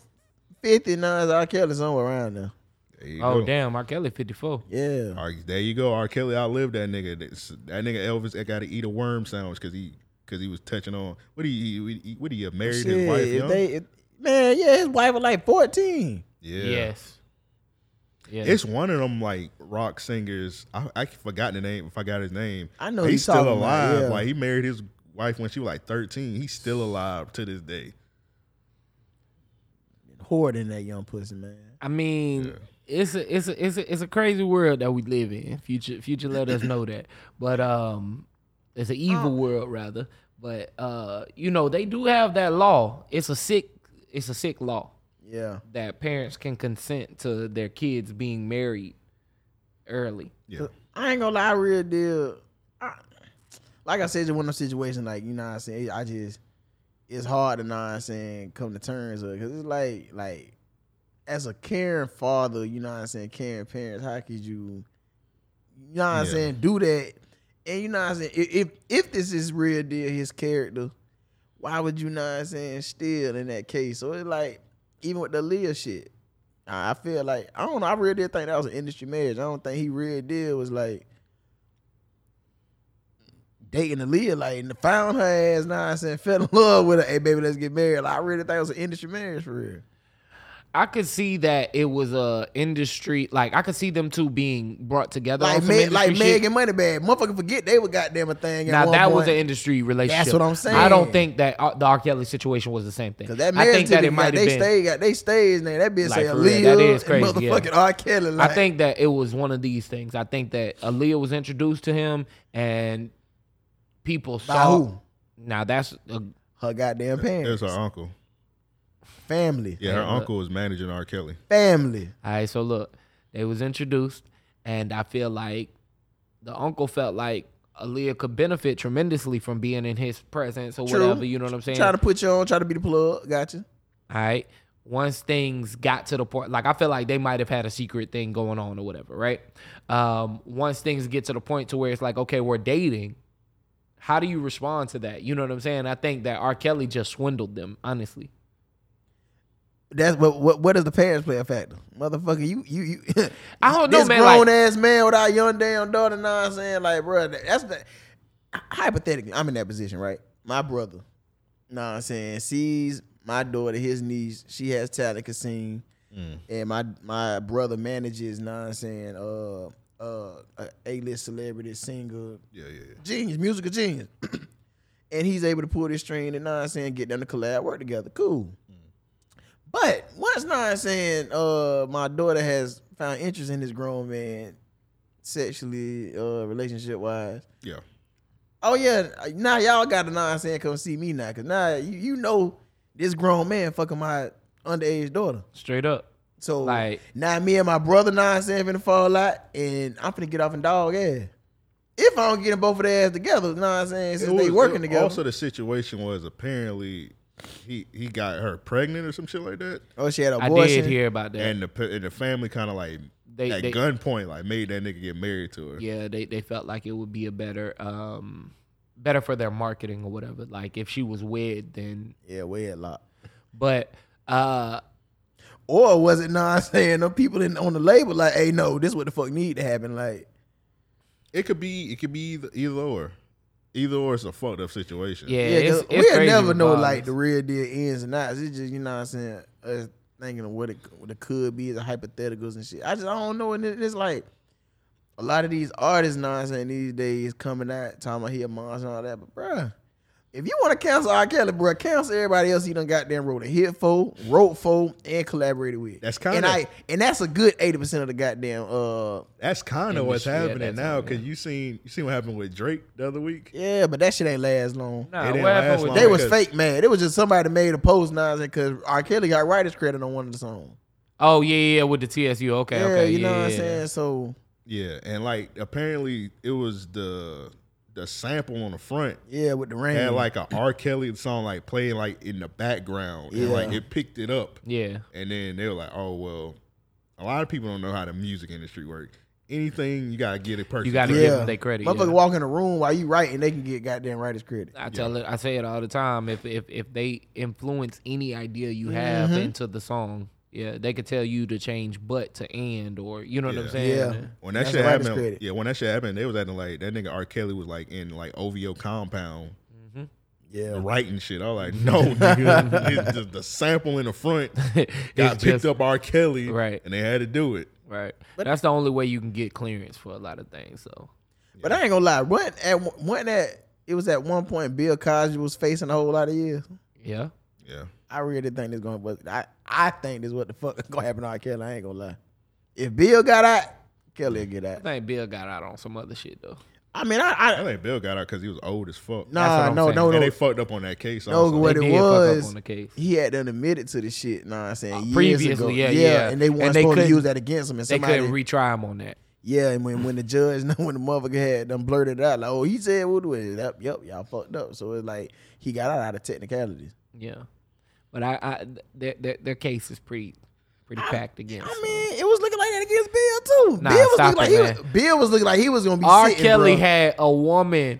Speaker 10: 59 is R. Kelly somewhere around there.
Speaker 9: There you
Speaker 3: Oh
Speaker 9: go.
Speaker 3: damn, R. Kelly 54.
Speaker 10: Yeah.
Speaker 9: R- there you go. R. Kelly outlived that nigga. That's- That nigga Elvis got to eat a worm sandwich because he because he was touching on what do you he- what do you married his
Speaker 10: Shit,
Speaker 9: wife
Speaker 10: if
Speaker 9: young?
Speaker 10: they- if- man, yeah, his wife was like 14.
Speaker 9: yeah.
Speaker 3: Yes. Yeah.
Speaker 9: It's one of them like rock singers. I I forgot the name. If I got his name,
Speaker 10: I know
Speaker 9: But he's
Speaker 10: he's talking
Speaker 9: still
Speaker 10: about,
Speaker 9: alive.
Speaker 10: yeah.
Speaker 9: Like he married his wife when she was like thirteen. He's still alive to this day.
Speaker 10: Hoarding that young pussy, man.
Speaker 3: I mean, it's a it's a it's a it's a crazy world that we live in. Future future let us know that. But um it's an
Speaker 10: Oh.
Speaker 3: evil world rather. But uh, you know, they do have that law. It's a sick it's a sick law
Speaker 10: Yeah.
Speaker 3: that parents can consent to their kids being married early.
Speaker 9: Yeah,
Speaker 10: I ain't gonna lie, I real deal. I, like I said, it's one of those situations, like, you know what I'm saying? I just, it's hard to know what I'm saying, come to terms with Because it's like, like, as a caring father, you know what I'm saying, caring parents, how could you, you know what I'm
Speaker 9: Yeah.
Speaker 10: saying, do that? And you know what I'm saying, if, if if this is real deal, his character, why would you know what I'm saying, still in that case? So it's like, even with the Leah shit, I I feel like I don't know. I really did think that was an industry marriage. I don't think he really did was like dating Aaliyah, like and found her ass. Nah, I said fell in love with her. Hey, baby, let's get married. Like, I really think it was an industry marriage for real.
Speaker 3: I could see that it was a industry like I could see them two being brought together. on
Speaker 10: Like
Speaker 3: some
Speaker 10: Meg, like
Speaker 3: industry shit.
Speaker 10: Meg and Moneybag, motherfucker, forget they were goddamn a thing. at
Speaker 3: Now
Speaker 10: one
Speaker 3: that was
Speaker 10: point.
Speaker 3: an industry relationship.
Speaker 10: That's what I'm saying.
Speaker 3: I don't think that uh, the R. Kelly situation was the same thing.
Speaker 10: 'Cause that
Speaker 3: I
Speaker 10: marriage
Speaker 3: think that it might have
Speaker 10: they
Speaker 3: been.
Speaker 10: stayed got they stage name. That bitch
Speaker 3: Like,
Speaker 10: say
Speaker 3: for real, that is
Speaker 10: Aaliyah and
Speaker 3: crazy, yeah.
Speaker 10: motherfucking R. Kelly. Like,
Speaker 3: I think that it was one of these things. I think that Aaliyah was introduced to him, and people saw.
Speaker 10: who?
Speaker 3: Now that's a,
Speaker 10: her goddamn
Speaker 9: that's
Speaker 10: parents,
Speaker 9: her uncle.
Speaker 10: family,
Speaker 9: Yeah, her
Speaker 3: Yeah.
Speaker 9: uncle was managing R. Kelly.
Speaker 10: family.
Speaker 3: All right, so look, they was introduced, and I feel like the uncle felt like Aaliyah could benefit tremendously from being in his presence or
Speaker 10: True.
Speaker 3: whatever. You know what I'm saying?
Speaker 10: Try to put you on. Try to be the plug. Gotcha.
Speaker 3: All right. Once things got to the point, like I feel like they might have had a secret thing going on or whatever, right? Um, once things get to the point to where it's like, okay, we're dating. How do you respond to that? You know what I'm saying? I think that R. Kelly just swindled them, honestly.
Speaker 10: That's what what what does the parents play a factor? Motherfucker, you you you
Speaker 3: I don't know,
Speaker 10: this
Speaker 3: man,
Speaker 10: grown
Speaker 3: like-
Speaker 10: ass man with our young damn daughter, know what I'm saying? Like, bro, that's the hypothetically, I'm in that position, right? My brother, know what I'm saying, sees my daughter, his niece, she has talent can sing.
Speaker 9: Mm.
Speaker 10: And my my brother manages, know what I'm saying, uh uh A list celebrity, singer,
Speaker 9: Yeah, yeah, yeah.
Speaker 10: genius, musical genius. and he's able to pull this string and nine saying get them to collab work together. Cool. But once nine saying uh my daughter has found interest in this grown man sexually, uh relationship wise.
Speaker 9: Yeah.
Speaker 10: Oh yeah, now y'all got a nine saying come see me now. Cause now you, you know this grown man fucking my underage daughter.
Speaker 3: Straight up.
Speaker 10: So
Speaker 3: Like-
Speaker 10: now me and my brother nine saying finna fall out and I'm finna get off and dog ass. If I don't get them both of their ass together, you know what I'm saying? Since they working together.
Speaker 9: Also, the situation was apparently he he got her pregnant or some shit like that.
Speaker 10: Oh, she had an I did abortion? hear
Speaker 3: about that.
Speaker 9: And the pa- and the family kind of like
Speaker 3: They-
Speaker 9: at
Speaker 3: they-
Speaker 9: gunpoint like made that nigga get married to her.
Speaker 3: Yeah, they, they felt like it would be a better um better for their marketing or whatever. Like if she was wed, then
Speaker 10: yeah, wedlock.
Speaker 3: But uh
Speaker 10: or was it not saying the people in on the label like, hey, no, this what the fuck need to happen? Like,
Speaker 9: It could be it could be either, either or, either or it's a fucked up situation.
Speaker 10: cause we'll never know like the real deal ends and outs. It's just you know what I'm saying. Us thinking of what it, what it could be, the hypotheticals and shit. I just I don't know, and it- it's like a lot of these artists, you know what I'm saying, these days coming out talking about he a monster and all that, but bruh. If you want to cancel R. Kelly, bro, cancel everybody else he done goddamn wrote a hit for, wrote for, and collaborated with. That's
Speaker 9: kinda-
Speaker 10: and I and that's a good eighty percent of the goddamn. uh
Speaker 9: That's kind of what's
Speaker 10: Industry at
Speaker 9: happening
Speaker 10: that
Speaker 9: now because you seen you seen what happened with Drake the other week.
Speaker 10: Yeah, but that shit ain't last long.
Speaker 9: Nah, It didn't what happened last with long
Speaker 10: they was
Speaker 9: because-
Speaker 10: fake mad. It was just somebody made a post now because R. Kelly got writer's credit on one of the songs.
Speaker 3: Oh yeah, yeah, with the TSU. Okay,
Speaker 10: yeah,
Speaker 3: okay.
Speaker 10: you know
Speaker 3: yeah,
Speaker 10: what I'm
Speaker 3: yeah.
Speaker 10: saying. So
Speaker 9: Yeah, and like apparently it was the the sample on the front.
Speaker 10: Yeah, with the rain.
Speaker 9: Had like a R. Kelly song like playing like in the background. And like
Speaker 10: Yeah.
Speaker 9: it picked it up.
Speaker 3: Yeah.
Speaker 9: And then they were like, Oh well, a lot of people don't know how the music industry works. Anything you gotta get a person.
Speaker 10: yeah, Motherfucker walk in the room while you writing, they can get goddamn writer's credit.
Speaker 3: I tell it, I say it all the time. If if if they influence any idea you have
Speaker 10: Mhm.
Speaker 3: into the song, yeah, they could tell you to change but to and or you know what I'm
Speaker 9: Yeah.
Speaker 3: saying.
Speaker 9: When that shit happened, yeah. When that shit happened, they was acting like that nigga R. Kelly was like in like OVO compound,
Speaker 10: yeah,
Speaker 9: writing shit. I was like, no, nigga, it's just the sample in the front got picked
Speaker 3: just-
Speaker 9: up R. Kelly,
Speaker 3: right?
Speaker 9: And they had to do it,
Speaker 3: right? That's the only way you can get clearance for a lot of things. So
Speaker 10: But I ain't gonna lie. When at when at it was at one point Bill Cosby was facing a whole lot of years.
Speaker 3: yeah,
Speaker 9: yeah.
Speaker 10: I really think this going. But I I think this what the fuck is gonna happen to R. Kelly. I ain't gonna lie. If Bill got out, Kelly will get out.
Speaker 3: I think Bill got out on some other shit though.
Speaker 10: I mean, I, I,
Speaker 9: think Bill got out because he was old as fuck.
Speaker 10: Nah, That's what I'm no, saying. no,
Speaker 9: And
Speaker 10: no.
Speaker 9: they fucked up on that case.
Speaker 10: No,
Speaker 9: also.
Speaker 10: what it was, he had done admitted to the shit. Know what I'm saying? years
Speaker 3: Uh, Previously,
Speaker 10: ago.
Speaker 3: yeah, yeah,
Speaker 10: and they weren't supposed to
Speaker 3: couldn't-
Speaker 10: use that against him. And somebody,
Speaker 3: they couldn't retry him on that.
Speaker 10: yeah, and when, when the judge, when the motherfucker had them blurted out, like, oh, he said, what was it? Yep, yep, y'all fucked up. So it's like he got out, out of technicalities.
Speaker 3: Yeah, but I, I th- their, their their case is pretty pretty packed against.
Speaker 10: I mean, it was looking like that against Bill too.
Speaker 3: Nah,
Speaker 10: Bill was
Speaker 3: stop
Speaker 10: looking like
Speaker 3: it,
Speaker 10: he was,
Speaker 3: man.
Speaker 10: Bill was looking like he was gonna be.
Speaker 3: R.
Speaker 10: sitting,
Speaker 3: Kelly
Speaker 10: bro.
Speaker 3: had a woman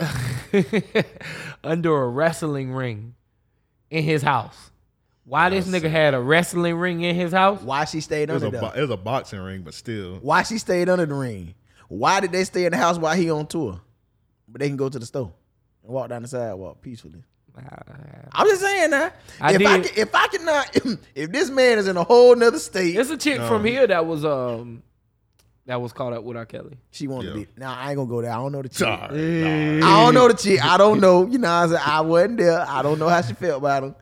Speaker 3: under a wrestling ring in his house. Why this nigga had a wrestling ring in his house?
Speaker 10: Why she stayed
Speaker 9: It was,
Speaker 10: under
Speaker 9: a bo-
Speaker 10: there?
Speaker 9: it was a boxing ring, but still.
Speaker 10: Why she stayed under the ring? Why did they stay in the house while he on tour? But they can go to the store and walk down the sidewalk peacefully. I'm just saying that.
Speaker 3: I
Speaker 10: if I
Speaker 3: did-
Speaker 10: can, if I cannot, if this man is in a whole nother state,
Speaker 3: It's a chick from here that was um that was caught up with R. Kelly.
Speaker 10: She wanted to be. Nah, I ain't gonna go there. I don't know the chick.
Speaker 3: Sorry,
Speaker 10: I don't know the chick. I don't know. You know, what I'm saying I wasn't there. I don't know how she felt about him.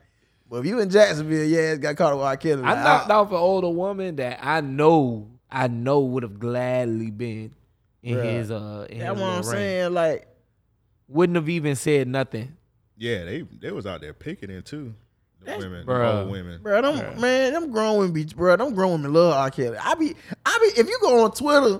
Speaker 10: But if you in Jacksonville, yeah, it got caught up with R. Kelly.
Speaker 3: I
Speaker 10: Like,
Speaker 3: knocked off an older woman that I know I know would have gladly been in
Speaker 10: Bruh.
Speaker 3: his uh in
Speaker 10: That's
Speaker 3: his
Speaker 10: what I'm
Speaker 3: little ring.
Speaker 10: saying. Like,
Speaker 3: Wouldn't have even said nothing.
Speaker 9: Yeah, they they was out there picketing too. The women,
Speaker 3: Bruh.
Speaker 9: the old women.
Speaker 10: Bro, them man, them grown women be bro, them grown women love R. Kelly. I be I be if you go on Twitter,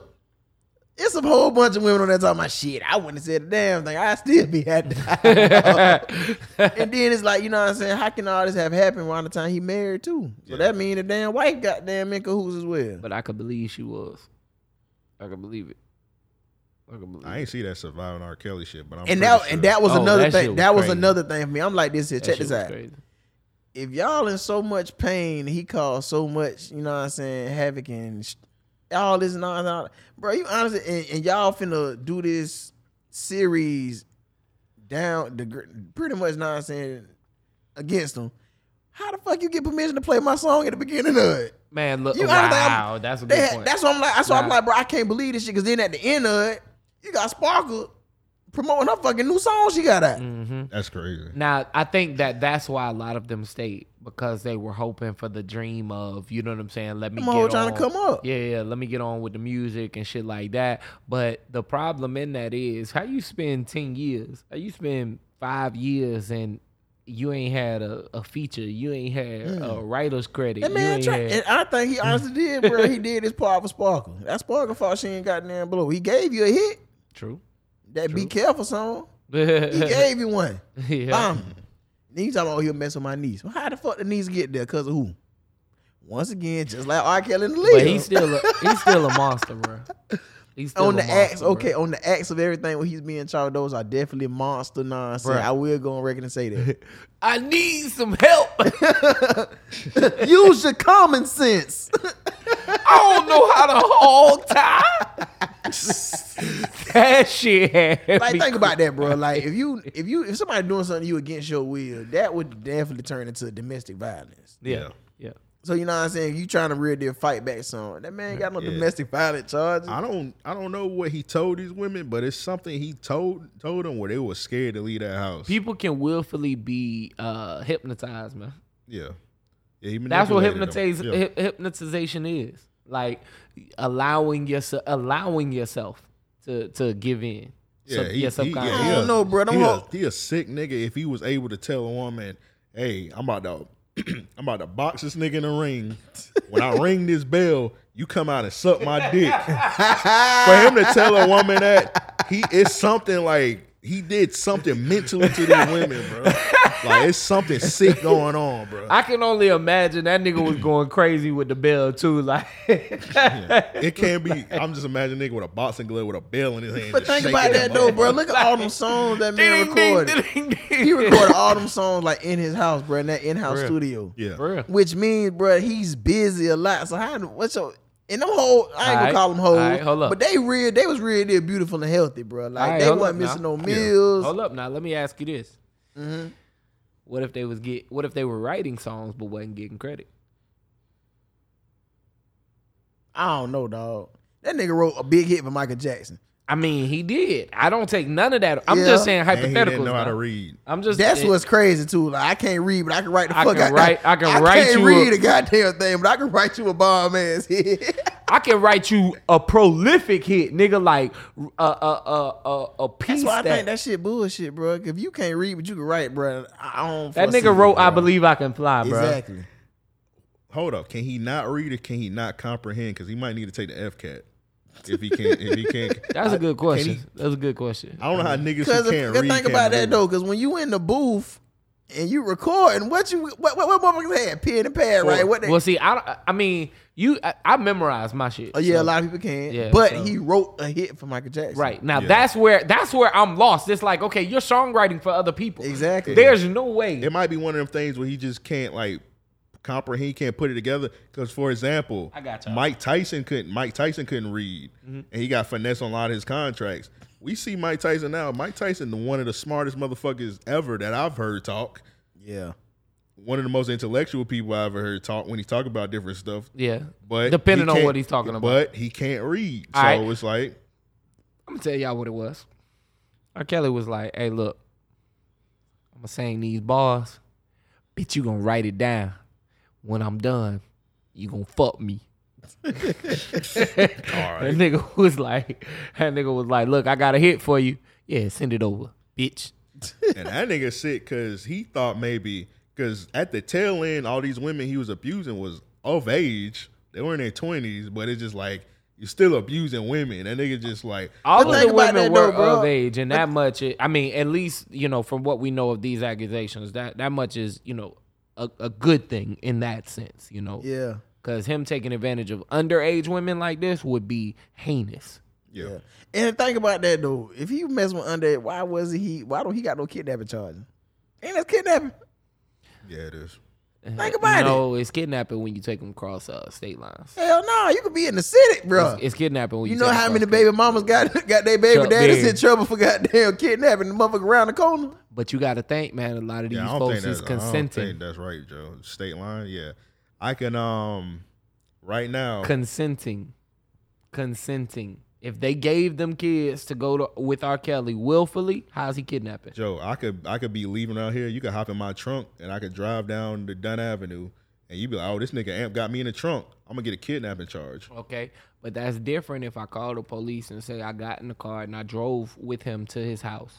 Speaker 10: it's a whole bunch of women on there talking about shit. I wouldn't have said a damn thing. I still be at the And then it's like, you know what I'm saying? How can all this have happened around the time he married too? So that mean the damn wife goddamn in cahoots as well.
Speaker 3: But I could believe she was. I could believe it. I could believe
Speaker 9: I ain't see that surviving R. Kelly shit, but I'm
Speaker 10: and that
Speaker 9: pretty
Speaker 10: and
Speaker 9: sure.
Speaker 10: that was another thing. that was another thing for me. I'm like this here.
Speaker 9: That
Speaker 10: check
Speaker 9: shit
Speaker 10: this
Speaker 9: was
Speaker 10: out.
Speaker 9: crazy.
Speaker 10: If y'all in so much pain, he caused so much. You know what I'm saying? Havoc and sh- all this and all and all. Bro, you honestly and, and y'all finna do this series down the gr- pretty much. Know what I'm saying against him. How the fuck you get permission to play my song at the beginning of it?
Speaker 3: Man, look,
Speaker 10: You honestly, I'm-
Speaker 3: wow, that's a
Speaker 10: They
Speaker 3: good
Speaker 10: had-
Speaker 3: point.
Speaker 10: that's what I'm like. That's why I'm
Speaker 3: Nah.
Speaker 10: like, bro. I can't believe this shit. Because then at the end of it, you got Sparkle promoting her fucking new song she got out.
Speaker 3: Mm,
Speaker 9: That's crazy.
Speaker 3: Now, I think that that's why a lot of them stayed because they were hoping for the dream of, you know what I'm saying? Let me
Speaker 10: Them
Speaker 3: get
Speaker 10: hoes
Speaker 3: on.
Speaker 10: tryna come up.
Speaker 3: Yeah, yeah. Let me get on with the music and shit like that. But the problem in that is how you spend 10 years, how you spend five years and you ain't had a, a feature, you ain't had a writer's credit.
Speaker 10: That
Speaker 3: you
Speaker 10: man,
Speaker 3: ain't
Speaker 10: tra-
Speaker 3: had- Mm.
Speaker 10: and I think he honestly did, bro. He did his part for Sparkle. That Sparkle fault she ain't got damn blue. He gave you a hit.
Speaker 3: True.
Speaker 10: That be careful song.
Speaker 3: he
Speaker 10: gave you one.
Speaker 3: Yeah.
Speaker 10: Bam. Then you talking about oh, he'll mess with my knees. Well, how the fuck the knees get there? Cause of who? Once again, just like R. Kelly in the league.
Speaker 3: But he's still a, he's still a monster, bro. He's still
Speaker 10: on
Speaker 3: a
Speaker 10: the
Speaker 3: monster,
Speaker 10: acts,
Speaker 3: bro.
Speaker 10: okay, on the acts of everything where he's being charged, those are definitely monster nonsense.
Speaker 3: Bruh.
Speaker 10: I will go on record and say that.
Speaker 3: I need some help.
Speaker 10: Use your common sense.
Speaker 3: I don't know how to hold time. that shit. had
Speaker 10: Like
Speaker 3: me
Speaker 10: think about that, bro. Like if you if you if somebody doing something to you against your will, that would definitely turn into domestic violence.
Speaker 3: Yeah. Yeah.
Speaker 10: So you know what I'm saying? If you trying to real deal fight back song, that man ain't got no
Speaker 9: Yeah.
Speaker 10: domestic violence charges.
Speaker 9: I don't I don't know what he told these women, but it's something he told told them where they were scared to leave that house.
Speaker 3: People can willfully be uh, hypnotized, man.
Speaker 9: Yeah. Yeah, he
Speaker 3: That's what
Speaker 9: manipulated
Speaker 3: hypnotiz-
Speaker 9: them.
Speaker 3: hy- hypnotization is. Like allowing yourself allowing yourself to to give in.
Speaker 9: Yeah, he,
Speaker 3: Sub- your
Speaker 9: he- yeah,
Speaker 3: subconscious.
Speaker 9: he a-
Speaker 10: don't know, bro. Don't
Speaker 9: he, a,
Speaker 10: hold-
Speaker 9: he a sick nigga if he was able to tell a woman, "Hey, I'm about to, I'm about to box this nigga in the ring. When I ring this bell, you come out and suck my dick." For him to tell a woman that he is something like he did something mentally to these women, bro. Like it's something sick going on, bro.
Speaker 3: I can only imagine that nigga was going crazy with the bell too. Like
Speaker 9: It can't be. I'm just imagining nigga with a boxing glove with a bell in his hand.
Speaker 10: But
Speaker 9: just
Speaker 10: think
Speaker 9: shaking
Speaker 10: about
Speaker 9: that
Speaker 10: that though,
Speaker 9: motherfucker.
Speaker 10: bro. Look at all them songs that man recorded. He recorded all them songs like in his house, bro, in that in-house
Speaker 9: Bruh.
Speaker 10: studio.
Speaker 9: Yeah.
Speaker 3: For real.
Speaker 10: Which means, bro, he's busy a lot. So how? What's your? And them whole, I ain't gonna
Speaker 3: Alright,
Speaker 10: call them hoes,
Speaker 3: alright, hold up.
Speaker 10: but they real, they was real, they beautiful and healthy, bro. Like
Speaker 3: Alright,
Speaker 10: they
Speaker 3: hold
Speaker 10: wasn't
Speaker 3: up now.
Speaker 10: missing no
Speaker 3: Yeah.
Speaker 10: meals.
Speaker 3: Hold up now. Let me ask you this. What if they was get what if they were writing songs but wasn't getting credit?
Speaker 10: I don't know, dog. That nigga wrote a big hit for Michael Jackson.
Speaker 3: I mean, he did. I don't take none of that. I'm
Speaker 10: Yeah.
Speaker 3: just saying
Speaker 9: And he
Speaker 3: hypotheticals.
Speaker 9: didn't know how
Speaker 3: now.
Speaker 9: to read.
Speaker 3: I'm just
Speaker 10: That's
Speaker 3: it-
Speaker 10: what's crazy too. Like I can't read, but I can write the
Speaker 3: I
Speaker 10: fuck
Speaker 3: can
Speaker 10: out.
Speaker 3: write- I can write
Speaker 10: can't
Speaker 3: you a-
Speaker 10: read a goddamn thing, but I can write you a bomb ass hit.
Speaker 3: I can write you a prolific hit, nigga, like uh, a a a a, uh, a piece
Speaker 10: That's why I
Speaker 3: that,
Speaker 10: think that shit bullshit, bro. If you can't read, but you can write, bro. I don't.
Speaker 3: that
Speaker 10: foresee
Speaker 3: nigga wrote
Speaker 10: it,
Speaker 3: I
Speaker 10: bruh.
Speaker 3: believe I can fly, bro.
Speaker 10: Exactly.
Speaker 9: Hold up, can he not read or can he not comprehend? Because he might need to take the F cat if he can't. If he can't,
Speaker 3: That's a good question.
Speaker 9: he-
Speaker 3: That's a good question.
Speaker 9: I don't know how niggas
Speaker 10: Because
Speaker 9: who can't read.
Speaker 10: think
Speaker 9: can
Speaker 10: about that
Speaker 9: do.
Speaker 10: though, because when you in the booth and you recording, what you what what, what motherfuckers had pen and pad, right? What they,
Speaker 3: well, see, I don't- I mean, you I, I memorized my shit.
Speaker 10: oh, yeah,
Speaker 3: so-
Speaker 10: a lot of people can.
Speaker 3: Yeah,
Speaker 10: but
Speaker 3: so-
Speaker 10: he wrote a hit for Michael Jackson.
Speaker 3: Right now,
Speaker 9: Yeah.
Speaker 3: that's where that's where I'm lost. It's like, okay, you're songwriting for other people.
Speaker 10: Exactly.
Speaker 3: There's no way.
Speaker 9: It might be one of them things where he just can't like comprehend. He can't put it together. Because for example,
Speaker 3: I got y'all. Mm-hmm.
Speaker 9: Mike Tyson couldn't. Mike Tyson couldn't read, and he got finesse on a lot of his contracts. We see Mike Tyson now. Mike Tyson, the one of the smartest motherfuckers ever that I've heard talk.
Speaker 10: Yeah.
Speaker 9: One of the most intellectual people I ever heard talk when he talk about different stuff.
Speaker 3: yeah.
Speaker 9: But
Speaker 3: Depending
Speaker 9: he
Speaker 3: on
Speaker 9: can't-
Speaker 3: what he's talking about.
Speaker 9: But he can't read. So
Speaker 3: Alright.
Speaker 9: it's like
Speaker 3: I'm gonna tell y'all what it was. R. Kelly was like, "Hey, look, I'm gonna sing these bars. Bitch, you gonna write it down. When I'm done, you gonna fuck me." That nigga was like, that nigga was like, "Look, I got a hit for you. Yeah, send it over, bitch."
Speaker 9: and that nigga sick because he thought maybe because at the tail end, all these women he was abusing was of age. They were in their twenties, but it's just like you're still abusing women. That nigga just like
Speaker 3: All
Speaker 10: But
Speaker 3: of the
Speaker 10: think about
Speaker 3: women
Speaker 10: that
Speaker 3: were
Speaker 10: though, bro.
Speaker 3: of age, and that much, i- I mean, at least you know from what we know of these accusations, that that much is you know a, a good thing in that sense, you know.
Speaker 10: Yeah.
Speaker 3: Because him taking advantage of underage women like this would be heinous.
Speaker 9: yeah.
Speaker 10: And think about that though. If he mess with under, why was he? Why don't he got no kidnapping charges? Ain't that kidnapping?
Speaker 9: yeah, it is.
Speaker 10: Think about
Speaker 3: no, it's kidnapping when you take them across uh, state lines.
Speaker 10: it. Hell no, you could be in the city, bro.
Speaker 3: It's, it's kidnapping when you,
Speaker 10: you know
Speaker 3: take
Speaker 10: how
Speaker 3: across
Speaker 10: many
Speaker 3: state-
Speaker 10: baby mamas got got their baby
Speaker 3: Chuck
Speaker 10: daddies
Speaker 3: Berry.
Speaker 10: in trouble for goddamn kidnapping the motherfucker around the corner?
Speaker 3: But you got to think, man. A lot of these
Speaker 9: Yeah, I don't
Speaker 3: folks
Speaker 9: think
Speaker 3: is
Speaker 9: that's I don't
Speaker 3: consenting.
Speaker 9: think that's right, Joe. State line, yeah. I can um right now.
Speaker 3: consenting, consenting. If they gave them kids to go to with R. Kelly willfully, how's he kidnapping?
Speaker 9: Joe, I could I could be leaving out here. You could hop in my trunk and I could drive down the Dunn Avenue and you be like, oh, this nigga Amp got me in the trunk. I'm gonna get a kidnapping charge.
Speaker 3: Okay, but that's different if I call the police and say I got in the car and I drove with him to his house,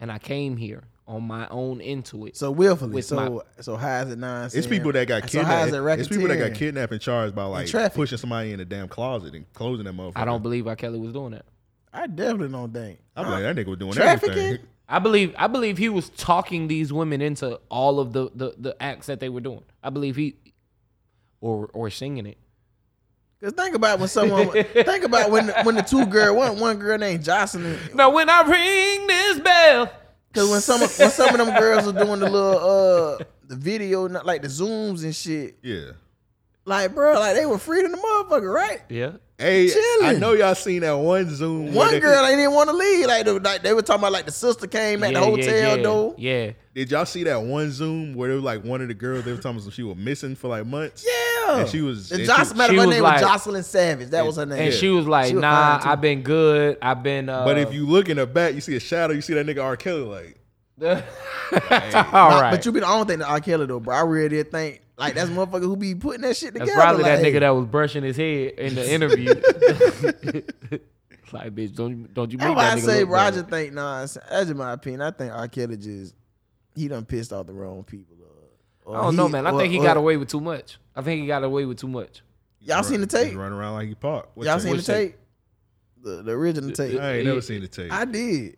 Speaker 3: and I came here on my own into it.
Speaker 10: So willfully.
Speaker 3: With
Speaker 10: so
Speaker 3: my-
Speaker 10: so how is it nonsense?
Speaker 9: It's people that got
Speaker 10: So how
Speaker 9: kidnapped.
Speaker 10: is it racketeering?
Speaker 9: it's people that got kidnapped and charged by like
Speaker 10: traffic.
Speaker 9: pushing somebody in a damn closet and closing them up.
Speaker 3: I don't believe R. Kelly was doing that.
Speaker 10: I definitely don't think.
Speaker 9: I believe that nigga was doing
Speaker 10: Trafficking?
Speaker 9: everything.
Speaker 3: I believe I believe he was talking these women into all of the, the, the acts that they were doing. I believe he or or singing it.
Speaker 10: Cause think about when someone think about when when the two girl one one girl named Jocelyn.
Speaker 3: Now when I ring this bell,
Speaker 10: cause when some when some of them girls are doing the little uh the video not like the zooms and shit.
Speaker 9: Yeah.
Speaker 10: Like bro, like they were freed in the motherfucker, right?
Speaker 3: Yeah.
Speaker 9: Hey, I
Speaker 10: Chilling.
Speaker 9: know y'all seen that one Zoom. where
Speaker 10: One
Speaker 9: they-
Speaker 10: girl they didn't want to leave. Like, the, like they were talking about like the sister came at the hotel door.
Speaker 3: Yeah.
Speaker 9: Did y'all see that one Zoom where it was like one of the girls they were talking about she was missing for like months?
Speaker 10: Yeah.
Speaker 9: And she was.
Speaker 10: The
Speaker 9: and
Speaker 10: Jocelyn,
Speaker 9: she-
Speaker 10: matter
Speaker 3: she
Speaker 10: of her
Speaker 3: was
Speaker 10: name
Speaker 3: like-
Speaker 10: was Jocelyn Savage. That was her name.
Speaker 3: And she was like,
Speaker 10: was
Speaker 3: "Nah,
Speaker 10: fine, too.
Speaker 3: I've been good. I've been." Uh,
Speaker 9: but if you look in the back, you see a shadow. You see that nigga R. Kelly like.
Speaker 3: all
Speaker 10: Nah,
Speaker 3: right,
Speaker 10: But you be the only thing that R. Kelly though, bro. I really did think like that's motherfucker who be putting that shit
Speaker 3: that's
Speaker 10: together.
Speaker 3: probably that
Speaker 10: like,
Speaker 3: nigga that was brushing his head in the interview. like, bitch, don't you- don't you
Speaker 10: That's
Speaker 3: make
Speaker 10: why
Speaker 3: that
Speaker 10: I
Speaker 3: nigga
Speaker 10: say,
Speaker 3: look
Speaker 10: bro. I
Speaker 3: bad.
Speaker 10: just think nah. it's- That's just my opinion. I think R. Kelly just he done pissed off the wrong people. uh, or- or
Speaker 3: I don't
Speaker 10: he-
Speaker 3: know, man. I
Speaker 10: or-
Speaker 3: think he
Speaker 10: or-
Speaker 3: got away with too much. I think he got away with too much.
Speaker 10: Y'all seen the
Speaker 9: He's
Speaker 10: tape?
Speaker 9: running around like he parked. What
Speaker 10: Y'all
Speaker 9: tape?
Speaker 10: seen the
Speaker 9: What tape?
Speaker 10: tape? The, the original tape.
Speaker 9: I ain't never seen the tape.
Speaker 10: I did.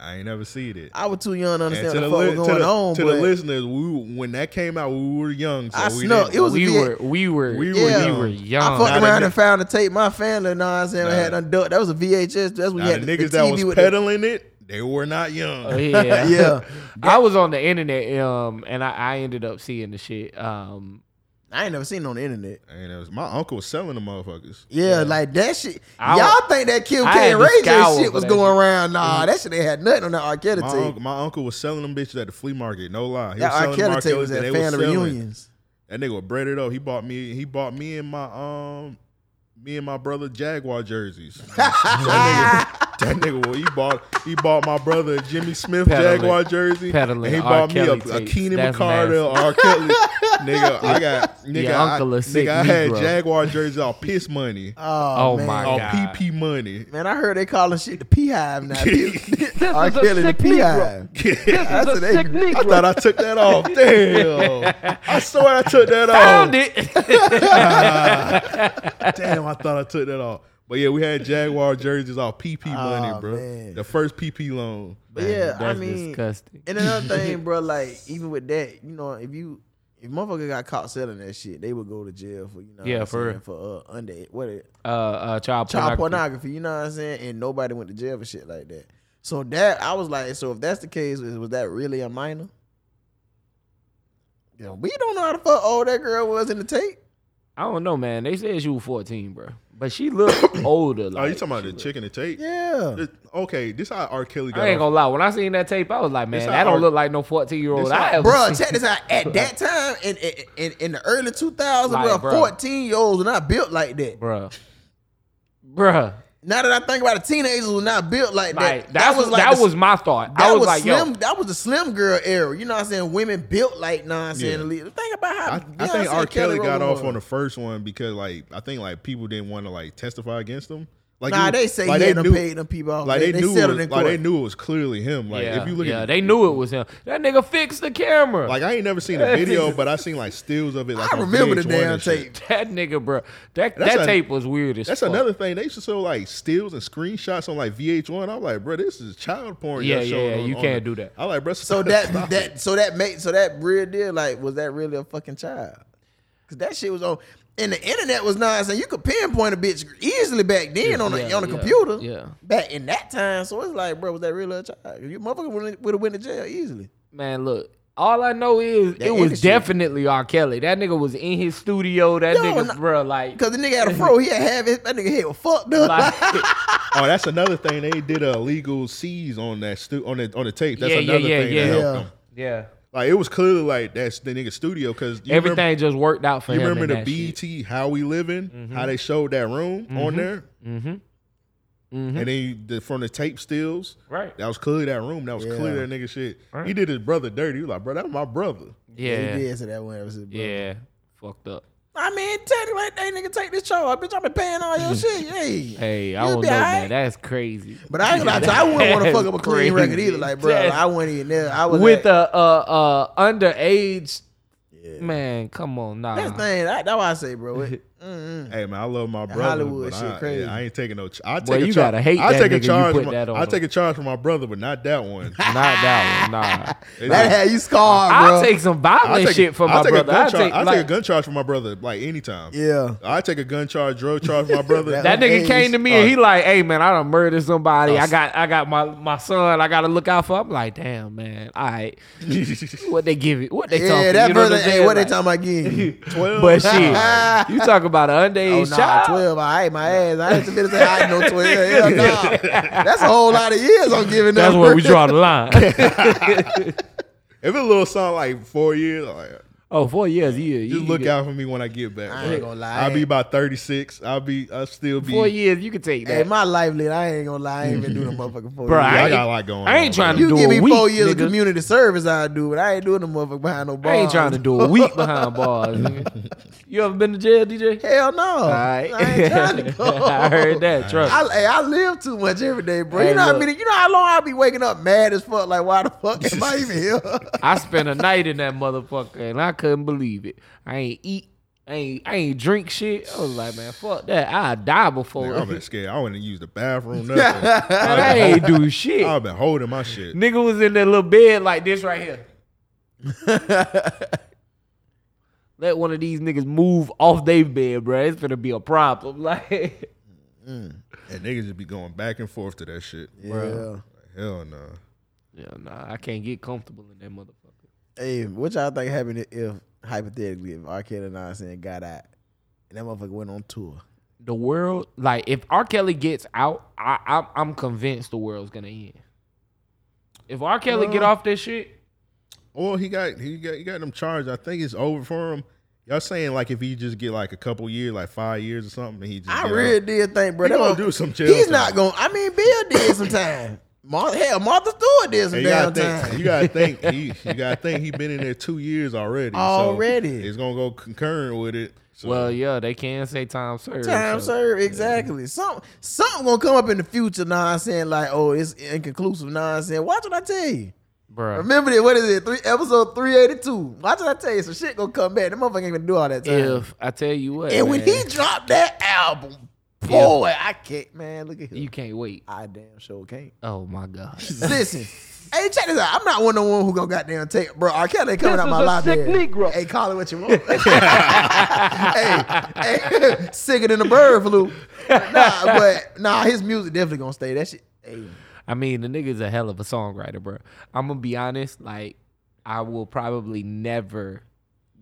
Speaker 9: I ain't never seen it.
Speaker 10: I was too young to
Speaker 9: And
Speaker 10: understand
Speaker 9: to
Speaker 10: what the
Speaker 9: the
Speaker 10: fuck was
Speaker 9: li- to
Speaker 10: going
Speaker 9: the-
Speaker 10: on.
Speaker 9: to
Speaker 10: but
Speaker 9: the listeners, we were- when that came out, we were young. So
Speaker 10: I
Speaker 9: we
Speaker 10: snuck.
Speaker 9: didn't-
Speaker 10: It was a
Speaker 3: We
Speaker 10: VH
Speaker 3: were, we were,
Speaker 9: We
Speaker 3: we
Speaker 9: were
Speaker 3: were,
Speaker 10: Yeah.
Speaker 3: we were
Speaker 10: I
Speaker 3: young.
Speaker 10: fucked
Speaker 9: Nah,
Speaker 10: around
Speaker 9: the
Speaker 10: and found the tape. My family, know what I'm saying,
Speaker 9: Nah.
Speaker 10: had undone. That was a VHS. That's when
Speaker 9: Now,
Speaker 10: you
Speaker 9: the
Speaker 10: had the, the
Speaker 9: niggas that
Speaker 10: TV
Speaker 9: was
Speaker 10: with the,
Speaker 9: peddling it, they were not young.
Speaker 3: Oh, yeah,
Speaker 10: Yeah.
Speaker 3: I was on the internet, um, and I, I ended up seeing the shit. Um,
Speaker 10: I ain't never seen it on the internet.
Speaker 9: And it was, my uncle was selling the motherfuckers.
Speaker 10: Yeah, like that shit.
Speaker 3: I
Speaker 10: y'all
Speaker 3: was-
Speaker 10: think that Kim
Speaker 3: I
Speaker 10: K
Speaker 3: had
Speaker 10: and
Speaker 3: to
Speaker 10: Ray
Speaker 3: scour
Speaker 10: J shit
Speaker 3: for
Speaker 10: was
Speaker 3: that
Speaker 10: going
Speaker 3: shit.
Speaker 10: around? Nah, that shit ain't had nothing on that R. Kelly
Speaker 9: My,
Speaker 10: tape.
Speaker 9: uncle, my uncle was selling them bitches at the flea market. No lie, he
Speaker 10: That
Speaker 9: was
Speaker 10: R.
Speaker 9: selling them
Speaker 10: Kelly
Speaker 9: R.
Speaker 10: tape
Speaker 9: Kelly's
Speaker 10: was at
Speaker 9: that they was
Speaker 10: family
Speaker 9: selling.
Speaker 10: reunions.
Speaker 9: That nigga was breaded up. He bought me. He bought me and my um, me and my brother Jaguar jerseys. that nigga, that nigga well, he bought he bought my brother a Jimmy Smith
Speaker 3: Peddling.
Speaker 9: Jaguar jersey.
Speaker 3: Peddling
Speaker 9: and he
Speaker 3: R.
Speaker 9: bought
Speaker 3: Kelly
Speaker 9: me a, a
Speaker 3: tapes.
Speaker 9: Keenan
Speaker 3: That's
Speaker 9: McCardell R. Kelly. nigga, I got nigga.
Speaker 3: Your
Speaker 9: I,
Speaker 3: uncle a
Speaker 9: nigga,
Speaker 3: sick
Speaker 9: I had
Speaker 3: Negro.
Speaker 9: Jaguar jerseys all piss money,
Speaker 10: Oh,
Speaker 3: oh
Speaker 10: man.
Speaker 3: my
Speaker 9: all
Speaker 3: god,
Speaker 9: PP money.
Speaker 10: Man, I heard they calling shit the P-Hive now. R.
Speaker 3: is a
Speaker 10: Kelly the
Speaker 3: sick Negro.
Speaker 10: P-Hive. That's what they-
Speaker 9: I thought I took that off. Damn. I swear I took that off.
Speaker 3: Found it.
Speaker 9: Damn, I thought I took that off. But yeah, we had Jaguar jerseys off PP money,
Speaker 10: Aw,
Speaker 9: bro.
Speaker 10: Ah, man.
Speaker 9: The first PP loan.
Speaker 10: But yeah, I
Speaker 3: That's
Speaker 10: mean,
Speaker 3: disgusting.
Speaker 10: and another thing, bro, like even with that, you know, if you if motherfucker got caught selling that shit, they would go to jail for you know, what
Speaker 3: Yeah,
Speaker 10: I'm
Speaker 3: for
Speaker 10: saying, for uh, under what it,
Speaker 3: Uh, uh, child,
Speaker 10: child
Speaker 3: pornography.
Speaker 10: pornography. You know what I'm saying? And nobody went to jail for shit like that. So that I was like, so if that's the case, was, was that really a minor? Yeah, we don't know how the fuck old that girl was in the tape.
Speaker 3: I don't know, man. They said she was fourteen, bro, but she looked older. Like,
Speaker 9: oh, you talking about
Speaker 3: she
Speaker 9: the
Speaker 3: looked-
Speaker 9: chicken and tape?
Speaker 10: Yeah,
Speaker 9: This- Okay, this how R. Kelly got
Speaker 3: I ain't
Speaker 9: off.
Speaker 3: gonna lie. When I seen that tape, I was like, man,
Speaker 9: This
Speaker 3: that
Speaker 9: how
Speaker 3: don't
Speaker 9: our-
Speaker 3: look like no fourteen year old.
Speaker 9: this how-
Speaker 3: I ever
Speaker 10: Bruh,
Speaker 3: seen.
Speaker 10: check this out. At that time, in in, in, in the early 2000s,
Speaker 3: Like,
Speaker 10: bruh,
Speaker 3: bruh.
Speaker 10: 14 year olds were not built like that.
Speaker 3: bruh, bruh.
Speaker 10: Now that I think about it, teenagers were not built like,
Speaker 3: Like
Speaker 10: that.
Speaker 3: that, was that
Speaker 10: the-
Speaker 3: was my thought.
Speaker 10: that
Speaker 3: I was,
Speaker 10: was
Speaker 3: like,
Speaker 10: slim.
Speaker 3: yo,
Speaker 10: That was the slim girl era. You know what I'm saying? Women built like
Speaker 9: Yeah.
Speaker 10: nonsense. Yeah. Think about how
Speaker 9: I, I
Speaker 10: Beyonce
Speaker 9: think R.
Speaker 10: and
Speaker 9: Kelly got
Speaker 10: Rowland
Speaker 9: off
Speaker 10: were.
Speaker 9: on the first one because like I think like people didn't want to like testify against him. Like
Speaker 10: nah,
Speaker 9: it was-
Speaker 10: they say
Speaker 9: like,
Speaker 10: he
Speaker 9: they
Speaker 10: had them
Speaker 9: knew-
Speaker 10: paid them people off.
Speaker 9: Like they, knew it
Speaker 10: settled
Speaker 9: was,
Speaker 10: in
Speaker 9: like
Speaker 10: court.
Speaker 9: they knew it was clearly him. Like
Speaker 3: yeah,
Speaker 9: if you look
Speaker 3: yeah,
Speaker 9: at
Speaker 3: they knew it was him. That nigga fixed the camera.
Speaker 9: Like I ain't never seen a video, but I seen like stills of it. Like
Speaker 10: I
Speaker 9: on
Speaker 10: remember the
Speaker 9: VH1 and
Speaker 10: damn
Speaker 9: shit.
Speaker 10: tape.
Speaker 3: that nigga, bruh. That
Speaker 9: That's
Speaker 3: that
Speaker 9: a-
Speaker 3: tape was weird as
Speaker 9: That's
Speaker 3: fuck.
Speaker 9: another thing. They used to sell like stills and screenshots on like VH1. I'm like, bro, this is child porn.
Speaker 3: Yeah,
Speaker 9: y'all
Speaker 3: yeah,
Speaker 9: showing
Speaker 3: yeah,
Speaker 9: on-
Speaker 3: you
Speaker 9: on
Speaker 3: can't
Speaker 9: the-
Speaker 3: do that.
Speaker 9: I like, bro.
Speaker 10: So that that so that made so that real deal like was that really a fucking child? Cause that shit was on and the internet was nonsense. You could pinpoint a bitch easily back then on a
Speaker 3: yeah,
Speaker 10: on a
Speaker 3: yeah,
Speaker 10: computer.
Speaker 3: yeah.
Speaker 10: Back in that time, so it's like, bro, was that really a child? You motherfucker would have went to jail easily.
Speaker 3: man. Look. All I know is
Speaker 10: That
Speaker 3: it was
Speaker 10: industry.
Speaker 3: definitely R. Kelly. That nigga was in his studio. That
Speaker 10: Yo,
Speaker 3: nigga,
Speaker 10: nah,
Speaker 3: bruh, like
Speaker 10: Cause the nigga had a fro, he had half his that nigga head was fucked up.
Speaker 3: like-
Speaker 9: oh, that's another thing. They did a legal seize on that stu- on the on the tape. That's
Speaker 3: Yeah, yeah,
Speaker 9: another
Speaker 3: yeah,
Speaker 9: thing.
Speaker 3: yeah.
Speaker 9: That
Speaker 10: Yeah.
Speaker 9: helped them.
Speaker 3: yeah.
Speaker 9: Like it was clearly like that's the nigga studio because
Speaker 3: Everything just worked out for
Speaker 9: you
Speaker 3: him. in
Speaker 9: remember the
Speaker 3: that shit. Mm-hmm.
Speaker 9: BT How We Living? How they showed that room on there,
Speaker 3: Mm-hmm.
Speaker 9: and then you, the, from the tape stills.
Speaker 3: Right.
Speaker 9: That was clearly that room. That was clearly that nigga shit. He did his brother dirty. He was like, bro, that's my brother.
Speaker 3: Yeah.
Speaker 10: He did say that one ever since, bro.
Speaker 3: Yeah. Fucked up.
Speaker 10: I mean, technically, they nigga take this charge, bitch. I been paying all your shit. Hey,
Speaker 3: Hey, I
Speaker 10: You'll
Speaker 3: don't
Speaker 10: be
Speaker 3: know,
Speaker 10: alright.
Speaker 3: man. That's crazy.
Speaker 10: But I ain't gonna lie, to you, I wouldn't want to fuck up a clean
Speaker 3: Crazy.
Speaker 10: record either. Like, bro,
Speaker 3: Yes.
Speaker 10: I wouldn't even there. I was
Speaker 3: With
Speaker 10: like,
Speaker 3: a uh uh underage man, come on, nah.
Speaker 10: that's the thing. That, that's why I say, bro. It, Mm-mm.
Speaker 9: Hey man, I love my
Speaker 10: Hmm. The
Speaker 9: brother.
Speaker 10: Hollywood
Speaker 9: but
Speaker 10: shit
Speaker 9: I,
Speaker 10: crazy.
Speaker 9: yeah, I ain't taking no. Ch- I
Speaker 10: Boy,
Speaker 9: take
Speaker 10: you
Speaker 9: a charge.
Speaker 10: gotta hate
Speaker 9: I
Speaker 10: that
Speaker 9: take
Speaker 10: nigga,
Speaker 9: a
Speaker 10: you
Speaker 9: charge.
Speaker 10: put
Speaker 9: for
Speaker 10: that
Speaker 9: my,
Speaker 10: on
Speaker 9: I
Speaker 10: him.
Speaker 9: take a charge for my brother, but not that one.
Speaker 3: Not that one. Nah.
Speaker 10: That had you scarred,
Speaker 3: I'll
Speaker 10: bro.
Speaker 3: take some
Speaker 9: I
Speaker 3: violent
Speaker 9: take a-
Speaker 3: shit for
Speaker 9: I
Speaker 3: my
Speaker 9: take a
Speaker 3: brother.
Speaker 9: gun
Speaker 3: I
Speaker 9: charge-
Speaker 3: take,
Speaker 9: I
Speaker 3: like,
Speaker 9: take a gun charge for my brother, like anytime.
Speaker 10: Yeah.
Speaker 9: I take a gun charge, drug charge for my brother.
Speaker 3: that nigga came to me and he like, "Hey man, I done murdered somebody. I got, I got my my son. I got to look out for." I'm like, "Damn man, all right." what they give it? What they
Speaker 10: Yeah,
Speaker 3: talking?
Speaker 10: that
Speaker 3: you know
Speaker 10: brother-
Speaker 3: What, I'm
Speaker 10: hey,
Speaker 3: saying?
Speaker 10: what they
Speaker 3: Like-
Speaker 10: talking about getting? 12?
Speaker 3: But shit, you talk about an
Speaker 10: Oh,
Speaker 3: underage
Speaker 10: nah,
Speaker 3: child.
Speaker 10: 12. I ate my ass. I ain't supposed to say I ain't no 12. Hell nah. That's a whole lot of years I'm giving
Speaker 3: That's
Speaker 10: up.
Speaker 3: where we draw the line.
Speaker 9: If it little song like four years, like,
Speaker 3: oh, four years, yeah.
Speaker 9: just look out for me when I get back.
Speaker 10: I
Speaker 9: bro.
Speaker 10: ain't gonna lie.
Speaker 9: I'll be about thirty six. I'll be. I'll still be.
Speaker 3: Four years, you can take
Speaker 10: Hey,
Speaker 3: that,
Speaker 10: my livelihood, I ain't gonna lie. I ain't been doing no motherfucking four
Speaker 3: bro.
Speaker 10: years.
Speaker 9: I
Speaker 3: ain't-
Speaker 9: got a lot going
Speaker 3: I ain't
Speaker 9: on,
Speaker 3: trying to
Speaker 10: You
Speaker 3: do
Speaker 10: give
Speaker 3: a
Speaker 10: me
Speaker 3: week,
Speaker 10: four years
Speaker 3: nigga.
Speaker 10: of community service, I do it. I ain't doing no motherfucker behind no
Speaker 3: I
Speaker 10: bars.
Speaker 3: ain't trying to do a week behind bars. nigga. You ever been to jail, DJ?
Speaker 10: Hell no.
Speaker 3: All right.
Speaker 10: I ain't trying to go.
Speaker 3: I heard that, trust.
Speaker 10: I, hey, I live too much every day, bro.
Speaker 3: Hey,
Speaker 10: you know how
Speaker 3: look.
Speaker 10: many, you know how long I be waking up mad as fuck. Like, why the fuck am I even here?
Speaker 3: I spent a night in that motherfucker and I couldn't believe it. I ain't eat. I ain't, I ain't drink shit. I was like, man, fuck that. I'll die before.
Speaker 9: Nigga, I've been scared. I wouldn't use the bathroom. Nothing. I
Speaker 3: I ain't do shit.
Speaker 9: I've been holding my shit.
Speaker 3: Nigga was in that little bed like this right here. Let one of these niggas move off their bed, bro. It's gonna be a problem. Like,
Speaker 9: And niggas just be going back and forth to that shit.
Speaker 10: Bruh.
Speaker 9: Hell no.
Speaker 3: yeah, nah, I can't get comfortable in that motherfucker.
Speaker 10: Hey, what y'all think happened if hypothetically if R. Kelly and I saying got out and that motherfucker went on tour?
Speaker 3: The world, like, if R. Kelly gets out, I, I'm, I'm convinced the world's gonna end. If R. Kelly get
Speaker 9: Well-
Speaker 3: off this shit,
Speaker 9: Well, he got he got he got them charged. I think it's over for him. Y'all saying like if he just get like a couple years, like five years or something, and he just
Speaker 10: I
Speaker 9: get out.
Speaker 10: really did think, bro.
Speaker 9: He
Speaker 10: that
Speaker 9: gonna
Speaker 10: motherfucker-
Speaker 9: do some jail
Speaker 10: He's
Speaker 9: time.
Speaker 10: not gonna. I mean, Bill did some time. Martha, hell, Martha Stewart did some
Speaker 9: And you
Speaker 10: damn
Speaker 9: gotta
Speaker 10: time.
Speaker 9: think. You gotta think. He, you gotta think. He been in there two years already. so
Speaker 10: Already.
Speaker 9: it's gonna go concurrent with it. So
Speaker 3: well, yeah, they can say time served.
Speaker 10: Time
Speaker 3: so-
Speaker 10: served, exactly. Some something gonna come up in the future. Nah, I'm saying like, oh, it's inconclusive. Nah, I'm saying, watch what I tell you.
Speaker 3: Bruh.
Speaker 10: Remember that? What is it? Three episode three eighty two. Watch what I tell you. Some shit gonna come back. The motherfucker ain't gonna do all that time.
Speaker 3: If I tell you what,
Speaker 10: and when
Speaker 3: man,
Speaker 10: he dropped that album, boy, I can't. Man, look at him.
Speaker 3: you can't wait.
Speaker 10: I damn sure can't.
Speaker 3: Oh my god,
Speaker 10: Listen. Hey, check this out. I'm not one of the one who gonna goddamn take bro. R. Kelly ain't coming out my library. Hey, call it what you want. hey, hey, sicker than a bird flu. Nah, but nah, his music definitely gonna stay. That shit. Hey,
Speaker 3: I mean, the nigga's a hell of a songwriter, bro. I'm gonna be honest, like I will probably never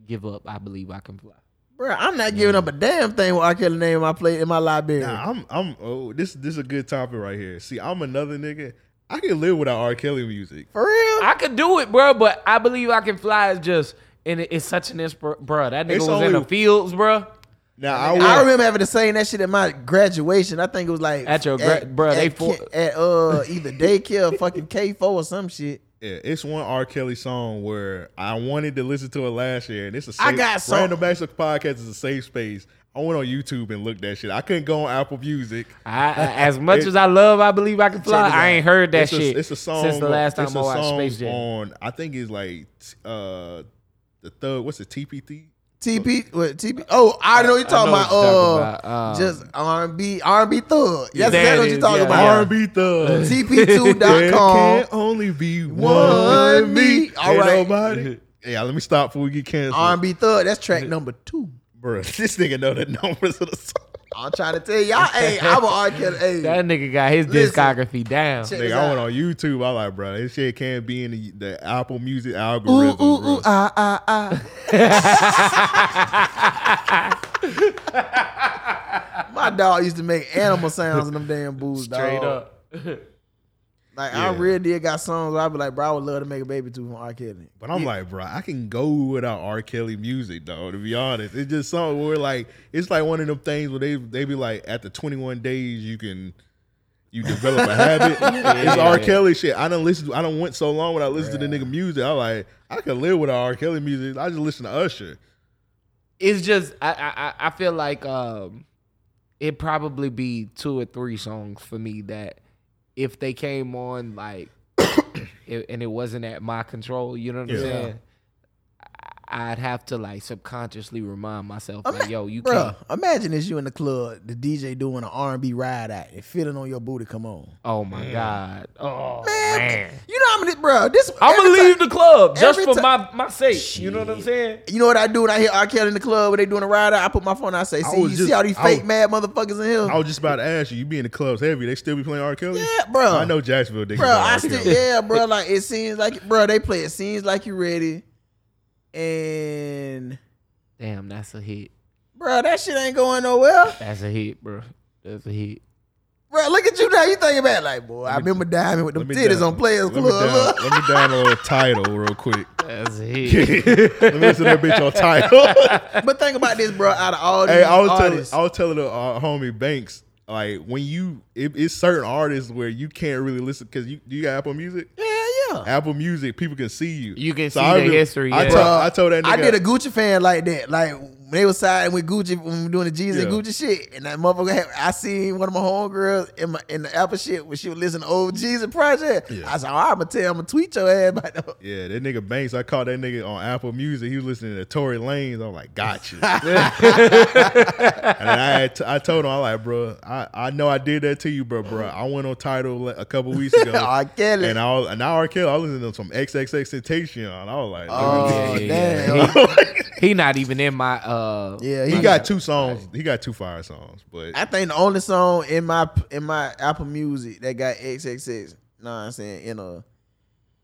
Speaker 3: give up. I believe I can fly.
Speaker 10: bro, I'm not giving up a damn thing with R. Kelly name in my plate in my library.
Speaker 9: Nah, I'm I'm oh this this is a good topic right here. See, I'm another nigga. I can live without R. Kelly music.
Speaker 10: For real?
Speaker 3: I could do it, bro, but I believe I can fly is just and it- it's such an inspir, bro. That nigga
Speaker 9: It's
Speaker 3: was in
Speaker 9: only-
Speaker 3: the fields, bro.
Speaker 9: Now I,
Speaker 10: I
Speaker 9: will-
Speaker 10: remember having to saying that shit at my graduation. I think it was like
Speaker 3: At your gra- bruh,
Speaker 10: at,
Speaker 3: they for-
Speaker 10: K- at uh either daycare or fucking K four or some shit.
Speaker 9: Yeah, it's one R. Kelly song where I wanted to listen to it last year, and it's a safe,
Speaker 10: I got some-
Speaker 9: random access podcast is a safe space. I went on YouTube and looked that shit. I couldn't go on Apple Music.
Speaker 3: I, I- as much
Speaker 9: It-
Speaker 3: as I love, I believe I can fly.
Speaker 10: Check it out.
Speaker 3: I ain't heard that
Speaker 9: it's a,
Speaker 3: shit
Speaker 9: It's a song
Speaker 3: since the last
Speaker 9: it's
Speaker 3: time I
Speaker 9: a
Speaker 3: watched
Speaker 9: song
Speaker 3: Space Jam.
Speaker 9: on. I think it's like uh the thug. What's it? TPT.
Speaker 10: TP, what TP? Oh, I know you're talking
Speaker 3: know
Speaker 10: about.
Speaker 3: what you're
Speaker 10: Uh,
Speaker 3: talking about. Um,
Speaker 10: just R and B, R and B thug. That's
Speaker 3: Yeah,
Speaker 10: exactly what
Speaker 3: that
Speaker 10: you're
Speaker 3: is,
Speaker 10: talking
Speaker 3: yeah,
Speaker 10: about.
Speaker 9: R&B thug. There
Speaker 10: TP2.com.
Speaker 9: can only be
Speaker 10: One
Speaker 9: one, me.
Speaker 10: me. All
Speaker 9: Ain't
Speaker 10: right.
Speaker 9: nobody. Yeah, let me stop before we get canceled.
Speaker 10: R and B thug. That's track number two.
Speaker 9: Bruh, this nigga know the numbers of the song.
Speaker 10: I'm trying to tell y'all. Hey, I'm a R Kelly. Hey,
Speaker 3: that nigga got his
Speaker 10: Listen.
Speaker 3: discography down.
Speaker 10: Check
Speaker 9: Nigga,
Speaker 10: this
Speaker 9: I
Speaker 10: out.
Speaker 9: went on YouTube. I like, bro, this shit can't be in the, the Apple Music
Speaker 10: Ooh,
Speaker 9: algorithm.
Speaker 10: ooh, ooh,
Speaker 9: bruh.
Speaker 10: ah, ah, ah. My dog used to make animal sounds in them damn boots,
Speaker 3: Straight
Speaker 10: dog.
Speaker 3: up.
Speaker 10: Like I
Speaker 9: Yeah.
Speaker 10: really did got songs. Where I be like, bro, I would love to make a baby too from R Kelly.
Speaker 9: But I'm like, bro, I can go without R. Kelly music, though. To be honest, it's just something where like it's like one of them things where they they be like, at the 21 days, you can you develop a habit. it's R. Kelly shit. I don't listen. I don't went so long without listening to the nigga music. I like I could live without R. Kelly music. I just listen to Usher.
Speaker 3: it's just I, I I- I feel like um it probably be two or three songs for me that if they came on like it, and it wasn't at my control, you know what
Speaker 9: Yeah.
Speaker 3: I'm saying?
Speaker 1: I'd have to like subconsciously remind myself, like, yo, you can't.
Speaker 10: Bruh, imagine it's you in the club, the DJ doing an R&B ride out and feeling on your booty come on.
Speaker 1: Oh my God. Oh man.
Speaker 10: You know how many, bro? This
Speaker 1: I'm gonna
Speaker 10: every
Speaker 1: leave the club just
Speaker 10: every
Speaker 1: for
Speaker 10: ti-
Speaker 1: my my sake. You know what I'm saying?
Speaker 10: You know what I do when I hear R. Kelly in the club when they doing a ride out? I put my phone out. I say,
Speaker 9: I
Speaker 10: see, you
Speaker 9: was just-
Speaker 10: see all these
Speaker 9: I
Speaker 10: fake
Speaker 9: was-
Speaker 10: mad motherfuckers in here.
Speaker 9: I was just about to ask you. You be in the clubs heavy. They still be playing R. Kelly. Yeah,
Speaker 10: bro.
Speaker 9: I know Jacksonville. They
Speaker 10: bro. I still,
Speaker 9: Kelly.
Speaker 10: yeah, bro. Like it seems like, bro. They play. It seems like you ready, and
Speaker 1: Damn, that's a hit.
Speaker 10: bro, that shit ain't going nowhere.
Speaker 1: That's a hit, bro. That's a hit.
Speaker 10: Bro, look at you now. You thinking about it like, boy, I remember diving with them
Speaker 9: Let me
Speaker 10: titties
Speaker 9: down-
Speaker 10: on Players
Speaker 9: let me down-
Speaker 10: Club.
Speaker 9: Let me download a title real quick.
Speaker 1: That's a
Speaker 9: hit. Let me listen to that bitch on title.
Speaker 10: but think about this, bro. Out of all these
Speaker 9: Hey, I was
Speaker 10: artists,
Speaker 9: telling, I was telling the uh, homie Banks, like when you, it, it's certain artists where you can't really listen because you, you got Apple Music.
Speaker 10: Yeah, yeah.
Speaker 9: Apple Music, people can see you.
Speaker 1: You can
Speaker 9: So
Speaker 1: see
Speaker 9: I
Speaker 1: the
Speaker 9: really-
Speaker 1: history.
Speaker 9: I
Speaker 1: yeah.
Speaker 9: told, I told that nigga.
Speaker 10: I did a Gucci fan like that. Like when they was siding with Gucci when we were doing the G's and
Speaker 9: Yeah.
Speaker 10: Gucci shit. And that motherfucker had, I seen one of my homegirls in my in the Apple shit when she was listening to old G's and project. I said, all right, I'm gonna tell I'm gonna tweet your ass about that.
Speaker 9: yeah, that nigga Banks. I caught that nigga on Apple Music. He was listening to Tory Lanez. I'm like, got you. and I, had t- I told him, I'm like, bro, I, I know I did that to you, bro, bro. I went on title like, a couple weeks ago.
Speaker 10: R. Kelly.
Speaker 9: And I was, and now R. Kelly. I was listening to some XXX Temptation. I was like,
Speaker 10: Oh,
Speaker 9: dude.
Speaker 10: damn.
Speaker 1: He not even in my uh
Speaker 10: Yeah,
Speaker 9: he
Speaker 10: he
Speaker 9: got two songs. He got two fire songs, but
Speaker 10: I think the only song in my in my Apple Music that got XXX, nah, I'm saying in a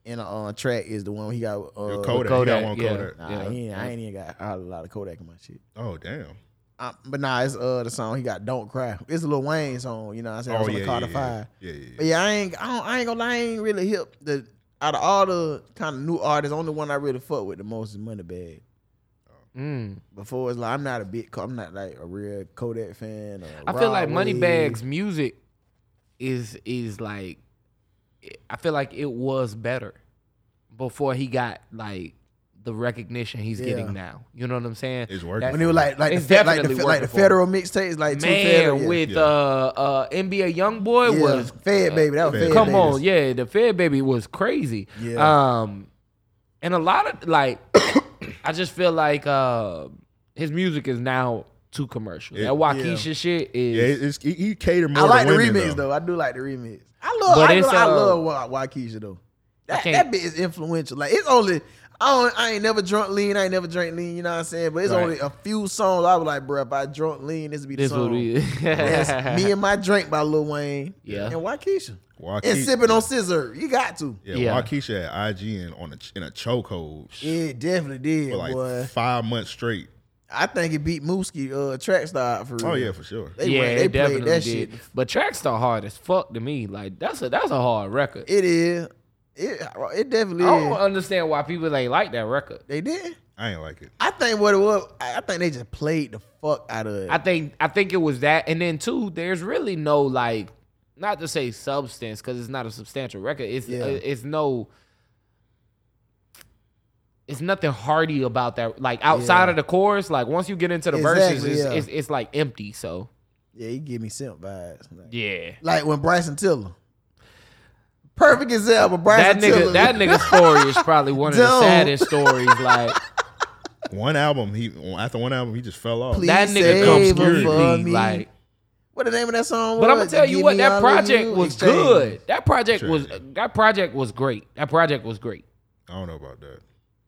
Speaker 10: in a uh, track is the one he got. Uh,
Speaker 9: Yo, Kodak. He got one
Speaker 1: yeah,
Speaker 9: Kodak.
Speaker 10: Nah,
Speaker 1: yeah.
Speaker 10: he ain't- I ain't even got a lot of Kodak in my shit.
Speaker 9: Oh damn!
Speaker 10: Uh, but nah, it's uh the song he got "Don't Cry." It's a Lil Wayne song, you know. what I'm saying I
Speaker 9: Oh
Speaker 10: was on
Speaker 9: yeah,
Speaker 10: the Carter
Speaker 9: yeah,
Speaker 10: Five.
Speaker 9: yeah, yeah, yeah.
Speaker 10: But yeah, I ain't, I, don't, I ain't gonna lie, I ain't really hip. The out of all the kind of new artists, only one I really fuck with the most is Moneybag.
Speaker 1: Mm.
Speaker 10: Before it's like I'm not a big, Co- I'm not like a real Kodak fan. Or
Speaker 1: I feel like
Speaker 10: Rod
Speaker 1: Moneybag's music is is like I feel like it was better before he got like the recognition he's
Speaker 10: Yeah.
Speaker 1: getting now. You know what I'm saying?
Speaker 9: It's working.
Speaker 10: When it was like like the,
Speaker 1: It's
Speaker 10: fe- like the,
Speaker 1: definitely
Speaker 10: fe- like the
Speaker 1: working for him.
Speaker 10: federal mixtapes, like two
Speaker 1: Man,
Speaker 10: federal, yeah.
Speaker 1: with
Speaker 9: Yeah.
Speaker 1: uh uh NBA Youngboy
Speaker 10: Yeah,
Speaker 1: was
Speaker 10: Fed Baby, that was Fed
Speaker 1: come
Speaker 10: Baby.
Speaker 1: on, yeah, the Fed baby was crazy.
Speaker 10: Yeah.
Speaker 1: Um and a lot of like I just feel like uh his music is now too commercial.
Speaker 9: It-
Speaker 1: that Waukesha shit is
Speaker 9: Yeah, it's, he, he catered more.
Speaker 10: I like
Speaker 9: to
Speaker 10: the
Speaker 9: women,
Speaker 10: remix though.
Speaker 9: though.
Speaker 10: I do like the remix. I love.
Speaker 1: But
Speaker 10: I,
Speaker 1: it's,
Speaker 10: love I
Speaker 1: uh,
Speaker 10: love Wa- Waukesha though. That,
Speaker 1: can't-
Speaker 10: that bit is influential. Like it's only. I, don't, I ain't never drunk lean. I ain't never drank lean. You know what I'm saying? But it's
Speaker 1: Right.
Speaker 10: only a few songs. I was like, bro, if I drunk lean, this would be the
Speaker 1: This
Speaker 10: song.
Speaker 1: would be-
Speaker 10: That's me and my drink by Lil Wayne.
Speaker 1: Yeah.
Speaker 10: And Waukesha.
Speaker 9: Waukesha.
Speaker 10: And sipping on scissor. You got to.
Speaker 9: Yeah,
Speaker 1: Yeah.
Speaker 9: Waukesha had IG in, on a, ch- in a chokehold
Speaker 10: It definitely did,
Speaker 9: for like
Speaker 10: boy.
Speaker 9: five months straight.
Speaker 10: I think it beat Mooski, uh, track star for real.
Speaker 9: Oh yeah, for sure.
Speaker 10: They
Speaker 1: yeah,
Speaker 10: went-
Speaker 1: they,
Speaker 10: they played
Speaker 1: definitely
Speaker 10: that
Speaker 1: did.
Speaker 10: shit.
Speaker 1: But Trackstar hard as fuck to me. Like that's a that's a hard record.
Speaker 10: It is. It it definitely
Speaker 1: I don't
Speaker 10: is.
Speaker 1: understand why people ain't like that record.
Speaker 10: They did.
Speaker 9: I ain't like it.
Speaker 10: I think what it was, I I think they just played the fuck out of it.
Speaker 1: I think I think it was that, and then two, there's really no like, not to say substance because it's not a substantial record. It's
Speaker 10: Yeah.
Speaker 1: uh, it's no. It's nothing hearty about that. Like outside
Speaker 10: Yeah.
Speaker 1: of the chorus, like once you get into the verses,
Speaker 10: Exactly,
Speaker 1: it's,
Speaker 10: yeah.
Speaker 1: it's, it's like empty. So
Speaker 10: yeah, he give me simp vibes. Like,
Speaker 1: yeah,
Speaker 10: like when Bryson Tiller. Perfect example, Bryson
Speaker 1: that
Speaker 10: Tiller.
Speaker 1: nigga, that nigga story is probably one of the
Speaker 10: Don't.
Speaker 1: saddest stories. Like
Speaker 9: One album, he after one album, he just fell off.
Speaker 10: Please
Speaker 1: that nigga
Speaker 10: save
Speaker 1: comes
Speaker 10: him for
Speaker 1: completely
Speaker 10: me.
Speaker 1: like.
Speaker 10: What the name of that song
Speaker 1: But I'm gonna
Speaker 10: was?
Speaker 1: tell you
Speaker 10: Give
Speaker 1: what,
Speaker 10: Me All
Speaker 1: that
Speaker 10: of
Speaker 1: project
Speaker 10: You,
Speaker 1: was
Speaker 10: Exchange.
Speaker 1: good. That project was
Speaker 9: Exchange.
Speaker 1: that project was great. That project was great.
Speaker 9: I don't know about that.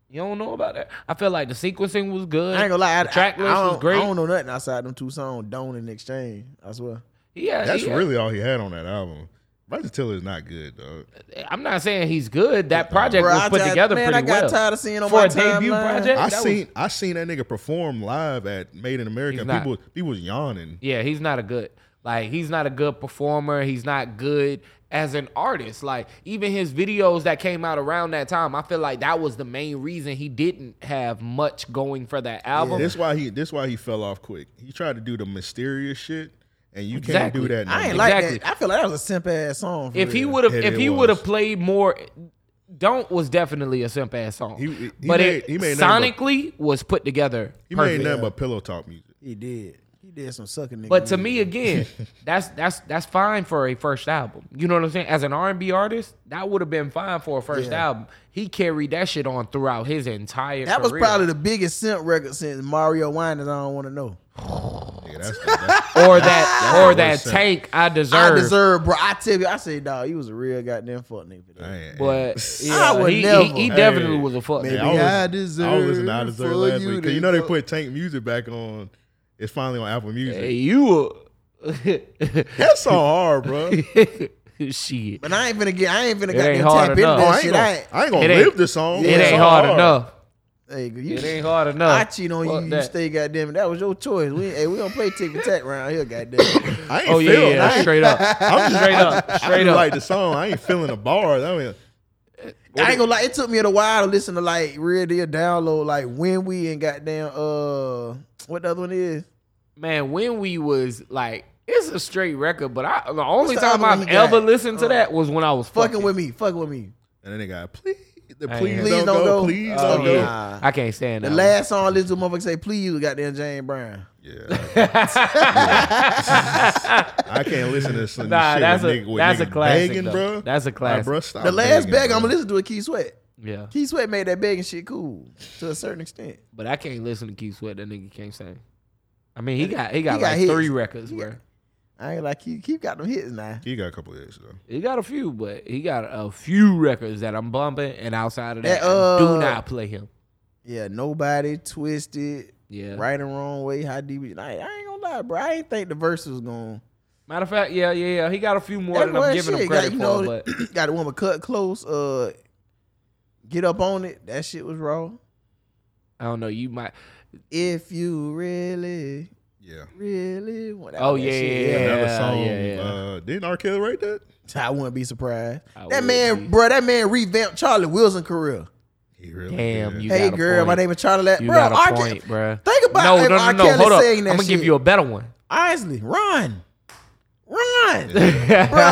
Speaker 1: You don't know about that. I feel like the sequencing was good.
Speaker 10: I ain't gonna lie, I,
Speaker 1: The track
Speaker 10: I-
Speaker 1: list
Speaker 10: I
Speaker 1: was
Speaker 10: don't-
Speaker 1: great.
Speaker 10: I don't know nothing outside them two songs, Don't and Exchange. I swear.
Speaker 1: yeah,
Speaker 9: That's
Speaker 1: yeah.
Speaker 9: really all he had on that album. Bryson Tiller is not good, dog.
Speaker 1: I'm not saying he's good. That project
Speaker 10: Bruh, I
Speaker 1: was put
Speaker 10: tried-
Speaker 1: together
Speaker 10: man,
Speaker 1: pretty
Speaker 10: I got
Speaker 1: well.
Speaker 10: tired of seeing on
Speaker 1: for
Speaker 10: my
Speaker 1: a debut
Speaker 10: timeline.
Speaker 1: project.
Speaker 9: I
Speaker 1: that was-
Speaker 9: seen I seen that nigga perform live at Made in America.
Speaker 1: He's
Speaker 9: and
Speaker 1: not.
Speaker 9: People people was yawning.
Speaker 1: yeah, he's not a good. Like he's not a good performer. He's not good as an artist. Like even his videos that came out around that time, I feel like that was the main reason he didn't have much going for that album.
Speaker 9: This why he this why he fell off quick. He tried to do the mysterious shit, and you
Speaker 1: Exactly.
Speaker 9: can't do that. No
Speaker 10: I ain't
Speaker 9: more.
Speaker 10: like
Speaker 1: Exactly.
Speaker 10: that. I feel like that was a simp ass song. for
Speaker 1: if he
Speaker 10: real.
Speaker 1: would have
Speaker 9: It-
Speaker 1: if
Speaker 9: it
Speaker 1: he would have
Speaker 9: was.
Speaker 1: played more don't was definitely a simp ass song
Speaker 9: He- he
Speaker 1: but
Speaker 9: made-
Speaker 1: it
Speaker 9: he made nothing but-
Speaker 1: sonically was put together
Speaker 9: He made
Speaker 1: perfect.
Speaker 9: nothing but pillow talk music.
Speaker 10: He did. He did some sucking nigga.
Speaker 3: But to
Speaker 10: music.
Speaker 3: me, again, that's that's that's fine for a first album. You know what I'm saying? As an R&B artist, that would have been fine for a first
Speaker 10: Yeah.
Speaker 3: album. He carried that shit on throughout his entire.
Speaker 10: that was
Speaker 3: career.
Speaker 10: probably the biggest simp record since Mario Winans. I don't want to know.
Speaker 3: or that or that
Speaker 10: That's the worst
Speaker 3: tank I deserve.
Speaker 10: I deserve, bro. I tell you, I say, dog, he was a real goddamn fuck nigga.
Speaker 3: But
Speaker 10: I
Speaker 3: yeah,
Speaker 10: would
Speaker 3: he,
Speaker 10: never.
Speaker 3: he, he definitely was a fuck.
Speaker 10: Maybe
Speaker 9: was-
Speaker 10: I
Speaker 9: I was listening to I
Speaker 10: deserve
Speaker 9: Deserve
Speaker 10: for
Speaker 9: last
Speaker 10: you
Speaker 9: week. Cause
Speaker 10: to
Speaker 9: you know they
Speaker 10: fuck.
Speaker 9: put Tank Music back on. It's finally on Apple Music.
Speaker 3: Hey, you.
Speaker 9: That's so hard, bro.
Speaker 3: Shit.
Speaker 10: But I ain't finna get. I ain't finna
Speaker 3: It
Speaker 10: goddamn
Speaker 3: ain't hard
Speaker 10: tap into
Speaker 3: enough.
Speaker 10: that
Speaker 3: Oh, I ain't
Speaker 10: shit.
Speaker 3: gonna-
Speaker 10: I ain't,
Speaker 9: I ain't gonna live the song.
Speaker 3: It ain't hard enough.
Speaker 10: Hey, you,
Speaker 3: It ain't hard enough.
Speaker 10: I cheat on
Speaker 3: Fuck
Speaker 10: you. You
Speaker 3: that.
Speaker 10: stay goddamn. it. That was your choice. We hey, we don't play tick for tack around here, goddamn. it.
Speaker 9: I ain't
Speaker 3: Oh, yeah,
Speaker 9: feeling
Speaker 3: yeah,
Speaker 9: I ain't-
Speaker 3: straight up.
Speaker 9: I'm just
Speaker 3: Straight up,
Speaker 9: I just
Speaker 3: straight up.
Speaker 9: like the song. I ain't feeling the bars. I mean,
Speaker 10: I ain't gonna lie. It took me a while to listen to like real deal download, like when we and goddamn uh what the other one is.
Speaker 3: Man, when we was like, it's a straight record, but I the only
Speaker 10: the
Speaker 3: time
Speaker 10: album
Speaker 3: I've
Speaker 10: he got?
Speaker 3: ever listened to that was when I was fucking,
Speaker 10: Fucking with me, fucking with me.
Speaker 9: and then they got please, the
Speaker 3: Hey,
Speaker 9: please,
Speaker 3: please
Speaker 9: don't,
Speaker 10: don't
Speaker 9: go,
Speaker 10: go.
Speaker 9: please
Speaker 10: Oh,
Speaker 9: don't
Speaker 10: yeah.
Speaker 9: go.
Speaker 10: Nah.
Speaker 3: I can't stand
Speaker 10: The
Speaker 3: that.
Speaker 10: last song I listened to, motherfucker say, "Please, was goddamn Jane Brown."
Speaker 9: I can't listen to some
Speaker 3: Nah,
Speaker 9: shit
Speaker 3: that's
Speaker 9: with
Speaker 3: a-
Speaker 9: nigga, with
Speaker 3: that's a
Speaker 9: nigga
Speaker 3: classic,
Speaker 9: begging,
Speaker 3: though.
Speaker 9: bro.
Speaker 3: That's a classic.
Speaker 9: bro, stop
Speaker 10: The last
Speaker 9: begging,
Speaker 10: bag
Speaker 9: bro.
Speaker 10: I'm gonna listen to is Key Sweat.
Speaker 3: yeah,
Speaker 10: Key Sweat made that begging shit cool to a certain extent.
Speaker 3: but I can't listen to Keith Sweat. That nigga can't sing. I mean, he got he got,
Speaker 10: got
Speaker 3: like
Speaker 10: hits.
Speaker 3: three records,
Speaker 10: He
Speaker 3: bro.
Speaker 10: I ain't like Keith. Keith got them hits now.
Speaker 9: He got a couple of hits though.
Speaker 3: He got a few, but he got a few records that I'm bumping, and outside of that,
Speaker 10: That, uh,
Speaker 3: do not play him.
Speaker 10: Yeah, nobody twisted.
Speaker 3: Yeah.
Speaker 10: Right and wrong way. How deep? it- I, I ain't gonna lie, bro. I ain't think the verse was going.
Speaker 3: Matter of fact, yeah, yeah, yeah. He got a few more
Speaker 10: That
Speaker 3: than I'm
Speaker 10: was
Speaker 3: giving him
Speaker 10: shit.
Speaker 3: credit
Speaker 10: got, you
Speaker 3: for,
Speaker 10: know,
Speaker 3: but
Speaker 10: got the one with cut close. Uh, get up on it. That shit was raw.
Speaker 3: I don't know. You might.
Speaker 10: If you really,
Speaker 9: Yeah.
Speaker 10: really want.
Speaker 3: Oh
Speaker 10: that
Speaker 3: yeah,
Speaker 10: shit,
Speaker 3: yeah, yeah,
Speaker 9: Another song.
Speaker 3: yeah, yeah.
Speaker 9: Uh, didn't R. Kelly write that?
Speaker 10: I wouldn't be surprised.
Speaker 3: I
Speaker 10: that
Speaker 3: would
Speaker 10: man,
Speaker 3: be.
Speaker 10: bro. That man revamped Charlie Wilson career.
Speaker 9: He really
Speaker 3: Damn,
Speaker 9: did.
Speaker 3: you
Speaker 10: hey
Speaker 3: got a
Speaker 10: girl, my
Speaker 3: point.
Speaker 10: name is Charlie. La-
Speaker 3: You
Speaker 10: bro,
Speaker 3: got a
Speaker 10: R. Ke-
Speaker 3: point, bro.
Speaker 10: Think about
Speaker 3: no,
Speaker 10: if
Speaker 3: no, no,
Speaker 10: R.
Speaker 3: no.
Speaker 10: Kelly
Speaker 3: Hold up.
Speaker 10: saying that
Speaker 3: I'm gonna give
Speaker 10: shit.
Speaker 3: you a better one.
Speaker 10: Honestly, run. Run. bro,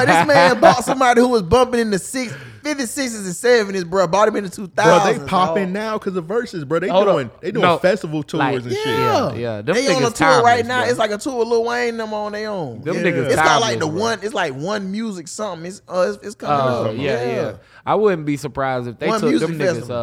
Speaker 10: this man bought somebody who was bumping in the six, 50s, 60s, and 70s, bro. Bought him in the 2000s.
Speaker 9: Bro, they popping
Speaker 10: dog.
Speaker 9: now because of verses, bro. They
Speaker 3: Hold
Speaker 9: doing
Speaker 3: up.
Speaker 9: they doing
Speaker 3: No.
Speaker 9: festival tours
Speaker 3: Like,
Speaker 9: and
Speaker 10: Yeah.
Speaker 9: shit.
Speaker 3: Yeah, yeah. Them
Speaker 10: they on a
Speaker 3: niggas
Speaker 10: tour right
Speaker 3: timeless,
Speaker 10: now.
Speaker 3: bro.
Speaker 10: It's like a tour of Lil Wayne them on their own.
Speaker 3: Them
Speaker 9: Yeah.
Speaker 3: niggas.
Speaker 10: It's not like the
Speaker 3: timeless, bro.
Speaker 10: one. It's like one music something. It's uh, it's, it's coming
Speaker 3: Oh
Speaker 10: up.
Speaker 3: yeah, yeah, I wouldn't be surprised if they
Speaker 10: One
Speaker 3: took
Speaker 10: music
Speaker 3: them niggas
Speaker 10: festival.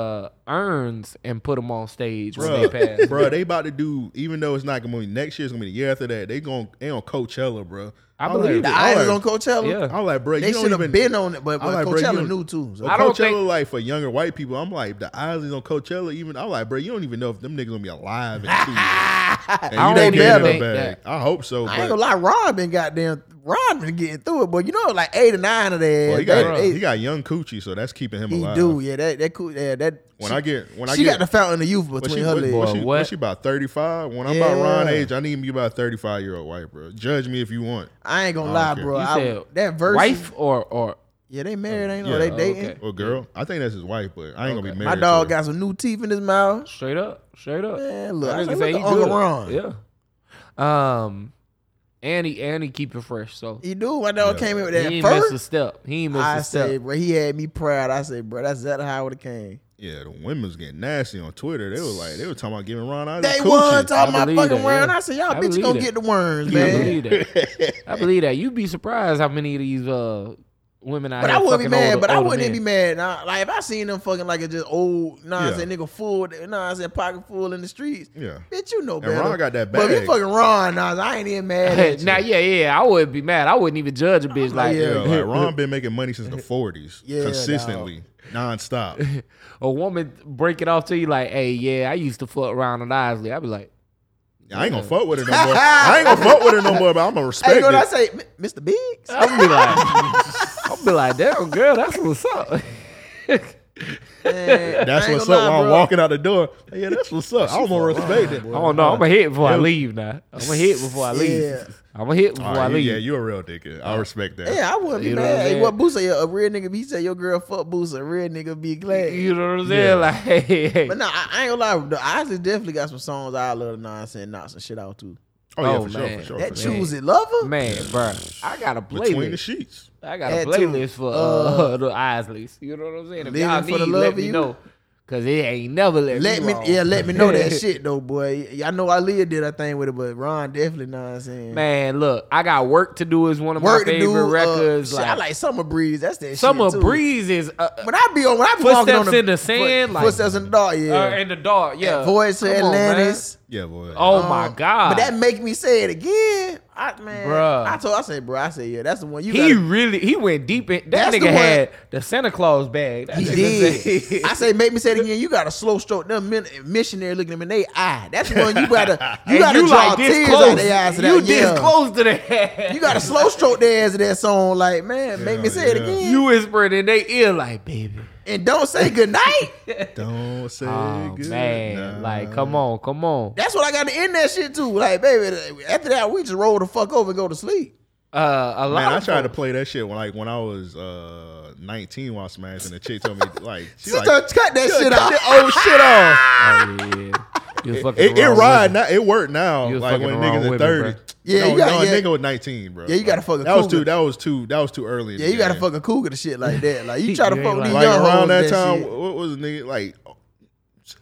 Speaker 3: uh, urns and put them on stage when they
Speaker 9: Bruh,
Speaker 3: passed.
Speaker 9: bro, they about to do. Even though it's not gonna be next year, it's gonna be the year after that. They going they on Coachella, bro.
Speaker 3: I
Speaker 9: I'm
Speaker 3: believe
Speaker 9: like,
Speaker 10: The
Speaker 3: it.
Speaker 9: I'm
Speaker 10: eyes
Speaker 9: like-
Speaker 10: on Coachella.
Speaker 3: Yeah.
Speaker 9: I'm like, bro,
Speaker 10: They
Speaker 9: you
Speaker 10: should
Speaker 9: don't
Speaker 10: have
Speaker 9: even.
Speaker 10: been on it, but,
Speaker 9: I'm
Speaker 10: but
Speaker 9: like, bro,
Speaker 10: Coachella
Speaker 9: you-
Speaker 10: new too. So
Speaker 3: I
Speaker 9: I don't
Speaker 3: don't
Speaker 9: Coachella,
Speaker 3: think-
Speaker 9: like for younger white people, I'm like the islands on Coachella. Even I'm like, bro, you don't even know if them niggas gonna be alive. In two years. And you
Speaker 3: don't
Speaker 9: they
Speaker 3: even
Speaker 9: getting
Speaker 3: think
Speaker 9: them back. I hope so.
Speaker 10: I ain't
Speaker 9: but-
Speaker 10: gonna lie, Ron been goddamn Ron been getting through it, but you know, like eight or nine of that.
Speaker 9: Well, he
Speaker 10: they-
Speaker 9: got
Speaker 10: they-
Speaker 9: he got young coochie, so that's keeping him
Speaker 10: he
Speaker 9: alive.
Speaker 10: do, yeah. That that cool, yeah. That
Speaker 9: When
Speaker 10: she,
Speaker 9: I get when I
Speaker 10: she
Speaker 9: get
Speaker 10: got the fountain of youth
Speaker 9: What
Speaker 10: between
Speaker 9: she,
Speaker 10: her
Speaker 9: what,
Speaker 10: legs.
Speaker 9: what she,
Speaker 3: Boy,
Speaker 9: what
Speaker 3: what?
Speaker 9: she about 35? When I'm about Ron
Speaker 10: Yeah.
Speaker 9: age, I need me about 35 year old white, bro. Judge me if you want.
Speaker 10: I ain't gonna
Speaker 9: I don't
Speaker 10: lie,
Speaker 9: care.
Speaker 10: bro.
Speaker 3: You
Speaker 10: I-
Speaker 3: said
Speaker 10: that verse,
Speaker 3: wife or or
Speaker 10: yeah, they married, ain't no,
Speaker 9: Yeah.
Speaker 10: they
Speaker 9: Oh,
Speaker 10: dating.
Speaker 3: okay.
Speaker 9: Well, girl, I think that's his wife, but I ain't gonna be
Speaker 10: My
Speaker 9: married.
Speaker 10: dog
Speaker 9: to her.
Speaker 10: got some new teeth in his mouth.
Speaker 3: straight up, straight up.
Speaker 10: Man, look, I
Speaker 3: That nigga
Speaker 10: say,
Speaker 3: say
Speaker 10: look
Speaker 3: he
Speaker 10: at Uncle
Speaker 3: good.
Speaker 10: Ron.
Speaker 3: Yeah. Um, and he and he keep it fresh, so
Speaker 10: He do. My dog
Speaker 9: Yeah.
Speaker 10: came in with
Speaker 3: he
Speaker 10: that
Speaker 3: ain't missed a
Speaker 10: first.
Speaker 3: step. He ain't missed
Speaker 10: I
Speaker 3: a step.
Speaker 10: say, bro, he had me proud. I said, bro, that's that how it came.
Speaker 9: Yeah, the women's getting nasty on Twitter. They were like, they were talking about giving Ron Isaac.
Speaker 10: They
Speaker 9: coochie.
Speaker 10: won talking
Speaker 3: I
Speaker 10: about
Speaker 3: believe
Speaker 10: fucking
Speaker 3: that,
Speaker 10: worm.
Speaker 3: yeah.
Speaker 10: I said, y'all
Speaker 3: I
Speaker 10: bitches
Speaker 3: believe
Speaker 10: gonna
Speaker 3: that.
Speaker 10: get the worms,
Speaker 3: I
Speaker 10: man.
Speaker 3: believe that. I believe that. You'd be surprised how many of these uh women out
Speaker 10: But
Speaker 3: here.
Speaker 10: I wouldn't be
Speaker 3: fucking
Speaker 10: mad.
Speaker 3: older-
Speaker 10: but I
Speaker 3: older
Speaker 10: wouldn't
Speaker 3: men.
Speaker 10: even be mad. Nah, like if I seen them fucking like a just old, nah, I
Speaker 9: Yeah.
Speaker 10: said nigga full, nah, I said pocket full in the streets.
Speaker 9: Yeah.
Speaker 10: bitch, you know
Speaker 9: And
Speaker 10: better.
Speaker 9: Ron got that
Speaker 10: But if
Speaker 9: bag.
Speaker 10: you fucking Ron, nah, I ain't even mad at you.
Speaker 3: now, yeah, yeah, I wouldn't be mad. I wouldn't even judge a bitch like,
Speaker 9: Yeah, like Ron been making money since the 40s,
Speaker 10: Yeah,
Speaker 9: consistently, nonstop.
Speaker 3: a woman break it off to you like, hey, yeah, I used to fuck Ronald Isley. I'd be like,
Speaker 9: I ain't gonna fuck with her no more. I ain't gonna fuck with her no more, but I'm gonna
Speaker 10: Hey,
Speaker 9: respect
Speaker 10: you know what I
Speaker 9: it.
Speaker 10: say, "M- Mr. Biggs?
Speaker 3: I'd be like, I'd be like, damn girl, that's what's up.
Speaker 10: Man, I
Speaker 9: That's
Speaker 10: ain't
Speaker 9: what's
Speaker 10: gonna
Speaker 9: up
Speaker 10: lie,
Speaker 9: when I'm
Speaker 10: bro.
Speaker 9: walking out the door. Yeah, that's what's up. I'm gonna respect it.
Speaker 3: I don't know. I'm gonna Oh, hit before I leave. Now I'm gonna hit before I leave.
Speaker 10: Yeah. Oh,
Speaker 3: I'm gonna hit before
Speaker 9: All
Speaker 3: I
Speaker 9: right, you-
Speaker 3: leave.
Speaker 9: yeah, you're a real dickhead.
Speaker 3: Uh,
Speaker 9: I respect that.
Speaker 10: Yeah, I wouldn't be
Speaker 3: You know what
Speaker 10: mad.
Speaker 3: I'm
Speaker 10: Hey,
Speaker 3: saying?
Speaker 10: what Boosie, a real nigga, he said your girl fuck Boosie, a real nigga be glad.
Speaker 3: You know what I'm saying? Like, hey, hey, hey.
Speaker 10: but nah, I, I ain't gonna lie, the Isley definitely got some songs I love the nonsense, knocks and shit out too.
Speaker 9: Oh, yeah,
Speaker 3: Oh,
Speaker 9: for
Speaker 3: man.
Speaker 9: sure, for sure.
Speaker 10: That
Speaker 9: for sure.
Speaker 10: choose it lover?
Speaker 3: man, bro, I got a
Speaker 9: Between the
Speaker 3: playlist.
Speaker 9: sheets.
Speaker 3: I got a
Speaker 10: That too.
Speaker 3: playlist for uh,
Speaker 10: Uh,
Speaker 3: the Isleys. You know what I'm saying? If
Speaker 10: Living
Speaker 3: y'all
Speaker 10: for the
Speaker 3: need,
Speaker 10: love
Speaker 3: let
Speaker 10: of
Speaker 3: me
Speaker 10: you?
Speaker 3: know. Cause it ain't never let,
Speaker 10: Let me,
Speaker 3: wrong.
Speaker 10: yeah, let me know that shit though, boy. Y- Y'all know Aaliyah did her thing with it, but Ron definitely know what I'm saying.
Speaker 3: Man, look, I got work to do. Is one of
Speaker 10: Work
Speaker 3: my
Speaker 10: to do,
Speaker 3: favorite
Speaker 10: uh,
Speaker 3: records.
Speaker 10: shit,
Speaker 3: like,
Speaker 10: I like Summer Breeze. That's that.
Speaker 3: Summer
Speaker 10: shit, too.
Speaker 3: Breeze is uh,
Speaker 10: When I be on, when I be walking on
Speaker 3: Footsteps in the sand,
Speaker 10: foot-
Speaker 3: like-
Speaker 10: footsteps in the dark, yeah.
Speaker 3: uh, in the dark. Yeah,
Speaker 10: Voice to
Speaker 3: Come on, man.
Speaker 10: Atlantis.
Speaker 9: Yeah, boy.
Speaker 3: Oh
Speaker 10: Um,
Speaker 3: my god!
Speaker 10: But that make me say it again. I man,
Speaker 3: Bruh.
Speaker 10: I told, I said, bro, I said, yeah, that's the one. You
Speaker 3: he
Speaker 10: gotta-
Speaker 3: really he went deep in. That
Speaker 10: That's
Speaker 3: nigga
Speaker 10: the one-
Speaker 3: had the Santa Claus bag. That
Speaker 10: He
Speaker 3: nigga
Speaker 10: did. I say, make me say it again. You got a slow stroke. Them men, missionary looking them in they eye. That's the one you gotta. You
Speaker 3: And
Speaker 10: gotta
Speaker 3: you
Speaker 10: draw
Speaker 3: like this
Speaker 10: tears out
Speaker 3: close.
Speaker 10: their eyes. to
Speaker 3: You
Speaker 10: that.
Speaker 3: this
Speaker 10: yeah.
Speaker 3: close to that.
Speaker 10: You gotta slow stroke their ass to that song. Like man, make me say it
Speaker 9: yeah.
Speaker 10: again.
Speaker 3: you whispering in their ear like, baby.
Speaker 10: and don't say good night.
Speaker 9: Don't say
Speaker 3: Oh
Speaker 9: good
Speaker 3: man,
Speaker 9: night.
Speaker 3: like come on, come on.
Speaker 10: That's what I got to end that shit too. Like baby, after that we just roll the fuck over and go to sleep.
Speaker 3: Uh, a lot.
Speaker 9: Man, I
Speaker 3: of
Speaker 9: tried to
Speaker 3: folks-
Speaker 9: play that shit when like when I was uh 19 while smashing. The chick told me like she
Speaker 10: Sister,
Speaker 9: like
Speaker 10: cut that
Speaker 9: "Cut
Speaker 10: shit off.
Speaker 9: that old shit off.
Speaker 3: Oh, yeah. You was fucking
Speaker 9: It, it
Speaker 3: wrong
Speaker 9: ride
Speaker 3: women.
Speaker 9: now. It worked now.
Speaker 3: You was
Speaker 9: Like
Speaker 3: fucking
Speaker 9: when
Speaker 3: the wrong
Speaker 9: niggas at
Speaker 3: women,
Speaker 9: thirty.
Speaker 3: bruh.
Speaker 10: Yeah,
Speaker 9: no,
Speaker 10: you gotta-
Speaker 9: no, a
Speaker 10: yeah.
Speaker 9: nigga was nineteen, bro.
Speaker 10: Yeah, you gotta fuck a
Speaker 9: That was
Speaker 10: cougar.
Speaker 9: too. That was too. That was too early. in
Speaker 10: Yeah,
Speaker 9: the
Speaker 10: you gotta
Speaker 9: game.
Speaker 10: fuck a cougar to shit like that. Like you try to
Speaker 3: You
Speaker 10: fuck
Speaker 3: ain't
Speaker 10: with these
Speaker 9: Like
Speaker 10: young hoes
Speaker 9: around
Speaker 10: and
Speaker 9: that
Speaker 10: that
Speaker 9: time,
Speaker 10: shit.
Speaker 9: what was a nigga like?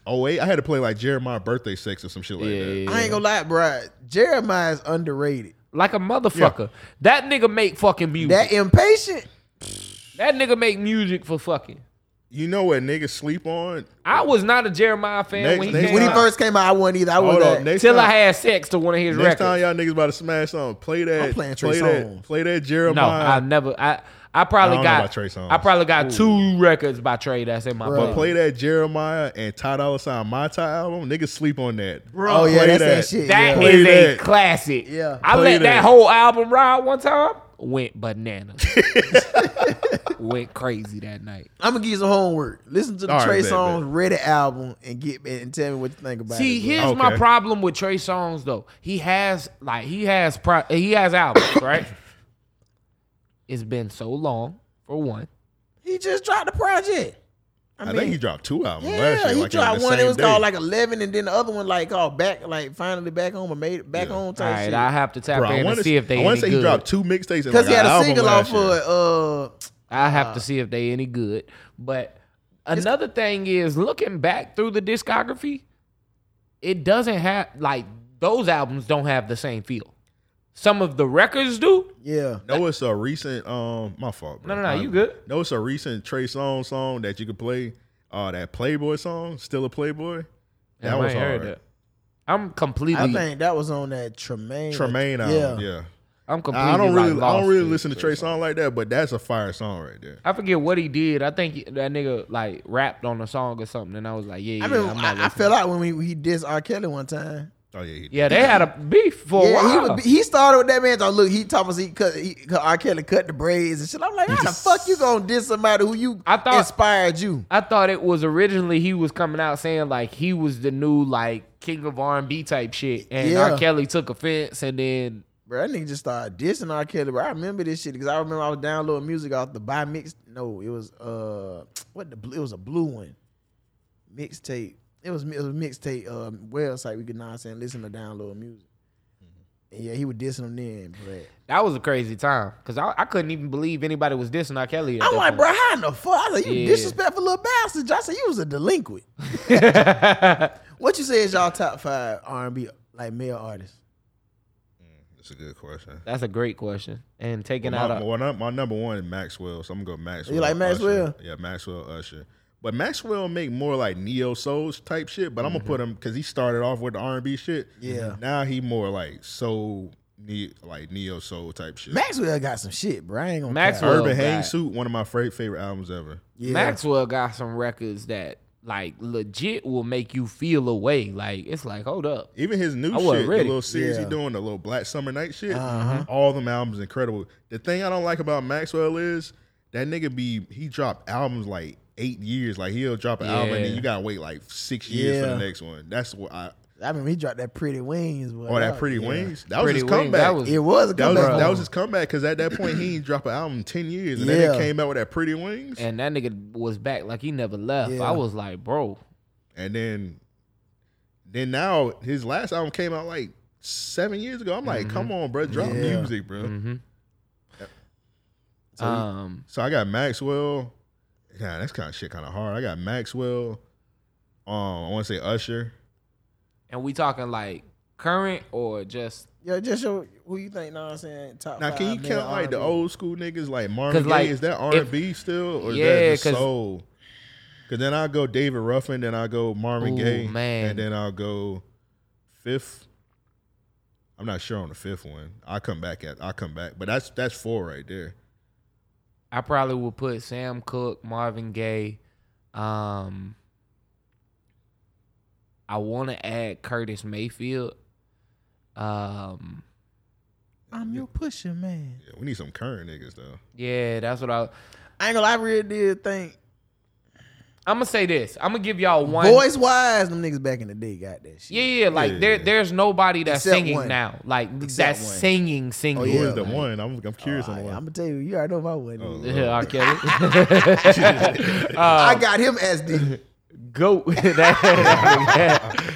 Speaker 9: Oh wait, I had to play like Jeremiah birthday sex or some shit like
Speaker 3: Yeah,
Speaker 9: that.
Speaker 3: yeah,
Speaker 10: I ain't gonna lie, bro. Jeremiah's underrated.
Speaker 3: like a motherfucker. That nigga make fucking music.
Speaker 10: That impatient.
Speaker 3: that nigga make music for fucking.
Speaker 9: You know what niggas sleep on?
Speaker 3: I was not a Jeremiah fan
Speaker 9: Next-
Speaker 3: when he
Speaker 9: next
Speaker 3: came
Speaker 10: When he
Speaker 3: out.
Speaker 10: first came out, I wasn't either. I
Speaker 9: Hold
Speaker 10: was
Speaker 9: on,
Speaker 10: that.
Speaker 9: next
Speaker 3: Till I
Speaker 9: time,
Speaker 3: had sex to one of his
Speaker 9: next
Speaker 3: records.
Speaker 9: time y'all niggas about to smash something, play that.
Speaker 10: I'm playing Trey
Speaker 9: play that.
Speaker 10: Songz.
Speaker 9: Play that
Speaker 3: no, I
Speaker 9: Jeremiah. uh,
Speaker 3: never. I I probably
Speaker 9: I don't know
Speaker 3: got.
Speaker 9: about Trey Songz.
Speaker 3: I probably got two records by Trey that's in my
Speaker 9: but
Speaker 3: playlist.
Speaker 9: play that Jeremiah and Ty Dolla Sign My Ty album. Niggas sleep on that.
Speaker 10: Oh yeah,
Speaker 9: Play
Speaker 10: that's that, shit.
Speaker 3: That
Speaker 10: yeah.
Speaker 9: Play
Speaker 3: is a
Speaker 9: that.
Speaker 3: classic.
Speaker 10: Yeah.
Speaker 3: I
Speaker 9: Play
Speaker 3: let that
Speaker 9: that.
Speaker 3: whole album ride one time. Went bananas. went crazy that night.
Speaker 10: I'm gonna give you some homework. Listen to the
Speaker 9: All right,
Speaker 10: Trey
Speaker 9: bet,
Speaker 10: Songz Reddit album and get and tell me what you think about
Speaker 3: See,
Speaker 10: it.
Speaker 3: here's
Speaker 10: bro.
Speaker 3: my
Speaker 9: Okay.
Speaker 3: problem with Trey Songz though. He has like he has pro- he has albums, right? It's been so long for one.
Speaker 10: he just dropped the project. I,
Speaker 9: I,
Speaker 10: mean,
Speaker 9: think he dropped two albums last
Speaker 10: yeah, he
Speaker 9: year. like, on
Speaker 10: dropped
Speaker 9: the
Speaker 10: one. It
Speaker 9: same
Speaker 10: was
Speaker 9: day.
Speaker 10: called like Eleven, and then the other one like called back, like finally back home or made back
Speaker 9: Yeah.
Speaker 10: home
Speaker 3: All
Speaker 10: type
Speaker 3: right,
Speaker 10: shit.
Speaker 3: I have to tap
Speaker 9: Bro, I
Speaker 3: in
Speaker 9: want
Speaker 3: and
Speaker 9: to
Speaker 3: see if they
Speaker 9: I wanna
Speaker 3: any
Speaker 9: say he
Speaker 3: good.
Speaker 9: dropped two mixtapes and
Speaker 10: Cause
Speaker 9: like
Speaker 10: he had
Speaker 9: an
Speaker 10: a
Speaker 9: album
Speaker 10: single off
Speaker 9: last
Speaker 10: for
Speaker 9: year.
Speaker 10: uh,
Speaker 3: I have to see if they any good. But another thing is looking back through the discography, it doesn't have like those albums don't have the same feel. Some of the records do.
Speaker 10: yeah.
Speaker 9: No, it's a recent. Um, my fault. Bro.
Speaker 3: No, no, no,
Speaker 9: My-
Speaker 3: you good.
Speaker 9: No, it's a recent Trey Songz song that you could play. Uh, that Playboy song, still a Playboy. That
Speaker 3: I
Speaker 9: was
Speaker 3: ain't heard
Speaker 9: hard.
Speaker 3: that. I'm
Speaker 10: I
Speaker 3: completely.
Speaker 10: think that was on that Tremaine.
Speaker 9: Tremaine album. Yeah,
Speaker 3: I'm completely.
Speaker 9: I don't
Speaker 3: like,
Speaker 9: really, I
Speaker 3: lost
Speaker 9: don't really
Speaker 3: to
Speaker 9: listen to Trey
Speaker 3: Songz.
Speaker 9: Songz like that, but that's a fire song right there.
Speaker 3: I forget what he did. I think he- that nigga like rapped on a song or something, and I was like, yeah, yeah.
Speaker 10: I mean,
Speaker 3: I'm not
Speaker 10: I, I
Speaker 3: listening.
Speaker 10: fell out when we, he dissed R. Kelly one time.
Speaker 9: Oh yeah, he-
Speaker 3: Yeah, they had a beef for a
Speaker 10: Yeah,
Speaker 3: while.
Speaker 10: he, was, he started with that man. Talking, look, he talking he cut he, cut- R. Kelly cut the braids and shit. I'm like, how the fuck you gonna diss somebody who you
Speaker 3: I thought-
Speaker 10: inspired you?
Speaker 3: I thought it was originally he was coming out saying like he was the new like king of R and B type shit, and
Speaker 10: Yeah.
Speaker 3: R. Kelly took offense, and then
Speaker 10: Bro, that nigga just started dissing R. Kelly. Bro, I remember this shit because I remember I was downloading music off the buy mix. No, it was uh, what the blue? It was a blue one, mixtape. It was it was a mixtape uh, website we could not saying listen to download music. And yeah, he was dissing them then, but
Speaker 3: that was a crazy time because I, I couldn't even believe anybody was dissing R. Kelly. at
Speaker 10: I'm
Speaker 3: that
Speaker 10: like,
Speaker 3: point.
Speaker 10: bro, how in the fuck? I was like, you
Speaker 3: Yeah.
Speaker 10: disrespectful little bastard. I said, you was a delinquent. what you say is y'all top five R&B like male artists?
Speaker 9: that's a good question.
Speaker 3: That's a great question. And taking
Speaker 9: My,
Speaker 3: out a,
Speaker 9: well, not- my number one is Maxwell, so I'm gonna go Maxwell.
Speaker 10: You like
Speaker 9: Usher.
Speaker 10: Maxwell?
Speaker 9: Yeah, Maxwell Usher. But Maxwell make more like neo soul type shit. But I'm gonna put him because he started off with the R and B shit.
Speaker 10: Mm-hmm. Yeah.
Speaker 9: Now he more like soul, ne- like neo soul type shit.
Speaker 10: Maxwell got some shit, bro. I ain't gonna cap.
Speaker 3: Maxwell-
Speaker 9: Urban
Speaker 3: Right.
Speaker 9: Hang Suit, one of my favorite favorite albums ever.
Speaker 10: Yeah.
Speaker 3: Maxwell got some records that like legit will make you feel away. Like it's like hold up,
Speaker 9: Even his new
Speaker 3: I wasn't
Speaker 9: shit, the
Speaker 3: ready.
Speaker 9: little series
Speaker 10: Yeah.
Speaker 9: he doing, the little Black Summer Night shit.
Speaker 10: Uh-huh.
Speaker 9: All them albums incredible. The thing I don't like about Maxwell is that nigga be he dropped albums like eight years. Like he'll drop an album and
Speaker 3: Yeah.
Speaker 9: then you gotta wait like six years for the
Speaker 10: Yeah.
Speaker 9: next one. That's what I
Speaker 10: I remember he dropped that pretty wings, boy.
Speaker 9: or Oh, that Pretty
Speaker 10: yeah.
Speaker 9: Wings. That was
Speaker 3: Pretty
Speaker 9: his
Speaker 3: Wings,
Speaker 9: comeback.
Speaker 3: that was-
Speaker 10: It was a
Speaker 9: that was,
Speaker 10: comeback.
Speaker 9: that was his comeback because at that point he didn't drop an album in ten years and then
Speaker 10: Yeah.
Speaker 9: it came out with that Pretty Wings and,
Speaker 3: and that nigga was back like he never left.
Speaker 10: Yeah.
Speaker 3: I was like, bro,
Speaker 9: then then now his last album came out like seven years ago. I'm like, come on, bro, drop
Speaker 10: Yeah.
Speaker 9: music, bro.
Speaker 3: um,
Speaker 9: So I got Maxwell. Yeah, that's kind of shit, kind of hard. I got Maxwell, Um, I want to say Usher.
Speaker 3: And we talking like current or just
Speaker 10: Yeah, just show who you think. Know what I'm saying? Top
Speaker 9: Now,
Speaker 10: five
Speaker 9: can you
Speaker 10: male
Speaker 9: count like the
Speaker 10: R&B.
Speaker 9: old school niggas like Marvin
Speaker 3: 'Cause,
Speaker 9: Gaye?
Speaker 3: like,
Speaker 9: is that
Speaker 3: if-
Speaker 9: R and B still, or is
Speaker 3: Yeah,
Speaker 9: that
Speaker 3: 'cause-
Speaker 9: just soul? Because then I'll go David Ruffin, then I'll go Marvin
Speaker 3: Ooh,
Speaker 9: Gaye,
Speaker 3: man.
Speaker 9: and then I'll go fifth. I'm not sure on the fifth one. I'll come back at. I'll come back, but that's that's four right there.
Speaker 3: I probably would put Sam Cooke, Marvin Gaye. Um, I want to add Curtis Mayfield. Um,
Speaker 10: I'm your pusher man.
Speaker 9: Yeah, we need some current niggas though.
Speaker 3: yeah, that's what I.
Speaker 10: I ain't gonna lie, I really did think
Speaker 3: I'm gonna say this. I'm gonna give y'all one.
Speaker 10: voice wise, them niggas back in the day got that shit.
Speaker 3: Yeah, yeah, yeah, like there, there's nobody that's
Speaker 10: Except
Speaker 3: singing
Speaker 10: one.
Speaker 3: now. Like
Speaker 10: Except
Speaker 3: that's
Speaker 10: one.
Speaker 3: singing, singing.
Speaker 10: Oh, yeah, Who is the
Speaker 9: The one I'm I'm curious on one. Oh,
Speaker 10: I'm gonna tell you, you already know my one. nigga.
Speaker 3: Yeah, R. Kelly.
Speaker 10: I
Speaker 3: Um,
Speaker 10: got him as the
Speaker 3: goat. That-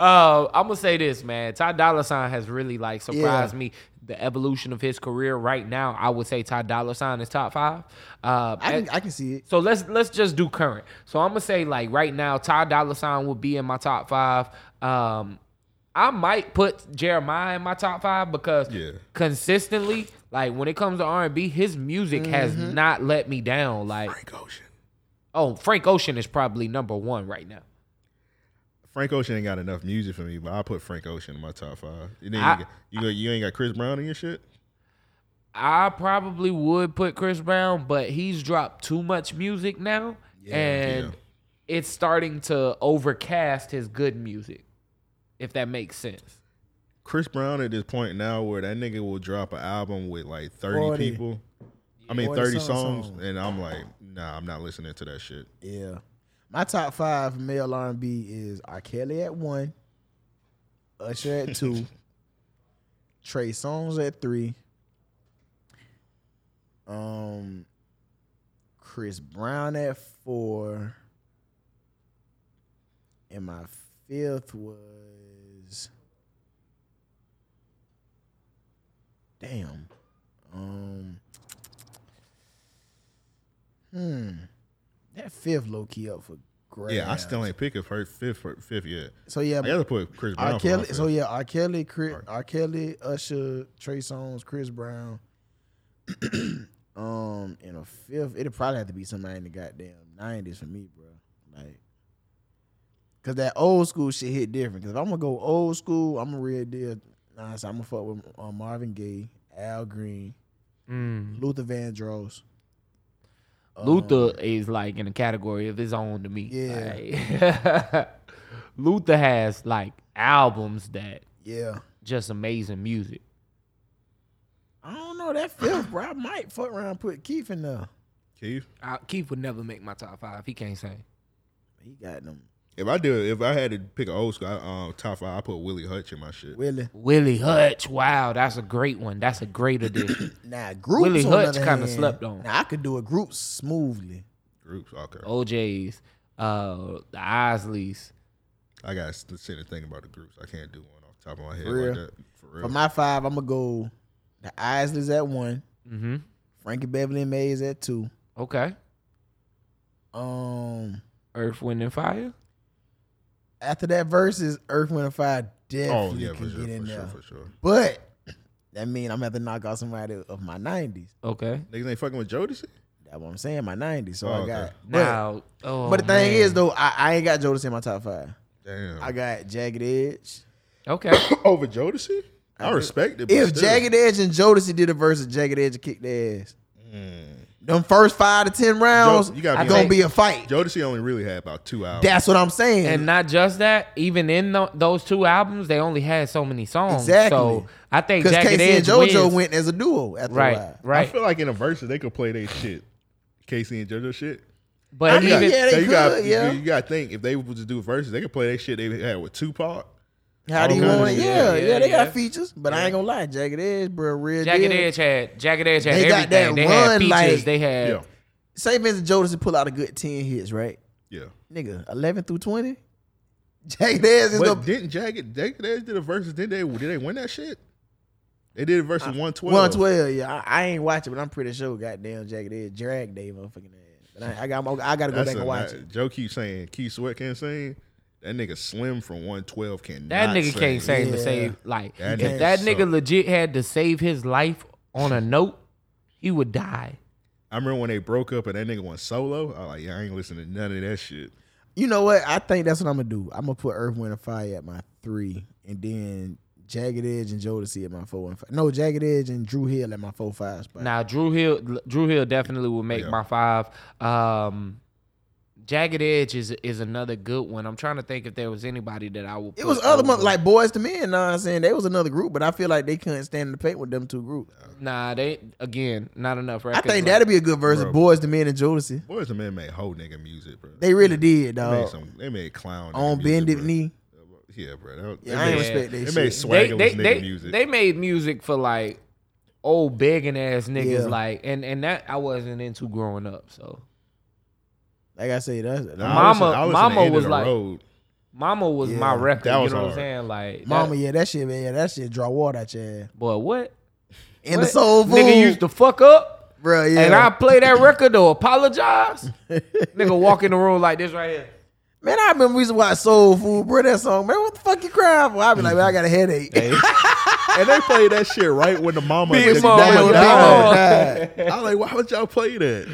Speaker 3: Uh, I'm gonna say this, man. Ty Dolla Sign has really like surprised
Speaker 10: Yeah.
Speaker 3: me. The evolution of his career right now, I would say Ty Dolla Sign is top five. Uh,
Speaker 10: I can, I can see it.
Speaker 3: so let's let's just do current. So I'm gonna say like right now, Ty Dolla Sign would be in my top five. Um, I might put Jeremiah in my top five because
Speaker 9: Yeah.
Speaker 3: consistently, like when it comes to R and B, his music has not let me down. Like
Speaker 9: Frank Ocean.
Speaker 3: oh, Frank Ocean is probably number one right now.
Speaker 9: Frank Ocean ain't got enough music for me, but I put Frank Ocean in my top five. And then
Speaker 3: I-
Speaker 9: you, got- you, got- you ain't got Chris Brown in your shit.
Speaker 3: I probably would put Chris Brown, but he's dropped too much music now, and
Speaker 9: Yeah.
Speaker 3: it's starting to overcast his good music. If that makes sense.
Speaker 9: Chris Brown at this point now where that nigga will drop an album with like 30
Speaker 10: 40.
Speaker 9: people. I mean,
Speaker 10: 40
Speaker 9: 30
Speaker 10: songs,
Speaker 9: songs, and I'm like, nah, I'm not listening to that shit.
Speaker 10: Yeah, my top five male R and B is R. Kelly at one, Usher at two, Trey Songz at three, um, Chris Brown at four, and my fifth was damn, um, hmm. That fifth low key up for grabs.
Speaker 9: Yeah, I still ain't pick up her fifth, her fifth yet.
Speaker 10: So yeah,
Speaker 9: I gotta put Chris Brown.
Speaker 10: R.
Speaker 9: for my
Speaker 10: Kelly.
Speaker 9: fifth.
Speaker 10: So yeah, R. Kelly, Chris, R. Kelly, Usher, Trey Songz, Chris Brown. um, and a fifth, it'd probably have to be somebody in the goddamn nineties for me, bro. Like, cause that old school shit hit different. Cause if I'm gonna go old school, I'm a real deal. Nah, so I'm gonna fuck with uh, Marvin Gaye, Al Green, Luther Vandross. Uh-huh.
Speaker 3: Luther is like in a category of his own to me.
Speaker 10: Yeah.
Speaker 3: Like, Luther has like albums that
Speaker 10: Yeah,
Speaker 3: just amazing music.
Speaker 10: I don't know that fifth, bro. I might fuck around and put Keith in there.
Speaker 9: Keith,
Speaker 3: Uh, Keith would never make my top five. He can't sing.
Speaker 10: He got them.
Speaker 9: if I do, if I had to pick an old school I, um, top five, I put Willie Hutch in my shit.
Speaker 10: Willie.
Speaker 3: Willie Hutch. Wow, that's a great one. That's a great addition.
Speaker 10: Now groups.
Speaker 3: Willie
Speaker 10: on
Speaker 3: Hutch
Speaker 10: the other
Speaker 3: kinda
Speaker 10: hand,
Speaker 3: slept on.
Speaker 10: Now I could do a group smoothly.
Speaker 9: Groups, okay.
Speaker 10: Oh.
Speaker 3: OJ's, uh, the Isleys.
Speaker 9: I gotta s- sit and think about the groups. I can't do one off the top of my head
Speaker 10: For real.
Speaker 9: like that. For real.
Speaker 10: For my five, I'm gonna go. The Isleys at one.
Speaker 3: Mm-hmm.
Speaker 10: Frankie Beverly and Mays at two.
Speaker 3: Okay.
Speaker 10: Um,
Speaker 3: Earth, Wind, and Fire.
Speaker 10: after that verse is Earth Wind and Fire
Speaker 9: oh
Speaker 10: definitely
Speaker 9: yeah, for
Speaker 10: can
Speaker 9: sure,
Speaker 10: get in
Speaker 9: for
Speaker 10: there.
Speaker 9: sure, for sure.
Speaker 10: But that mean I'm gonna have to knock out somebody of my '90s.
Speaker 3: Okay.
Speaker 9: Niggas ain't fucking with Jodeci.
Speaker 10: That's what I'm saying. My '90s. So
Speaker 9: Oh,
Speaker 10: I
Speaker 9: okay.
Speaker 10: got. But,
Speaker 3: Now, oh,
Speaker 10: but the thing
Speaker 3: man.
Speaker 10: is though, I, I ain't got Jodeci in my top five.
Speaker 9: Damn.
Speaker 10: I got Jagged Edge.
Speaker 3: okay.
Speaker 9: over Jodeci. I, respect it. but
Speaker 10: If
Speaker 9: still.
Speaker 10: Jagged Edge and Jodeci did a verse of Jagged Edge and kicked their ass,
Speaker 9: Mm.
Speaker 10: them first five to ten rounds,
Speaker 9: you gotta be
Speaker 10: gonna
Speaker 9: honest.
Speaker 10: be a fight.
Speaker 9: Jodeci only really had about two hours.
Speaker 10: That's what I'm saying.
Speaker 3: And not just that, even in tho- those two albums, they only had so many songs.
Speaker 10: Exactly.
Speaker 3: So I think
Speaker 10: because
Speaker 3: Jagged
Speaker 10: Casey and
Speaker 3: Edge
Speaker 10: JoJo
Speaker 3: wins.
Speaker 10: went as a duo after a
Speaker 3: Right,
Speaker 10: while.
Speaker 9: I
Speaker 3: right.
Speaker 9: feel like in a verses they could play their shit, Casey and JoJo shit.
Speaker 3: But
Speaker 10: I mean,
Speaker 3: even
Speaker 10: yeah, they
Speaker 9: so you gotta,
Speaker 10: could, yeah.
Speaker 9: You, you gotta think if they was to do verses, they could play that shit they had with Tupac.
Speaker 10: How do you
Speaker 9: Okay.
Speaker 10: want it? Yeah, yeah,
Speaker 3: Yeah, yeah,
Speaker 10: they
Speaker 3: yeah.
Speaker 10: got features, but I ain't gonna lie, Jagged Edge, bro, real
Speaker 3: Jagged
Speaker 10: deal.
Speaker 3: Edge had Jagged Edge had
Speaker 10: They got
Speaker 3: everything.
Speaker 10: that
Speaker 3: they
Speaker 10: run,
Speaker 3: had features.
Speaker 10: like-
Speaker 3: they had
Speaker 9: Yeah,
Speaker 10: St. Vincent Jodeci pull out a good ten hits, right?
Speaker 9: yeah.
Speaker 10: Nigga, eleven through twenty. Jagged Edge is the
Speaker 9: But didn't Jagged Jagged Edge did a verses? Did they did they win that shit? They did a verse one twelve.
Speaker 10: one twelve. Yeah, I, I ain't watching, but I'm pretty sure. Goddamn, Jagged Edge drag they motherfucking ass. That's And I, I got I gotta go
Speaker 9: That's
Speaker 10: back and
Speaker 9: a-
Speaker 10: watch it.
Speaker 9: Joe keeps saying Keith Sweat can't sing. That nigga Slim from 112 can.
Speaker 3: That nigga can't sing to save like if that
Speaker 9: suck.
Speaker 3: nigga legit had to save his life on a note, he would die.
Speaker 9: I remember when they broke up and that nigga went solo. I was like, yeah, I ain't listening to none of that shit.
Speaker 10: You know what? I think that's what I'm gonna do. I'm gonna put Earth, Wind, and Fire at my three, and then Jagged Edge and Jodeci at my four and five. No, Jagged Edge and Drew Hill at my four five spot.
Speaker 3: Now Drew Hill, Drew Hill definitely will make my five. Um, Jagged Edge is is another good one. I'm trying to think if there was anybody that I would.
Speaker 10: It was other month like Boys to Men. Nah, I'm saying they was another group, but I feel like they couldn't stand in the paint with them two groups.
Speaker 3: Nah, they again not enough
Speaker 10: I
Speaker 3: records.
Speaker 10: think
Speaker 3: left.
Speaker 10: that'd be a good version.
Speaker 9: Bro.
Speaker 10: Boys to Men and Jodeci.
Speaker 9: Boys the Men made whole nigga music, bro.
Speaker 10: They really did,
Speaker 9: They
Speaker 10: dog.
Speaker 9: made, some, they made clown. nigga
Speaker 10: On
Speaker 9: music,
Speaker 10: bended
Speaker 9: bro.
Speaker 10: knee.
Speaker 9: Yeah, bro. That,
Speaker 10: Yeah, I ain't respect
Speaker 9: they
Speaker 10: that
Speaker 9: made
Speaker 10: shit.
Speaker 9: swagger
Speaker 3: they,
Speaker 9: nigga
Speaker 3: they,
Speaker 9: music.
Speaker 3: They made music for like old begging ass niggas,
Speaker 10: Yeah.
Speaker 3: like and and that I wasn't into growing up. So
Speaker 10: Like I say, that's
Speaker 3: Nah, I Mama- listen- I listen to Mama End of was the like- Road. Mama was my record.
Speaker 9: That was
Speaker 3: you know what I'm
Speaker 9: hard.
Speaker 3: saying? Like
Speaker 10: Mama, yeah, that shit, man, yeah, that shit draw water at your ass.
Speaker 3: Boy, what?
Speaker 10: In
Speaker 3: What?
Speaker 10: the soul food,
Speaker 3: Nigga used to fuck up.
Speaker 10: bro. Oh, Yeah,
Speaker 3: And I play that record to apologize. nigga walk in the room like this right here.
Speaker 10: man, I remember we used to watch soul food, bro. That song, man, what the fuck you crying for? I be like, man, I got a headache.
Speaker 9: and they played that shit right when the mama
Speaker 10: Big
Speaker 9: nigga
Speaker 10: Mama
Speaker 9: died.
Speaker 3: Oh.
Speaker 10: died.
Speaker 9: I was like, why would y'all play that?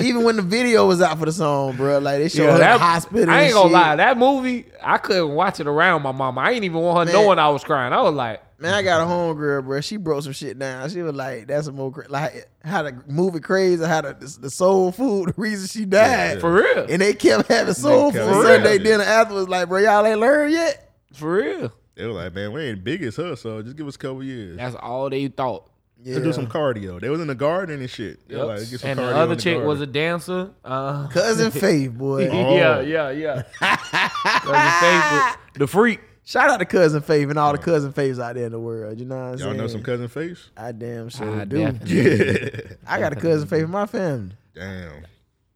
Speaker 10: Even when the video was out for the song, bro, like they showed her in
Speaker 3: that-
Speaker 10: the hospital.
Speaker 3: I
Speaker 10: and
Speaker 3: ain't gonna
Speaker 10: shit.
Speaker 3: lie, that movie I couldn't watch it around my mama. I ain't even want her
Speaker 10: Man.
Speaker 3: knowing I was crying. I was like,
Speaker 10: Man, I got a homegirl, bro. She broke some shit down. She was like, "That's some more cra- like how the movie crazy, how the, the soul food, the reason she died
Speaker 3: For real.
Speaker 10: And they kept having soul
Speaker 9: kept
Speaker 10: food
Speaker 9: having
Speaker 10: Sunday
Speaker 9: it.
Speaker 10: dinner afterwards. Like, bro, y'all ain't learned yet.
Speaker 3: for real.
Speaker 9: They were like, man, we ain't big as her, so just give us a couple years.
Speaker 3: That's all they thought.
Speaker 10: Yeah.
Speaker 9: Let's do some cardio. They was in the garden and shit. They were
Speaker 3: Yep.
Speaker 9: like, get some
Speaker 3: and
Speaker 9: cardio
Speaker 3: the
Speaker 9: in
Speaker 3: other chick
Speaker 9: garden. Oh,
Speaker 3: was a dancer. Uh,
Speaker 10: Cousin Faith, boy.
Speaker 3: yeah, yeah, yeah. Cousin Faith, the freak.
Speaker 10: Shout out to cousin Faith and all the cousin Faiths out there in the world. You know what I'm
Speaker 9: Y'all
Speaker 10: saying?
Speaker 9: know some cousin face?
Speaker 10: I damn sure
Speaker 3: I
Speaker 10: do.
Speaker 3: definitely-
Speaker 10: I got a cousin Faith in my family.
Speaker 9: Damn.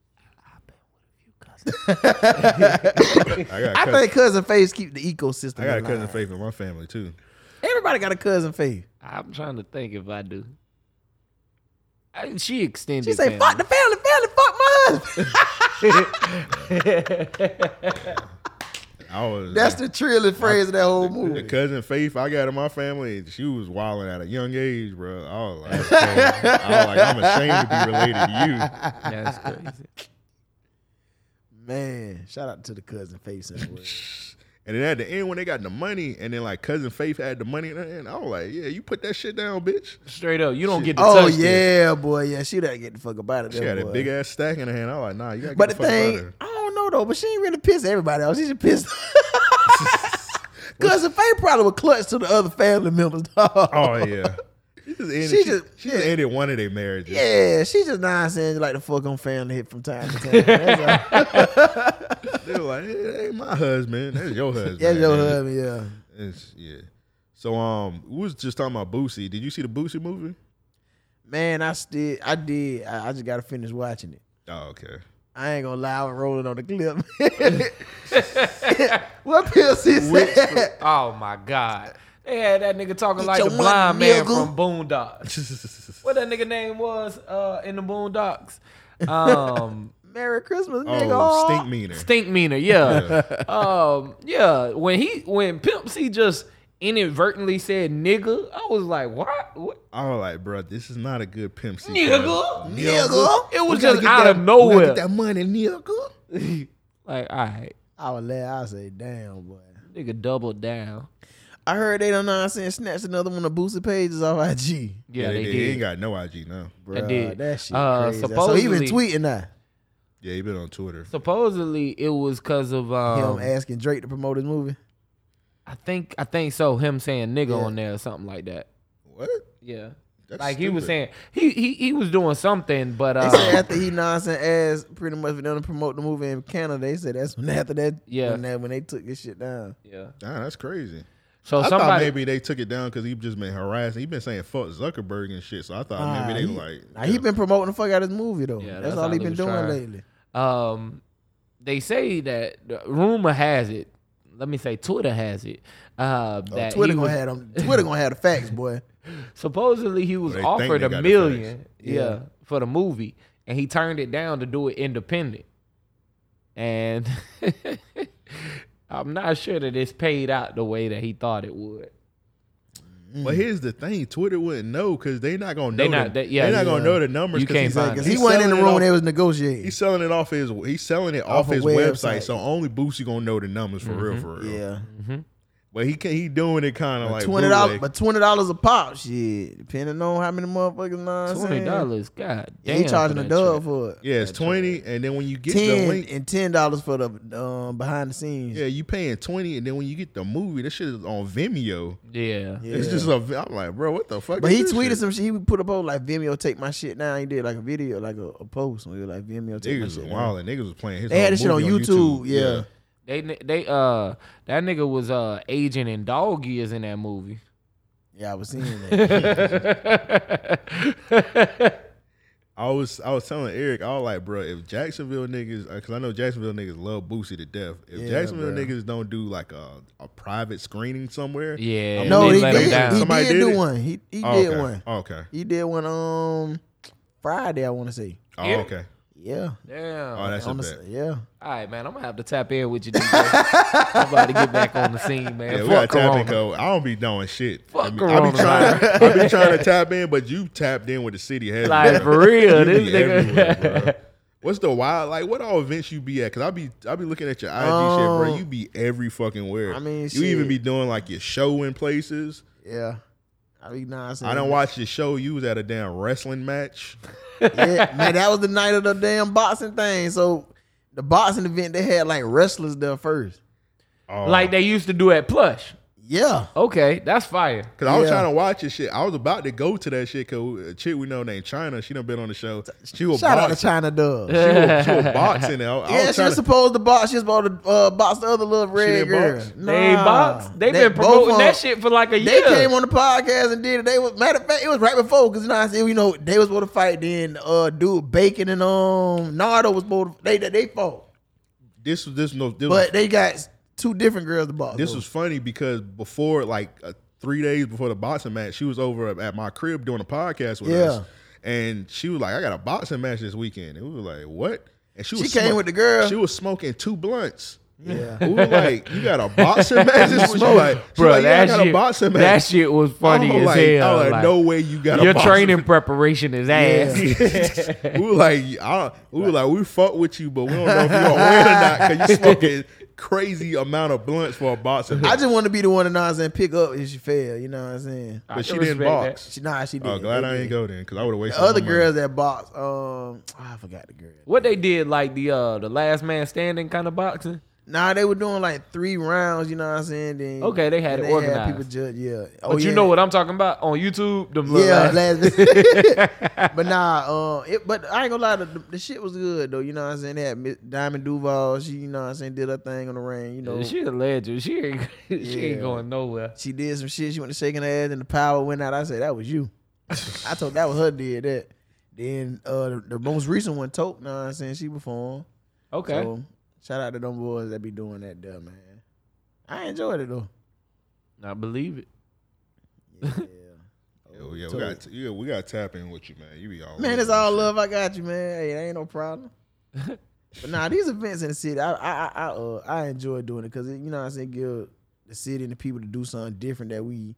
Speaker 9: I got
Speaker 10: I
Speaker 9: cousin-
Speaker 10: think cousin Faiths keep the ecosystem.
Speaker 9: I got a
Speaker 10: alive.
Speaker 9: cousin Faith in my family too.
Speaker 10: Everybody got a cousin Faith.
Speaker 3: I'm trying to think if I do. I- she extended.
Speaker 10: She say,
Speaker 3: family.
Speaker 10: "Fuck the family, family, fuck my husband."
Speaker 9: I was
Speaker 10: That's the trillest phrase of that whole
Speaker 9: the
Speaker 10: movie.
Speaker 9: cousin Faith I got in my family. She was wilding at a young age, bro. I was like, damn. I was like I'm ashamed to be related to
Speaker 3: That's crazy.
Speaker 10: Man, shout out to the cousin face in the world.
Speaker 9: you. And then at the end when they got the money, and then like cousin Faith had the money, in her hand, I was like, yeah, you put that shit down, bitch.
Speaker 3: Straight up, you don't get to
Speaker 10: Oh
Speaker 3: touch this.
Speaker 10: yeah, boy, yeah, she done get the fuck up out of
Speaker 9: She had
Speaker 10: there.
Speaker 9: a
Speaker 10: boy.
Speaker 9: big ass stack in her hand. I was like, nah, you got.
Speaker 10: but the
Speaker 9: get fuck out of
Speaker 10: thing,
Speaker 9: here.
Speaker 10: I don't know though. But she ain't really pissed everybody else. She just pissed. Cousin Faye probably was clutch to the other family members, dog.
Speaker 9: Oh yeah. She just ended,
Speaker 10: She
Speaker 9: she
Speaker 10: just-
Speaker 9: just, she just
Speaker 10: yeah.
Speaker 9: ended one of their marriages.
Speaker 10: Yeah, she just nonsense like the fuck on family hit from time to time. That's, all.
Speaker 9: They were like, "Hey, that ain't my husband. That's your husband.
Speaker 10: That's your
Speaker 9: man."
Speaker 10: husband, yeah.
Speaker 9: It's- yeah. So um, we was just talking about Boosie. Did you see the Boosie movie?
Speaker 10: Man, I still, I did. I, I just gotta finish watching it.
Speaker 9: Oh, okay.
Speaker 10: I ain't gonna lie, I was rolling on the clip. what PLC said?
Speaker 3: Oh my god. They had that nigga talking
Speaker 10: Get
Speaker 3: like
Speaker 10: your
Speaker 3: the blind
Speaker 10: money,
Speaker 3: man
Speaker 10: nigga.
Speaker 3: from Boondocks. what that nigga name was uh, in the Boondocks? Um,
Speaker 10: Merry Christmas, nigga.
Speaker 9: Oh, stink meaner.
Speaker 3: Stink meaner, yeah. um, yeah. When he when Pimp C just inadvertently said nigga, I was like, what? what?
Speaker 9: I was like, bro, this is not a good pimp. C product.
Speaker 3: Nigga?
Speaker 10: Nigga.
Speaker 3: It
Speaker 9: We
Speaker 3: was
Speaker 9: gotta
Speaker 3: just
Speaker 9: get
Speaker 3: out
Speaker 9: that-
Speaker 3: of
Speaker 9: we gotta
Speaker 3: nowhere.
Speaker 9: Get that money, nigga.
Speaker 3: Like, all right,
Speaker 10: I would laugh. I say, damn, boy.
Speaker 3: nigga, double down.
Speaker 10: I heard they done nonsense snatched another one of Boosie Pages off IG.
Speaker 3: Yeah, they,
Speaker 9: did. He
Speaker 3: did.
Speaker 9: ain't got no IG now.
Speaker 10: Bruh,
Speaker 3: did.
Speaker 10: That shit
Speaker 3: Uh,
Speaker 10: crazy. so he been
Speaker 3: supposedly-
Speaker 10: tweeting that.
Speaker 9: Yeah, he been on Twitter.
Speaker 3: Supposedly, it was because of
Speaker 10: Him
Speaker 3: um,
Speaker 10: asking Drake to promote his movie.
Speaker 3: I think I think so. Him saying nigga
Speaker 10: Yeah.
Speaker 3: on there or something like that.
Speaker 9: What?
Speaker 3: Yeah.
Speaker 9: That's
Speaker 3: like he was
Speaker 9: stupid.
Speaker 3: saying he he he was doing something, but
Speaker 10: They
Speaker 3: uh,
Speaker 10: said after he nonsense asked pretty much for them to promote the movie in Canada, they said that's when after that,
Speaker 3: Yeah.
Speaker 10: when, that when they took this shit down.
Speaker 3: yeah.
Speaker 9: Nah, that's crazy.
Speaker 3: So
Speaker 9: I thought
Speaker 3: somebody
Speaker 9: maybe they took it down because he just been harassing. He been saying fuck Zuckerberg and shit. So I thought
Speaker 10: Nah,
Speaker 9: maybe they
Speaker 10: he-
Speaker 9: like.
Speaker 10: Now, he been promoting the fuck out of his movie though.
Speaker 3: Yeah,
Speaker 10: that's,
Speaker 3: that's
Speaker 10: all
Speaker 3: how
Speaker 10: he
Speaker 3: they
Speaker 10: been
Speaker 3: was
Speaker 10: doing
Speaker 3: trying.
Speaker 10: lately.
Speaker 3: um they say that rumor has it. Let me say Twitter has it. Uh, that
Speaker 10: Twitter
Speaker 3: he
Speaker 10: gonna
Speaker 3: was,
Speaker 10: have them. Twitter gonna have the facts, boy.
Speaker 3: supposedly he was
Speaker 9: They think
Speaker 3: offered
Speaker 9: they
Speaker 3: a
Speaker 9: got the
Speaker 3: million,
Speaker 9: facts.
Speaker 3: yeah. for the movie, and he turned it down to do it independent. And I'm not sure that it's paid out the way that he thought it would.
Speaker 9: But here's the thing: Twitter wouldn't know because they're not gonna know.
Speaker 3: They
Speaker 9: They
Speaker 3: not-
Speaker 9: not,
Speaker 3: they- yeah,
Speaker 9: they not
Speaker 3: you-
Speaker 9: gonna know the numbers.
Speaker 3: you can't
Speaker 9: he's-
Speaker 3: find
Speaker 10: Because
Speaker 9: he's
Speaker 10: he wasn't in the
Speaker 9: selling
Speaker 10: room
Speaker 9: off-
Speaker 10: when they was negotiating.
Speaker 9: He's selling it off his. He's selling it
Speaker 10: Off
Speaker 9: off,
Speaker 10: a
Speaker 9: his
Speaker 10: website.
Speaker 9: website. So only Boosie gonna know the numbers for real,
Speaker 3: Mm-hmm.
Speaker 10: Mhm.
Speaker 9: for real.
Speaker 10: Yeah.
Speaker 9: But he can he doing it kind of like
Speaker 10: twenty dollars,
Speaker 9: bootleg.
Speaker 10: but twenty dollars a pop, shit. Depending on how many motherfuckers, nah,
Speaker 3: $20, god
Speaker 10: he
Speaker 3: damn
Speaker 10: charging
Speaker 3: for
Speaker 10: a
Speaker 3: that
Speaker 10: dub
Speaker 3: shit.
Speaker 10: for it.
Speaker 9: Yeah, it's twenty, and then when you get the
Speaker 10: ten
Speaker 9: link,
Speaker 10: and ten dollars for the um, behind the scenes.
Speaker 9: yeah, you paying twenty, and then when you get the movie, that shit is on Vimeo.
Speaker 3: Yeah,
Speaker 9: it's
Speaker 10: Yeah.
Speaker 9: just a. I'm like, bro, what the fuck?
Speaker 10: But
Speaker 9: is
Speaker 10: he
Speaker 9: this
Speaker 10: tweeted
Speaker 9: shit?
Speaker 10: some shit. He put a post like Vimeo take my shit now. He did like a video, like a, a post. And we were like Vimeo take
Speaker 9: Niggas
Speaker 10: my
Speaker 9: was
Speaker 10: shit.
Speaker 9: wild, and niggas was playing his.
Speaker 10: They had
Speaker 9: own
Speaker 10: this shit on
Speaker 9: movie
Speaker 10: YouTube. Yeah.
Speaker 3: They they uh that nigga was uh aging in dog years in that movie.
Speaker 10: Yeah, I was seeing
Speaker 3: that.
Speaker 9: I was I was telling Eric, I was like, bro, if Jacksonville niggas, because I know Jacksonville niggas love Boosie to death. If
Speaker 10: Yeah,
Speaker 9: Jacksonville
Speaker 10: bro.
Speaker 9: niggas don't do like a, a private screening somewhere,
Speaker 3: Yeah.
Speaker 9: I'm
Speaker 10: No,
Speaker 9: gonna
Speaker 10: he
Speaker 9: let 'em down.
Speaker 10: did. He
Speaker 9: Somebody
Speaker 10: did do
Speaker 9: it?
Speaker 10: one. He he
Speaker 9: Oh,
Speaker 10: did
Speaker 9: okay.
Speaker 10: one.
Speaker 9: Oh, okay.
Speaker 10: He did one um Friday. I want to say.
Speaker 9: Oh,
Speaker 3: Yeah.
Speaker 9: okay.
Speaker 10: Yeah.
Speaker 3: Damn.
Speaker 9: Oh, that's a
Speaker 10: On the-
Speaker 9: bet.
Speaker 10: Yeah.
Speaker 3: All right, man. I'm gonna have to tap in with you. DJ. I'm about to get back on the scene, man.
Speaker 9: Yeah, we gotta
Speaker 3: Fuck
Speaker 9: tap in.
Speaker 3: Corona.
Speaker 9: Cause I don't be doing shit. I
Speaker 3: Fuck
Speaker 9: mean, I
Speaker 3: Corona,
Speaker 9: be trying.
Speaker 3: man.
Speaker 9: I be trying to tap in, but you tapped in with the city has.
Speaker 3: Like, for real, this nigga-
Speaker 9: What's the wild? Like, what all events you be at? Cause I be I be looking at your IG shit, bro.
Speaker 10: Um,
Speaker 9: You be every fucking where.
Speaker 10: I mean,
Speaker 9: you
Speaker 10: shit.
Speaker 9: even be doing like your show in places.
Speaker 10: Yeah. I mean, nah,
Speaker 9: I don't watch your show. You was at a damn wrestling match.
Speaker 10: yeah, man, that was the night of the damn boxing thing. So the boxing event they had like wrestlers there first.
Speaker 9: Oh.
Speaker 3: Like they used to do at Plush.
Speaker 10: Yeah.
Speaker 3: Okay, that's fire.
Speaker 9: Cause I was
Speaker 10: Yeah.
Speaker 9: trying to watch this shit. I was about to go to that shit. Cause a chick we know named China, she done been on the show. She was
Speaker 10: Shout out to
Speaker 9: boxing.
Speaker 10: China Dub.
Speaker 9: She was, she was boxing. I, I
Speaker 10: yeah,
Speaker 9: was
Speaker 10: she
Speaker 9: trying
Speaker 10: was
Speaker 9: to,
Speaker 10: supposed to box. She was supposed to uh, box the other little red
Speaker 9: didn't
Speaker 10: girl.
Speaker 9: box?
Speaker 3: They box. They been
Speaker 10: both
Speaker 3: promoting
Speaker 10: of
Speaker 3: that
Speaker 10: them-
Speaker 3: shit for like a
Speaker 10: They
Speaker 3: year.
Speaker 10: came on the podcast and did it. They was matter of fact, it was right before because you know I said you know they was supposed to fight. Then uh, dude Bacon and um Nardo was supposed to, they they- they fought,
Speaker 9: this was this no. This was
Speaker 10: but they got two different girls to box.
Speaker 9: This
Speaker 10: though.
Speaker 9: was funny because before, like uh, three days before the boxing match, she was over at my crib doing a podcast with
Speaker 10: Yeah.
Speaker 9: us, and she was like, "I got a boxing match this weekend." And we were like, "What?" And she
Speaker 10: She
Speaker 9: was
Speaker 10: came
Speaker 9: smo-
Speaker 10: with the girl.
Speaker 9: She was smoking two blunts.
Speaker 10: Yeah.
Speaker 9: We were like, "You got a boxing match this weekend?" She like, she
Speaker 3: Bro,
Speaker 9: like, yeah, I
Speaker 3: that
Speaker 9: got
Speaker 3: shit,
Speaker 9: a boxing match.
Speaker 3: that shit was funny
Speaker 9: I was
Speaker 3: as
Speaker 9: like, I
Speaker 3: hell.
Speaker 9: was like,
Speaker 3: like,
Speaker 9: "No way, you got a
Speaker 3: your
Speaker 9: boxing
Speaker 3: training preparation is ass.
Speaker 9: we were like, I, we were like, we fuck with you, but we don't know if you're aware or not because you smoking crazy amount of blunts for a boxing match.
Speaker 10: I just want to be the one that know what I'm saying pick up if she fail. You know what I'm saying?
Speaker 9: But she
Speaker 3: can
Speaker 9: didn't
Speaker 3: respect that.
Speaker 9: box.
Speaker 10: She nah, she did.
Speaker 9: Oh, glad I ain't go then, because I would have
Speaker 10: The
Speaker 9: wasted.
Speaker 10: other
Speaker 9: my money.
Speaker 10: girls that box, um, I forgot the girl.
Speaker 3: What they did, like the uh the last man standing kind of boxing.
Speaker 10: Nah, they were doing like three rounds. You know what I'm saying? Then
Speaker 3: Okay, they had
Speaker 10: then
Speaker 3: it
Speaker 10: Had
Speaker 3: organized.
Speaker 10: people judge, yeah. Oh,
Speaker 3: But you
Speaker 10: yeah.
Speaker 3: know what I'm talking about on YouTube. Them little
Speaker 10: Yeah,
Speaker 3: ass-
Speaker 10: last- but nah, uh, it, but I ain't gonna lie, the, the shit was good though. You know what I'm saying? They had Miss Diamond Duval, she, you know what I'm saying, did her thing on the ring. You know,
Speaker 3: she a legend. She ain't she
Speaker 10: Yeah.
Speaker 3: ain't going nowhere.
Speaker 10: She did some shit. She went to shaking her ass, and the power went out. I said that was you. I told that was her did that. Then uh, the, the most recent one, Tote, know what I'm saying she performed.
Speaker 3: Okay.
Speaker 10: So, shout out to them boys that be doing that, there, man. I enjoyed it though.
Speaker 3: I believe it.
Speaker 9: Oh yeah,
Speaker 10: So-
Speaker 9: we got yeah, we got to tap in with you, man. You be all
Speaker 10: Man,
Speaker 9: over
Speaker 10: it's
Speaker 9: this
Speaker 10: all
Speaker 9: shit.
Speaker 10: love. I got you, man. Hey, it ain't no problem. but nah, these events in the city, I I I, I, uh, I enjoy doing it because you know what I'm saying give the city and the people to do something different that we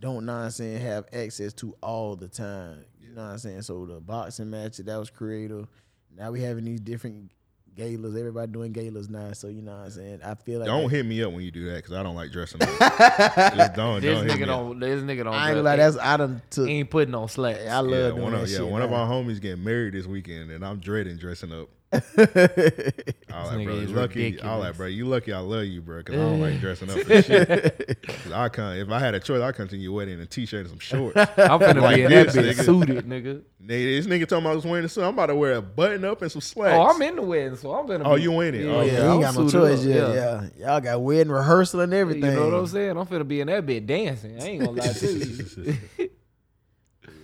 Speaker 10: don't know what I'm saying have access to all the time. You know what I'm saying? So the boxing match that was creative. Now we having these different galas. Everybody doing galas now. So you know what I'm saying. I feel like
Speaker 9: Don't
Speaker 10: that-
Speaker 9: hit me up when you do that because I don't like dressing up. Just don't.
Speaker 3: This
Speaker 9: don't hit me
Speaker 3: nigga
Speaker 9: up.
Speaker 3: don't. This nigga don't.
Speaker 10: I ain't
Speaker 3: dress.
Speaker 10: like that's I done took.
Speaker 3: He ain't putting on slacks.
Speaker 10: I love
Speaker 9: Yeah,
Speaker 10: doing
Speaker 9: one
Speaker 10: that
Speaker 9: of, yeah,
Speaker 10: shit.
Speaker 9: one of
Speaker 10: now.
Speaker 9: our homies getting married this weekend, and I'm dreading dressing up. I was
Speaker 3: nigga
Speaker 9: like, bro,
Speaker 3: is
Speaker 9: you lucky. I was like,
Speaker 3: ridiculous.
Speaker 9: bro, you lucky. I love you, bro, because I don't like dressing up for shit. 'Cause I can If I had a choice, I'd come to your wedding in a t-shirt and some shorts.
Speaker 3: I'm finna
Speaker 9: Like
Speaker 3: be in that
Speaker 9: this,
Speaker 3: bitch
Speaker 9: nigga.
Speaker 3: suited, nigga.
Speaker 9: Nigga, this nigga talking about I was wearing a suit. I'm about to wear a button up and some slacks.
Speaker 3: Oh, I'm in the wedding, so I'm finna.
Speaker 9: Oh,
Speaker 3: be,
Speaker 9: you in it.
Speaker 3: Yeah,
Speaker 10: Yeah,
Speaker 9: Oh, okay.
Speaker 10: you
Speaker 3: I'm
Speaker 10: ain't got no
Speaker 3: suited
Speaker 10: choice
Speaker 3: up,
Speaker 10: yet. Yeah. y'all got wedding rehearsal and everything.
Speaker 3: You know what I'm saying? I'm finna be in that bitch dancing. I ain't gonna lie to you.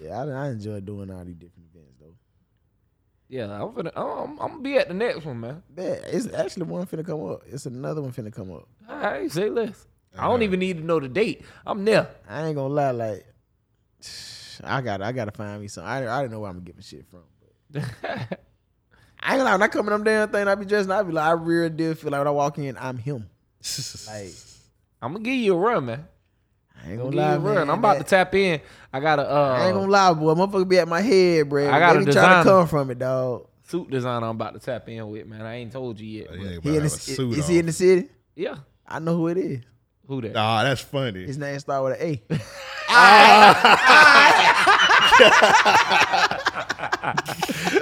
Speaker 10: Yeah, I, I enjoy doing all these different events though.
Speaker 3: yeah, I'm finna. I'm, I'm gonna be at the next one, man.
Speaker 10: Man, it's actually one finna come up. It's another one finna come up.
Speaker 3: All right, say less. I don't even need to know the date. I'm there.
Speaker 10: I ain't gonna lie, like I got to I gotta find me some. I I don't know where I'm gonna get my shit from. I ain't gonna lie, when I come in them damn thing, I be dressing, I be like, I really do feel like when I walk in, I'm him.
Speaker 3: like, I'm gonna give you a run, man.
Speaker 10: I ain't
Speaker 3: gonna,
Speaker 10: gonna lie,
Speaker 3: give you a run.
Speaker 10: man,
Speaker 3: I'm about
Speaker 10: that-
Speaker 3: to tap in. I got a uh,
Speaker 10: I ain't gonna lie, boy. Motherfucker be at my head, bro.
Speaker 3: I got a
Speaker 10: they be trying
Speaker 3: designer.
Speaker 10: to come from it, dog.
Speaker 3: suit design. I'm about to tap in with, man. I ain't told you yet. but-
Speaker 10: He in the, is he in the city?
Speaker 3: Yeah.
Speaker 10: I know who it is.
Speaker 3: Who that?
Speaker 9: Nah, that's funny.
Speaker 10: His name start with an A.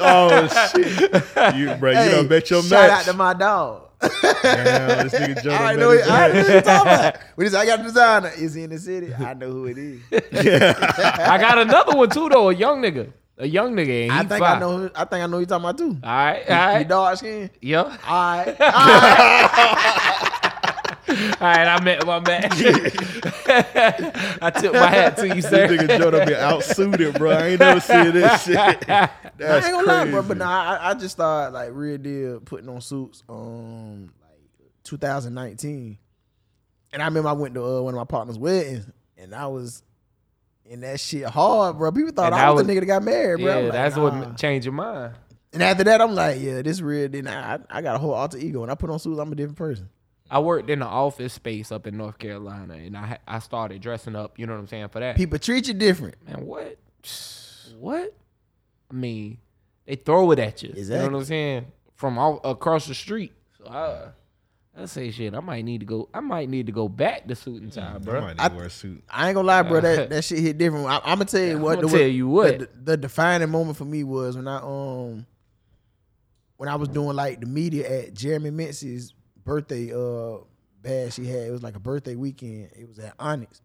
Speaker 9: oh shit! You, bro, you done bet your
Speaker 10: shout
Speaker 9: match.
Speaker 10: out to my dog.
Speaker 9: Damn, this nigga Joe
Speaker 10: I
Speaker 9: done
Speaker 10: know
Speaker 9: bet
Speaker 10: it. I know
Speaker 9: his match.
Speaker 10: what you talking about. When he say, I got a designer, is he in the city? I know who it is.
Speaker 3: I got another one too, though. A young nigga. A young nigga. And
Speaker 10: I
Speaker 3: he
Speaker 10: think
Speaker 3: fine.
Speaker 10: I know. Who, I think I know who you talking about too.
Speaker 3: All right,
Speaker 10: You-
Speaker 3: all
Speaker 10: You
Speaker 3: right.
Speaker 10: dark skin.
Speaker 3: Yeah.
Speaker 10: All right. All right.
Speaker 3: All right, I met my match. I took my hat to you,
Speaker 9: This
Speaker 3: sir.
Speaker 9: nigga Joe done been outsuited, bro. I ain't never seen this shit. That's
Speaker 10: I ain't gonna lie, bro.
Speaker 9: crazy.
Speaker 10: But nah, I, I just started like real deal putting on suits. Um, like 2019, and I remember I went to uh, one of my partner's weddings, and I was in that shit hard, bro. People thought
Speaker 3: And
Speaker 10: I was, the nigga that got married, bro.
Speaker 3: Yeah,
Speaker 10: I'm like,
Speaker 3: that's
Speaker 10: nah.
Speaker 3: what changed your mind.
Speaker 10: And after that, I'm like, yeah, this real. Then I, I got a whole alter ego, and I put on suits. I'm a different person.
Speaker 3: I worked in an office space up in North Carolina, and I ha- I started dressing up. You know what I'm saying for that.
Speaker 10: People treat you different.
Speaker 3: man, what, what? I mean, they throw it at you. You know what
Speaker 10: Exactly.
Speaker 3: I'm saying from all across the street. So I, I say shit. I might need to go. I might need to go back to suit and tie, bro.
Speaker 9: I might need to wear a suit.
Speaker 10: I ain't gonna lie, bro. That, that shit hit different. I, I'm gonna tell you what.
Speaker 3: I'ma
Speaker 10: the-
Speaker 3: tell you what.
Speaker 10: The, the defining moment for me was when I um when I was doing like the media at Jeremy Mintz's birthday uh bash he had. It was like a birthday weekend. It was at Onyx,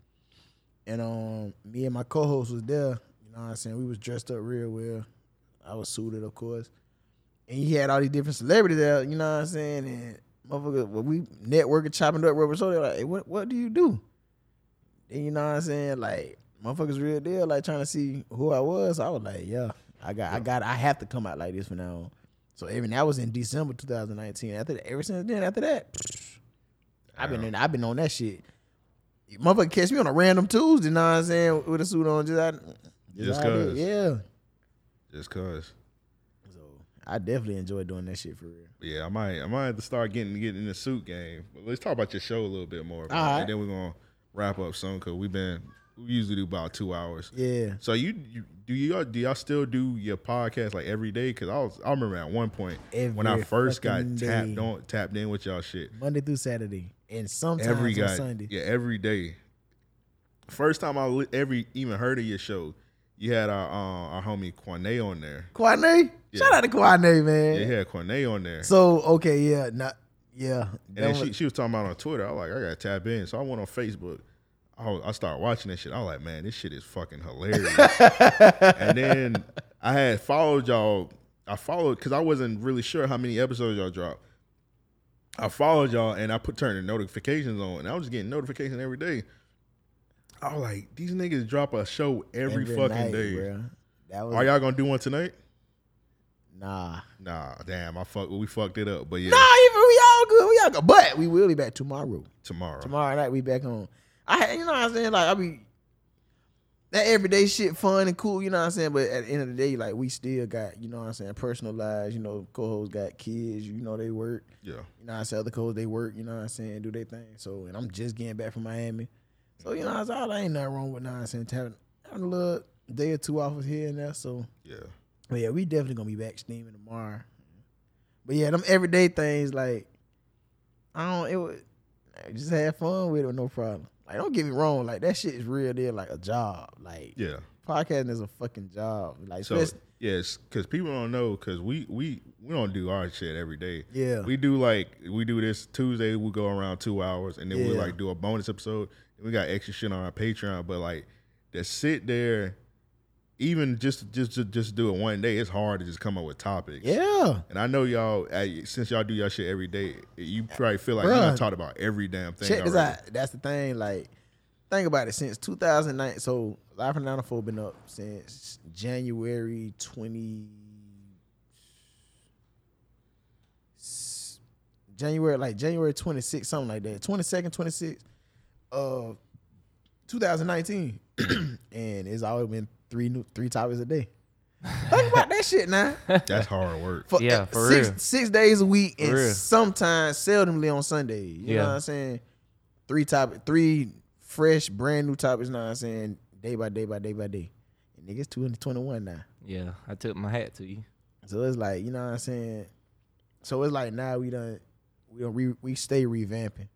Speaker 10: and um me and my co-host was there. You know what I'm saying? We was dressed up real well. I was suited, of course, and he had all these different celebrities there. You know what I'm saying? And motherfucker, when we networking, chopping up rubber, so they're like, hey, "What what do you do?" Then you know what I'm saying? Like motherfuckers real deal, like trying to see who I was. I was like, yeah, I got I got I have to come out like this from now on. So even that was in December 2019. After that, ever since then, after that, I've been in, I've been on that shit. Motherfucker catch me on a random Tuesday, you know what I'm saying, with a suit on, just out,
Speaker 9: Just
Speaker 10: out there.
Speaker 9: 'cause.
Speaker 10: yeah.
Speaker 9: Just cause.
Speaker 10: I definitely enjoy doing that shit for real.
Speaker 9: Yeah, I might I might have to start getting getting in the suit game. But let's talk about your show a little bit more. bro.
Speaker 10: All right.
Speaker 9: And then we're gonna wrap up soon because we've been we usually do about two hours.
Speaker 10: Yeah.
Speaker 9: So you, you do y'all do y'all still do your podcast like every day? Cause I was I remember at one point when I
Speaker 10: Every
Speaker 9: first got
Speaker 10: fucking
Speaker 9: tapped
Speaker 10: day.
Speaker 9: on tapped in with y'all shit.
Speaker 10: Monday through Saturday, and sometimes
Speaker 9: every
Speaker 10: on
Speaker 9: guy,
Speaker 10: Sunday.
Speaker 9: yeah, every day. First time I li- ever even heard of your show, you had our uh, our homie Kwane on there.
Speaker 10: Kwane, shout out to Kwane, man.
Speaker 9: Yeah, he had Kwane on there.
Speaker 10: So okay, yeah, not yeah.
Speaker 9: And
Speaker 10: that
Speaker 9: then
Speaker 10: was-
Speaker 9: she, she was talking about it on Twitter. I was like, I gotta tap in. So I went on Facebook. I, was, I started watching this shit. I was like, man, this shit is fucking hilarious. and then I had followed y'all. I followed because I wasn't really sure how many episodes y'all dropped. I followed y'all and I put turned the notifications on, and I was just getting notifications every day. I was like, these niggas drop a show every, fucking
Speaker 10: night,
Speaker 9: day.
Speaker 10: bruh. That was
Speaker 9: Are y'all gonna do one tonight?
Speaker 10: nah.
Speaker 9: Nah, damn, I fuck, we fucked it up. But yeah,
Speaker 10: Nah, even we all good. We all good. But we will be back tomorrow.
Speaker 9: tomorrow.
Speaker 10: Tomorrow night we back on. I had- you know what I'm saying? Like I be that everyday shit fun and cool, you know what I'm saying? But at the end of the day, like we still got, you know what I'm saying, personal lives, you know, co-hosts got kids, you know they work.
Speaker 9: Yeah.
Speaker 10: You know what I'm saying? Other co-hosts they work, you know what I'm saying, do their thing. So and I'm just getting back from Miami. So, you know, I was all ain't nothing wrong with nonsense. Having having a little day or two off here and there. So
Speaker 9: Yeah.
Speaker 10: But yeah, we definitely gonna be back steaming tomorrow. But yeah, them everyday things like I don't it was I just had fun with it with no problem. Like don't get me wrong, like that shit is real there like a job. Like
Speaker 9: Yeah.
Speaker 10: podcasting is a fucking job. Like
Speaker 9: So
Speaker 10: especially-
Speaker 9: yes, because people don't know because we we we don't do our shit every day.
Speaker 10: Yeah.
Speaker 9: we do like we do this Tuesday. We go around two hours, and then we
Speaker 10: Yeah.
Speaker 9: like do a bonus episode. We got extra shit on our Patreon, but like to sit there, even just just just, just do it one day, it's hard to just come up with topics.
Speaker 10: Yeah.
Speaker 9: and I know y'all eh, since y'all do y'all shit every day, you probably feel like you
Speaker 10: Bruh.
Speaker 9: done talked about every damn thing.
Speaker 10: check this
Speaker 9: already.
Speaker 10: out. That's the thing, like think about it since 2009 so live from 94 been up since january 20 January, like January 26th, something like that. 22nd, 26th of 2019. and it's always been three new three topics a day. Think about that shit now.
Speaker 9: That's hard work.
Speaker 10: For, eh,
Speaker 3: yeah, for
Speaker 10: six,
Speaker 3: real.
Speaker 10: Six days a week, and
Speaker 3: For real.
Speaker 10: sometimes seldomly on Sundays. You
Speaker 3: Yeah.
Speaker 10: know what I'm saying? Three top, three fresh, brand new topics. You know what I'm saying? Day by day by day by day. And niggas 2021 now.
Speaker 3: Yeah, I took my hat to you.
Speaker 10: So it's like, you know what I'm saying? So it's like now we done we don't re, we stay revamping.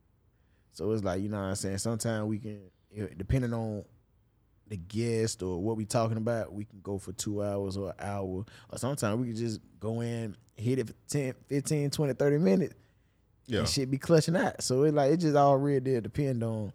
Speaker 10: So it's like, you know what I'm saying? Sometimes we can you know, depending on the guest or what we talking about, we can go for two hours or an hour. Or sometimes we can just go in, hit it for 10, 15, 20, 30 minutes.
Speaker 9: Yeah.
Speaker 10: And shit be clutching out. So it like it just all really did depend on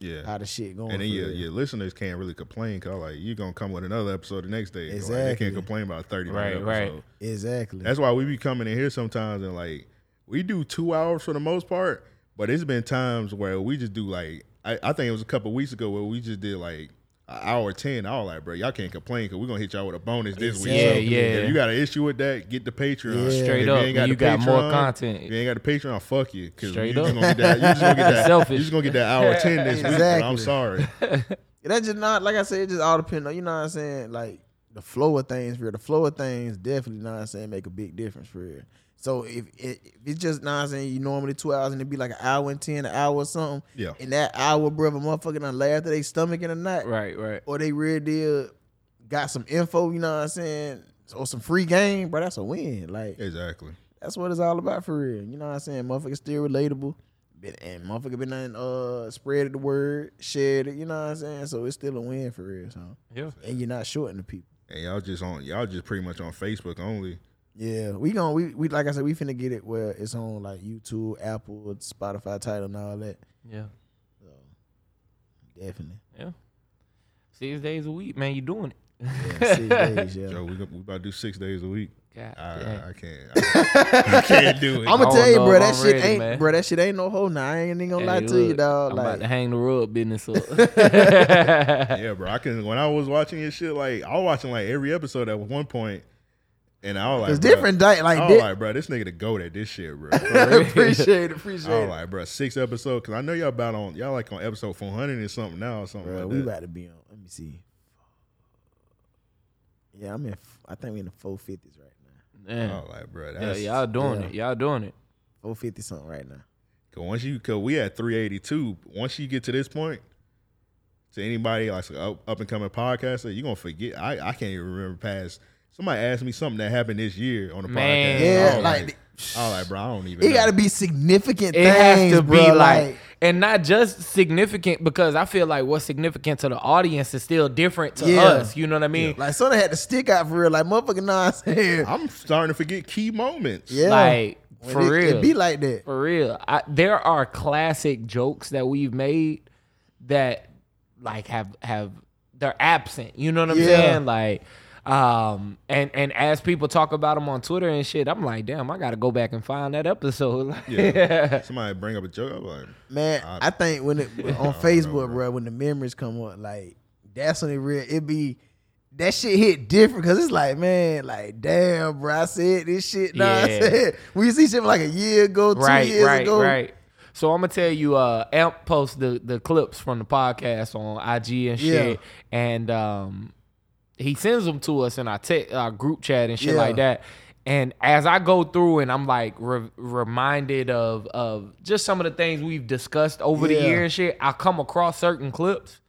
Speaker 9: Yeah.
Speaker 10: how the shit going.
Speaker 9: And then
Speaker 10: for
Speaker 9: your,
Speaker 10: real.
Speaker 9: your listeners can't really complain because like you're gonna come with another episode the next day. Like, they
Speaker 10: Exactly.
Speaker 9: can't complain about a thirty
Speaker 10: Right,
Speaker 9: minute
Speaker 10: right.
Speaker 9: episode.
Speaker 10: Exactly.
Speaker 9: That's why we be coming in here sometimes and like we do two hours for the most part, but it's been times where we just do like I, I think it was a couple weeks ago where we just did like an hour ten. I was like, bro, y'all can't complain because we're gonna hit y'all with a bonus this week.
Speaker 3: Exactly.
Speaker 9: So,
Speaker 3: Yeah,
Speaker 9: If
Speaker 3: yeah.
Speaker 9: you got an issue with that, get the Patreon.
Speaker 3: Yeah. Straight
Speaker 9: If
Speaker 3: up,
Speaker 9: ain't
Speaker 3: and
Speaker 9: the
Speaker 3: you got more
Speaker 9: Patreon,
Speaker 3: content.
Speaker 9: If you ain't got the Patreon, fuck you. Cause
Speaker 3: Straight
Speaker 9: you
Speaker 3: up.
Speaker 9: Just gonna get that, you just gonna get that.
Speaker 3: Selfish.
Speaker 9: You just gonna get that hour ten this week. bro. I'm
Speaker 10: Exactly.
Speaker 9: sorry.
Speaker 10: That just not like I said. It just all depend on you know what I'm saying. Like the flow of things, for real. The flow of things definitely, know what I'm saying, make a big difference for real. So if, it, if it's just know what I'm saying, you normally two hours and it be like an hour and ten, an hour or something.
Speaker 3: Yeah.
Speaker 10: And that hour, brother, motherfucker, done laughed at they stomach in the night.
Speaker 3: Right, right.
Speaker 10: Or they real deal got some info. You know what I'm saying. Or some free game, bro. That's a win. Like
Speaker 9: exactly.
Speaker 10: That's what it's all about for real. You know what I'm saying? Motherfucker still relatable. Been, and motherfucker been done, uh spread the word, shared it, you know what I'm saying? So it's still a win for real. So
Speaker 3: yeah.
Speaker 10: And you're not shorting the people.
Speaker 9: And y'all just on y'all just pretty much on Facebook only.
Speaker 10: Yeah. We gon' we, we like I said, we finna get it where it's on like YouTube, Apple, Spotify title and all that.
Speaker 3: Yeah.
Speaker 10: Definitely.
Speaker 3: Yeah. Six days a week, man. You doing it.
Speaker 9: Yo, we, go- we about to do six days a week.
Speaker 3: God
Speaker 9: I,
Speaker 3: dang.
Speaker 9: I can't. I, I can't do it.
Speaker 10: I'ma
Speaker 3: I
Speaker 10: tell
Speaker 3: don't
Speaker 10: you,
Speaker 3: know
Speaker 10: bro,
Speaker 3: if
Speaker 10: that
Speaker 3: I'm
Speaker 10: shit
Speaker 3: ready,
Speaker 10: ain't
Speaker 3: man.
Speaker 10: bro, that shit ain't no hoe. Nah, I ain't even gonna
Speaker 3: Hey,
Speaker 10: lie to you,
Speaker 3: look,
Speaker 10: dog.
Speaker 3: I'm
Speaker 10: Like
Speaker 3: about to hang the rug business up.
Speaker 9: yeah, bro. I can. When I was watching your shit, like I was watching like every episode at one point, and I was like,
Speaker 10: It's
Speaker 9: bruh,
Speaker 10: different di- like
Speaker 9: I was
Speaker 10: di-
Speaker 9: like, bro, this nigga the goat at this shit, bro.
Speaker 10: Appreciate it, appreciate
Speaker 9: I was
Speaker 10: it.
Speaker 9: like, bro, six episode because I know y'all about on y'all like on episode four hundred and something now or something.
Speaker 10: Bro,
Speaker 9: like
Speaker 10: we
Speaker 9: that.
Speaker 10: about to be on. Let me see. Yeah, I'm in. f- I think we in the four fifties right now.
Speaker 3: Man.
Speaker 9: I was like, bro,
Speaker 3: Yeah,
Speaker 9: that's,
Speaker 3: y'all doing it. Y'all doing it.
Speaker 10: Four fifty something right now.
Speaker 9: Cause once you, cause we at three eighty two. Once you get to this point, to anybody like up, up and coming podcaster, you are gonna forget. I, I can't even remember past. Somebody asked me something that happened this year on the
Speaker 3: Man.
Speaker 9: podcast.
Speaker 3: Yeah,
Speaker 9: I was
Speaker 3: like-
Speaker 9: like, I was like, bro, I don't even.
Speaker 10: It
Speaker 9: know.
Speaker 10: got to be significant
Speaker 3: It
Speaker 10: things,
Speaker 3: has to
Speaker 10: bro.
Speaker 3: be
Speaker 10: like,
Speaker 3: like, and not just significant because I feel like what's significant to the audience is still different to
Speaker 10: Yeah.
Speaker 3: us. You know what I mean?
Speaker 10: like something had to stick out for real. Like motherfucker, nah, I'm saying.
Speaker 9: I'm starting to forget key moments.
Speaker 10: Yeah,
Speaker 3: Like
Speaker 10: When
Speaker 3: for
Speaker 10: it- it
Speaker 3: real.
Speaker 10: be like that.
Speaker 3: For real. I, there are classic jokes that we've made that like have have they're absent. You know what I'm
Speaker 10: Yeah.
Speaker 3: saying? Like um and and as people talk about them on Twitter and shit, I'm like, damn, I gotta go back and find that episode. Like,
Speaker 9: Yeah. Somebody bring up a joke. I'm like,
Speaker 10: Man, I, think when it on Facebook, bro. when the memories come up, like that's when it real. It be that shit hit different because it's like, man, like damn, bro, I said this shit. Nah, I
Speaker 3: Yeah.
Speaker 10: said we see shit from like a year ago, two
Speaker 3: right,
Speaker 10: years
Speaker 3: right,
Speaker 10: ago.
Speaker 3: right. So I'm gonna tell you, uh, Amp posts the the clips from the podcast on IG and shit, and um, he sends them to us in our te- our group chat and shit
Speaker 12: Yeah.
Speaker 3: like that. And as I go through and I'm like re- reminded of of just some of the things we've discussed over
Speaker 12: Yeah.
Speaker 3: the year and shit, I come across certain clips.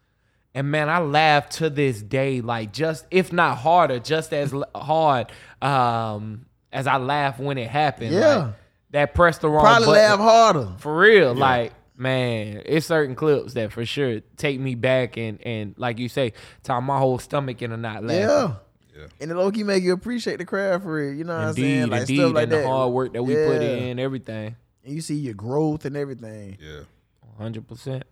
Speaker 3: And man, I laugh to this day, like just if not harder, just as l- hard um, as I laugh when it happened.
Speaker 10: Yeah.
Speaker 3: Like, that pressed the wrong
Speaker 10: Probably
Speaker 3: button.
Speaker 10: laugh harder.
Speaker 3: For real, like man, it's certain clips that for sure take me back and and like you say, tie my whole stomach in a knot.
Speaker 10: Yeah.
Speaker 3: Laughing.
Speaker 10: And the low key make you appreciate the craft for it. You know what I'm saying?
Speaker 3: indeed,
Speaker 10: Like
Speaker 3: indeed,
Speaker 10: stuff like
Speaker 3: and
Speaker 10: that.
Speaker 3: the hard work that we put
Speaker 10: Yeah.
Speaker 3: in, everything,
Speaker 10: And you see your growth and everything.
Speaker 9: Yeah.
Speaker 3: hundred percent.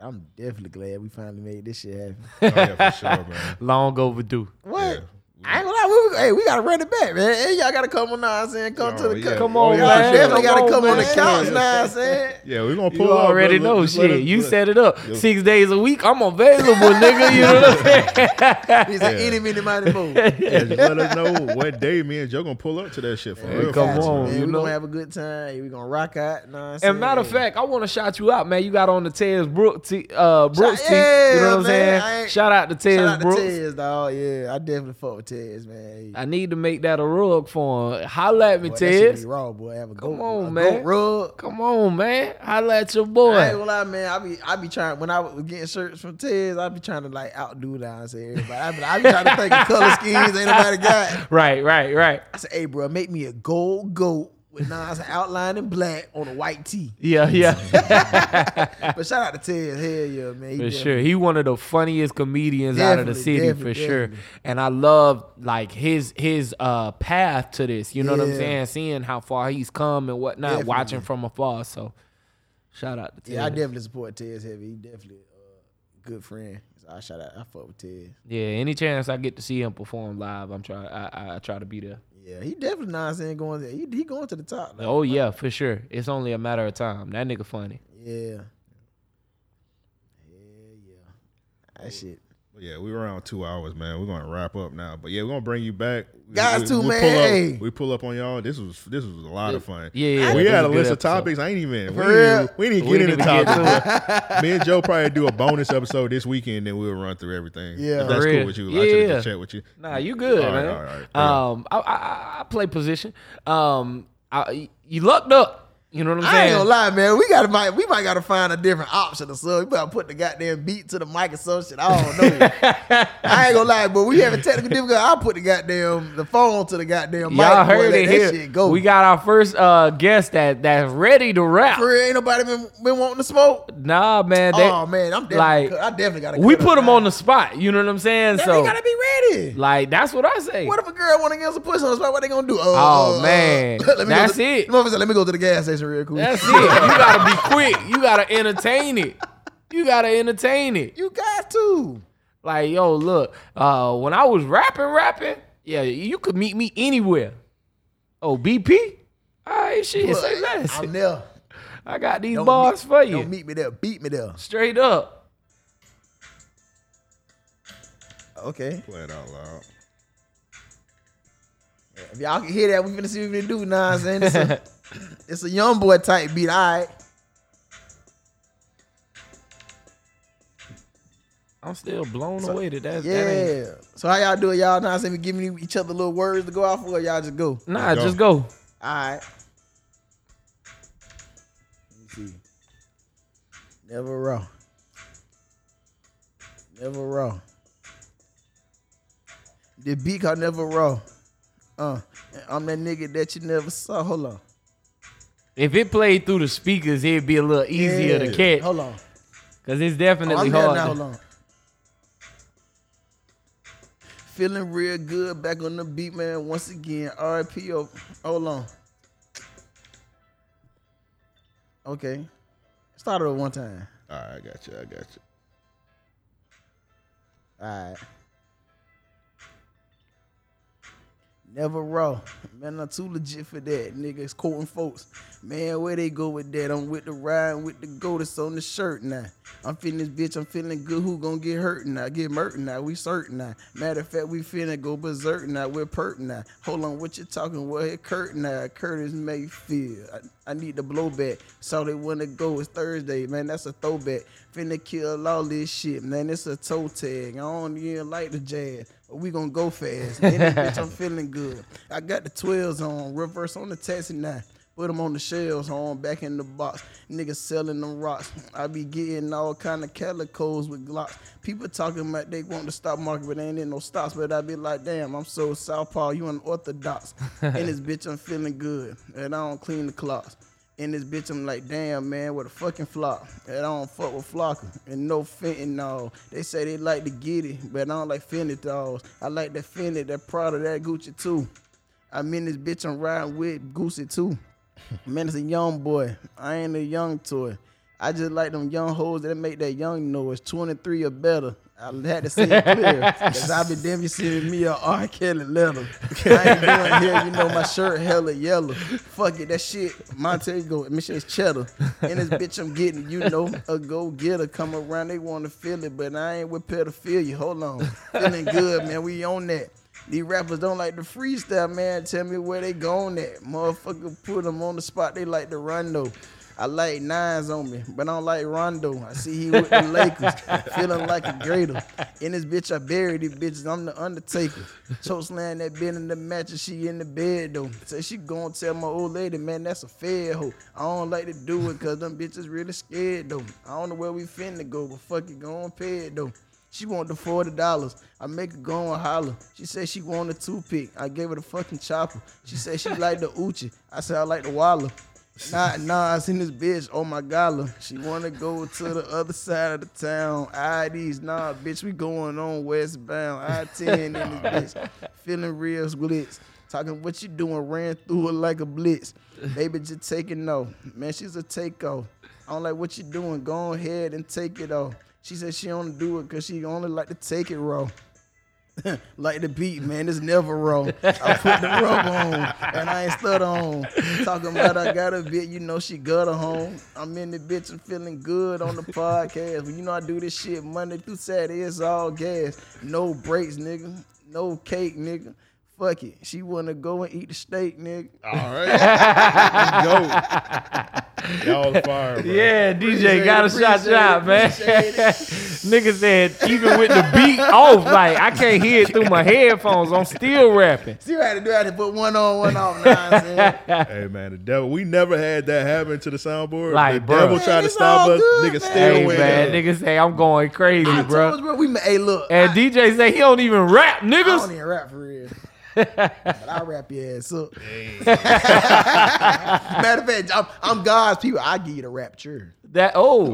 Speaker 10: I'm definitely glad
Speaker 9: Oh,
Speaker 10: we finally made this shit happen.
Speaker 3: Long overdue.
Speaker 10: What? I ain't gonna lie, we were we, hey, we gotta run it back, man. Hey, y'all gotta come on now, I'm saying, come to the
Speaker 9: Oh, yeah.
Speaker 10: couch.
Speaker 9: Come
Speaker 1: Oh,
Speaker 9: on,
Speaker 10: y'all
Speaker 9: man.
Speaker 10: definitely
Speaker 9: Come
Speaker 10: gotta
Speaker 9: on,
Speaker 10: come on the
Speaker 9: man.
Speaker 10: couch
Speaker 9: Yeah.
Speaker 10: now, I'm saying.
Speaker 9: Yeah, we're gonna pull
Speaker 1: You
Speaker 9: up.
Speaker 1: already
Speaker 9: brother.
Speaker 1: know
Speaker 9: Just let
Speaker 1: shit.
Speaker 9: us-
Speaker 1: you
Speaker 9: let-
Speaker 1: set it up.
Speaker 9: Yeah.
Speaker 1: Six days a week, I'm available, nigga. You know what I'm saying?
Speaker 10: He's an any minute mighty move.
Speaker 9: Yeah, just let us know what day me and Joe gonna pull up to that shit for
Speaker 1: Hey,
Speaker 9: real.
Speaker 1: come
Speaker 9: for real.
Speaker 1: on.
Speaker 10: Man,
Speaker 1: you
Speaker 10: we
Speaker 1: know.
Speaker 10: gonna have a good time. We gonna rock out. Nah,
Speaker 1: And matter of fact, I want to shout you out, man. You got on the Tez Brook t- uh, Brooks tee.
Speaker 10: yeah,
Speaker 1: You know what I'm
Speaker 10: man. I
Speaker 1: saying?
Speaker 10: ain't-
Speaker 1: Shout out to Tez
Speaker 10: shout out to
Speaker 1: Brooks.
Speaker 10: Tez, dog. Yeah, I definitely fuck with Tez, man.
Speaker 1: I need to make that a rug for him. Holla at me,
Speaker 10: Boy, that shit
Speaker 1: Uh, Tez.
Speaker 10: be raw, boy. Have a
Speaker 1: Come
Speaker 10: goat- a
Speaker 1: on,
Speaker 10: goat
Speaker 1: man.
Speaker 10: rug.
Speaker 1: Come on, man. Holla at your
Speaker 10: I ain't
Speaker 1: boy.
Speaker 10: gonna lie, man. I be I be trying when I was getting shirts from Tez, I be trying to like outdo that. I say everybody. I be, I be trying to think of color schemes ain't nobody got.
Speaker 1: Right, right, right.
Speaker 10: I said, hey, bro, make me a gold goat with Nas outline in black on a white tee.
Speaker 1: Yeah, yeah.
Speaker 10: But shout out to Tez, hell yeah, man. He
Speaker 1: for
Speaker 10: definitely-
Speaker 1: sure. He one of the funniest comedians out of the
Speaker 10: Definitely,
Speaker 1: city for
Speaker 10: definitely,
Speaker 1: sure.
Speaker 10: definitely.
Speaker 1: And I love like his his uh path to this. You know what I'm
Speaker 10: Yeah.
Speaker 1: saying? Seeing how far he's come and whatnot,
Speaker 10: Definitely.
Speaker 1: watching from afar. So shout out to Tez.
Speaker 10: Yeah, I definitely support Tez heavy. He definitely uh, good friend. So I shout out. I fuck with Tez.
Speaker 1: Yeah, any chance I get to see him perform live, I'm try I, I try to be there.
Speaker 10: Yeah, he definitely not saying going. There. He, he going to the top. Like,
Speaker 1: Oh yeah, for sure. It's only a matter of time. That nigga funny.
Speaker 10: Yeah. Yeah, yeah. That shit.
Speaker 9: Yeah, we were around two hours, man. We're gonna wrap up now, but yeah, we're gonna bring you back, We-
Speaker 10: Guys
Speaker 9: we-
Speaker 10: too,
Speaker 9: we
Speaker 10: man.
Speaker 9: Pull
Speaker 10: Hey.
Speaker 9: up, we pull up on y'all. This was this was a lot of fun.
Speaker 1: Yeah, yeah,
Speaker 9: we
Speaker 1: this
Speaker 9: had
Speaker 1: was
Speaker 9: a
Speaker 1: a good
Speaker 9: list of
Speaker 1: episode.
Speaker 9: topics. I ain't even we
Speaker 10: For
Speaker 9: didn't,
Speaker 10: real?
Speaker 9: we didn't
Speaker 1: We
Speaker 9: get into
Speaker 1: didn't even get
Speaker 9: topics. Me and Joe probably do a bonus episode this weekend, and we'll run through everything.
Speaker 10: Yeah.
Speaker 9: if that's
Speaker 1: For
Speaker 9: cool
Speaker 1: real.
Speaker 9: with you. I should have
Speaker 1: Yeah.
Speaker 9: just chat with you.
Speaker 1: Nah, you good,
Speaker 9: All right,
Speaker 1: man.
Speaker 9: all right, all
Speaker 1: Um, I, I- I I play position. Um, I you lucked up. You know what I'm
Speaker 10: I ain't
Speaker 1: saying?
Speaker 10: gonna lie, man. We gotta might we might gotta find a different option or something. We better put the goddamn beat to the mic or some shit. I don't know. I ain't gonna lie, but we having technical difficulty. I put the goddamn the phone to the goddamn mic.
Speaker 1: Y'all
Speaker 10: boy,
Speaker 1: heard
Speaker 10: let
Speaker 1: it
Speaker 10: that
Speaker 1: here.
Speaker 10: shit go.
Speaker 1: We got our first uh guest that that's ready to rap.
Speaker 10: For real, ain't nobody been, been wanting to smoke.
Speaker 1: Nah, man. That,
Speaker 10: oh man, I'm definitely
Speaker 1: like,
Speaker 10: cut- I definitely gotta.
Speaker 1: we
Speaker 10: cut
Speaker 1: put him
Speaker 10: now.
Speaker 1: on the spot. You know what I'm saying?
Speaker 10: Man,
Speaker 1: so
Speaker 10: they gotta be ready.
Speaker 1: like that's what I say.
Speaker 10: What if a girl want to get us a push on the spot? What they gonna do? Uh,
Speaker 1: Oh,
Speaker 10: uh, uh,
Speaker 1: man.
Speaker 10: let me go
Speaker 1: That's
Speaker 10: to-
Speaker 1: it.
Speaker 10: Motherfucker said, let me go to the gas station real quick.
Speaker 1: That's it. You gotta be quick. You gotta entertain it. You gotta entertain it.
Speaker 10: you guys too.
Speaker 1: Like, yo, look, uh, when I was rapping, rapping, yeah, you could meet me anywhere. Oh, BP? All right, shit, say less.
Speaker 10: I'm there.
Speaker 1: I got these
Speaker 10: Don't
Speaker 1: bars
Speaker 10: meet-
Speaker 1: for you.
Speaker 10: Don't meet me there. Beat me there.
Speaker 1: Straight up.
Speaker 10: Okay.
Speaker 9: Play it out loud.
Speaker 10: If y'all can hear that, we finna see what we finna do. Nah, I'm saying it's a, it's a young boy type beat. All right.
Speaker 1: I'm still blown away that that's that ain't.
Speaker 10: Yeah. So how y'all do it? Y'all nah, saying we giving each other little words to go off for. Or y'all just go.
Speaker 1: Nah,
Speaker 9: Go.
Speaker 1: just go.
Speaker 10: All right. Let me see. Never raw. Never raw. The beat called Never Raw. Uh, and I'm that nigga that you never saw. Hold on.
Speaker 1: If it played through the speakers, it'd be a little easier to catch.
Speaker 10: Hold on.
Speaker 1: Cause it's
Speaker 10: Oh, I'm
Speaker 1: definitely
Speaker 10: here
Speaker 1: hard.
Speaker 10: now.
Speaker 1: to-
Speaker 10: Hold on. Feeling real good back on the beat, man. Once again, RIP. Oh, hold on. Okay. Start it one time.
Speaker 9: All right, I got you. I got you.
Speaker 10: All right. Never raw. Man, I'm too legit for that. Niggas quoting folks. Man, where they go with that? I'm with the ride, with the go that's on the shirt now. I'm feeling this bitch, I'm feeling good. Who gonna get hurt now? Get murked now. We certain now. Matter of fact, we finna go berserk now. We're perp now. Hold on, what you talking? Well, here Kurt now. Curtis Mayfield. I, I need the blowback. Saw they wanna go. It's Thursday, man. That's a throwback. Finna kill all this shit, man. It's a toe tag. I don't even like the jazz. But we gonna go fast. Man, this bitch, I'm feeling good. I got the 12s on, reverse on the taxi now. Put them on the shelves, on back in the box. Niggas selling them rocks. I be getting all kind of calicos with Glocks. People talking about they want the stock market, but ain't in no stocks. But I be like, damn, I'm so southpaw, you unorthodox. in this bitch, I'm feeling good, and I don't clean the clocks. In this bitch, I'm like, damn, man, what a fucking flop. And I don't fuck with Flocker and no fentanyl. They say they like to get it, but I don't like fentanyls. I like that Fendi, that Prada, that Gucci too. I'm in this bitch, I'm riding with Goosey too. Man, it's a young boy. I ain't a young toy. I just like them young hoes that make that young noise, 23 or better. I had to say it clear. Cause I be damn you sending me a R. Kelly letter. I ain't doing here, you know, my shirt hella yellow. Fuck it, that shit, Montego, and shit's cheddar. And this bitch I'm getting, you know, a go getter. Come around, they wanna feel it, but I ain't with pedophilia. Hold on. Feeling good, man. We on that. These rappers don't like the freestyle, man. Tell me where they going at. Motherfucker put them on the spot. They like to run though. I like nines on me, but I don't like Rondo. I see he with the Lakers, feeling like a greater. In this bitch, I bury these bitches. I'm the Undertaker. Chokeslam that been in the mattress, she in the bed though. So she gonna tell my old lady, man, that's a fair hoe. I don't like to do it cause them bitches really scared though. I don't know where we finna go, but fuck it, go and pay it though. She want the forty dollars. I make her go and holler. She said she want a toothpick. I gave her the fucking chopper. She said she like the Uchi. I said I like the Waller. Nah, nah, I seen this bitch. Oh my gala. She wanna go to the other side of the town. IDs, nah, bitch, we going on westbound. I ten in this bitch. Feeling real glitz. Talking what you doing, ran through her like a blitz. Baby just taking off. Man, she's a takeoff. I don't like what you doing. Go ahead and take it off. She said she only do it cause she only like to take it raw. like the beat, man. It's never raw. I put the rub on and I ain't stud on. Talking about I got a bit, you know she got a home. I'm in the bitch and feeling good on the podcast. But you know I do this shit Monday through Saturday. It's all gas. No breaks, nigga. No cake, nigga. Fuck it. She wanna go and eat the steak, nigga. All
Speaker 9: right. Let's go. Y'all fire, bro.
Speaker 3: Yeah, DJ
Speaker 9: Appreciate
Speaker 3: got a
Speaker 9: it,
Speaker 3: shot
Speaker 9: appreciate
Speaker 3: shot,
Speaker 9: it,
Speaker 3: man.
Speaker 9: appreciate
Speaker 3: Nigga said even with the beat off, like I can't hear it through my headphones. I'm still rapping.
Speaker 10: See what I had to do? I had to put one on, one off. Nah, I'm saying?
Speaker 9: hey man, the devil. We never had that happen to the soundboard.
Speaker 3: Like,
Speaker 9: the
Speaker 3: bruh.
Speaker 9: devil
Speaker 3: Man,
Speaker 9: tried to
Speaker 3: it's
Speaker 9: stop
Speaker 3: all
Speaker 9: us.
Speaker 3: good,
Speaker 9: nigga
Speaker 3: man.
Speaker 9: still
Speaker 3: Hey,
Speaker 9: went
Speaker 3: man,
Speaker 9: down.
Speaker 3: nigga say I'm going crazy,
Speaker 10: I
Speaker 3: bro.
Speaker 10: told us, bro, we ma- hey, look.
Speaker 3: and DJ say he don't even rap,
Speaker 10: I
Speaker 3: niggas.
Speaker 10: don't even rap for real. but I rap your ass up. Matter of fact, I'm, I'm God's people. I give you the rapture.
Speaker 3: That oh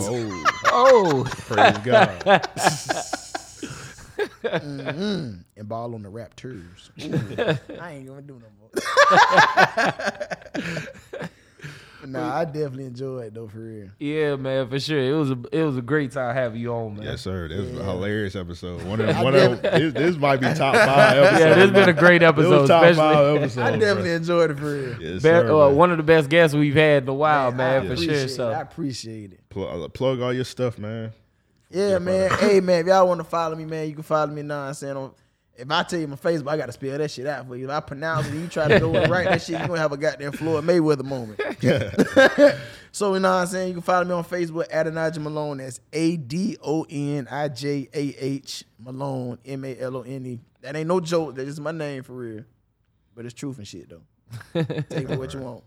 Speaker 3: oh,
Speaker 10: Praise God. Mhm. And ball on the raptors. Ooh, I ain't gonna do no more. nah, I definitely enjoy it though for real.
Speaker 3: yeah, man, for sure. It was a it was a great time having you on, man.
Speaker 9: Yes, sir. This was a
Speaker 3: Yeah.
Speaker 9: hilarious episode. One of,
Speaker 3: I
Speaker 9: one of
Speaker 3: definitely-
Speaker 9: this, this might be top five. Episodes,
Speaker 3: Yeah, this been a great
Speaker 9: This was
Speaker 3: episode,
Speaker 9: top five
Speaker 3: especially-
Speaker 9: episodes,
Speaker 10: I definitely
Speaker 9: bruh.
Speaker 10: enjoyed it for real.
Speaker 9: Yes,
Speaker 3: Be-
Speaker 9: sir,
Speaker 3: uh,
Speaker 9: man.
Speaker 3: one of the best guests we've had in a while, man,
Speaker 10: I
Speaker 3: for
Speaker 10: appreciate
Speaker 3: sure.
Speaker 10: it.
Speaker 3: So
Speaker 10: I appreciate it.
Speaker 9: Pl- uh, plug all your stuff, man.
Speaker 10: Yeah, man. hey, man. If y'all want to follow me, man, you can follow me. Nah, I'm saying on. If I tell you my Facebook, I gotta spell that shit out for you. If I pronounce it, and you try to go and write that shit, you gonna have a goddamn Floyd Mayweather moment. so you know what I'm saying. You can follow me on Facebook, Adonijah Malone. That's A D O N I J A H Malone, M A L O N E. That ain't no joke. That's just my name for real. But it's truth and shit though. Take it what you want.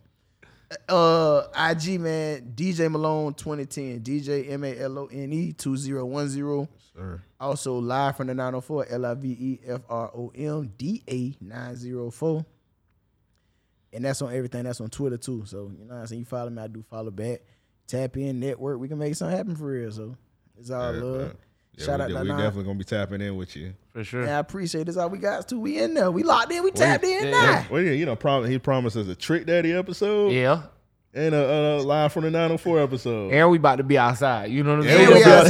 Speaker 10: Uh, IG man, DJ Malone 2010, DJ M A L O N E 2010.
Speaker 9: Sir.
Speaker 10: Also live from the 904, L I V E F R O M D A 904. And that's on everything. That's on Twitter too. So you know what I'm saying? You follow me, I do follow back. Tap in, network. We can make something happen for real. So it's all
Speaker 9: Yeah,
Speaker 10: love.
Speaker 9: man. Yeah,
Speaker 10: Shout
Speaker 9: we
Speaker 10: out
Speaker 9: de-
Speaker 10: to
Speaker 9: We
Speaker 10: Nine.
Speaker 9: definitely gonna be tapping in with you.
Speaker 3: For sure.
Speaker 10: And I appreciate it. That's all we got too. We in there. We locked in. We tapped in now.
Speaker 9: Well, yeah, you know, prom- he promised us a Trick Daddy episode.
Speaker 3: Yeah.
Speaker 9: And a, a live from the 904 episode.
Speaker 3: and we about to be outside. You know what I'm
Speaker 9: Yeah,
Speaker 3: saying?
Speaker 9: we gonna be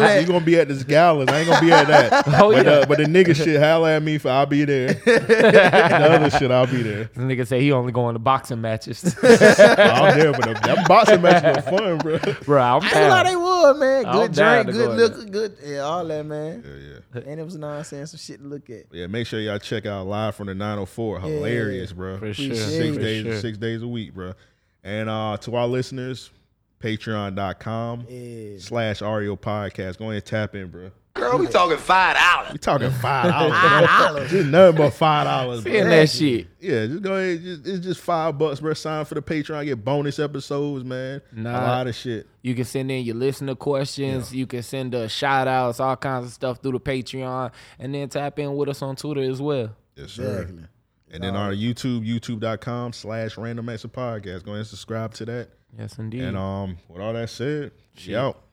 Speaker 9: outside. You're gonna be at this gallon. I ain't gonna be at that.
Speaker 3: Oh,
Speaker 9: but,
Speaker 3: yeah.
Speaker 9: uh, but the nigga shit, holler at me for I'll be there. the other shit, I'll be there.
Speaker 3: This nigga say he only going to boxing matches.
Speaker 9: I'm there, but them- them boxing matches are fun, bro.
Speaker 3: Bro, I'm
Speaker 10: I ain't
Speaker 3: down.
Speaker 10: lie, they would, man.
Speaker 3: I'm
Speaker 10: Good
Speaker 3: down
Speaker 10: drink,
Speaker 3: to
Speaker 10: good
Speaker 3: go in
Speaker 10: liquor, good, yeah, all that, man.
Speaker 9: Yeah,
Speaker 10: And it was nonsense, some shit to look at.
Speaker 9: Yeah, make sure y'all check out live from the 904.
Speaker 10: Yeah.
Speaker 9: Hilarious, bro.
Speaker 10: For sure.
Speaker 9: Six
Speaker 10: For
Speaker 9: days,
Speaker 10: sure.
Speaker 9: six days a week, bro. And uh to our listeners, patreon.com slash Ario Podcast. Go ahead and tap in, bro.
Speaker 12: Girl, we talking five dollars.
Speaker 9: We talking five dollars.
Speaker 12: Five dollars.
Speaker 9: Just nothing but five dollars.
Speaker 12: Seeing that shit.
Speaker 9: Yeah, just go ahead. Just, it's just five bucks, bro. Sign for the Patreon. Get bonus episodes, man.
Speaker 3: Nah.
Speaker 9: A lot of shit.
Speaker 3: You can send in your listener questions. You can send us shout outs, all kinds of stuff through the Patreon. And then tap in with us on Twitter as well.
Speaker 9: Yes, sir.
Speaker 3: Exactly.
Speaker 9: And then our YouTube, youtube.com slash random acts of podcast. Go ahead and subscribe to that.
Speaker 3: Yes, indeed.
Speaker 9: And um, with all that said, she
Speaker 3: Shit.
Speaker 9: out.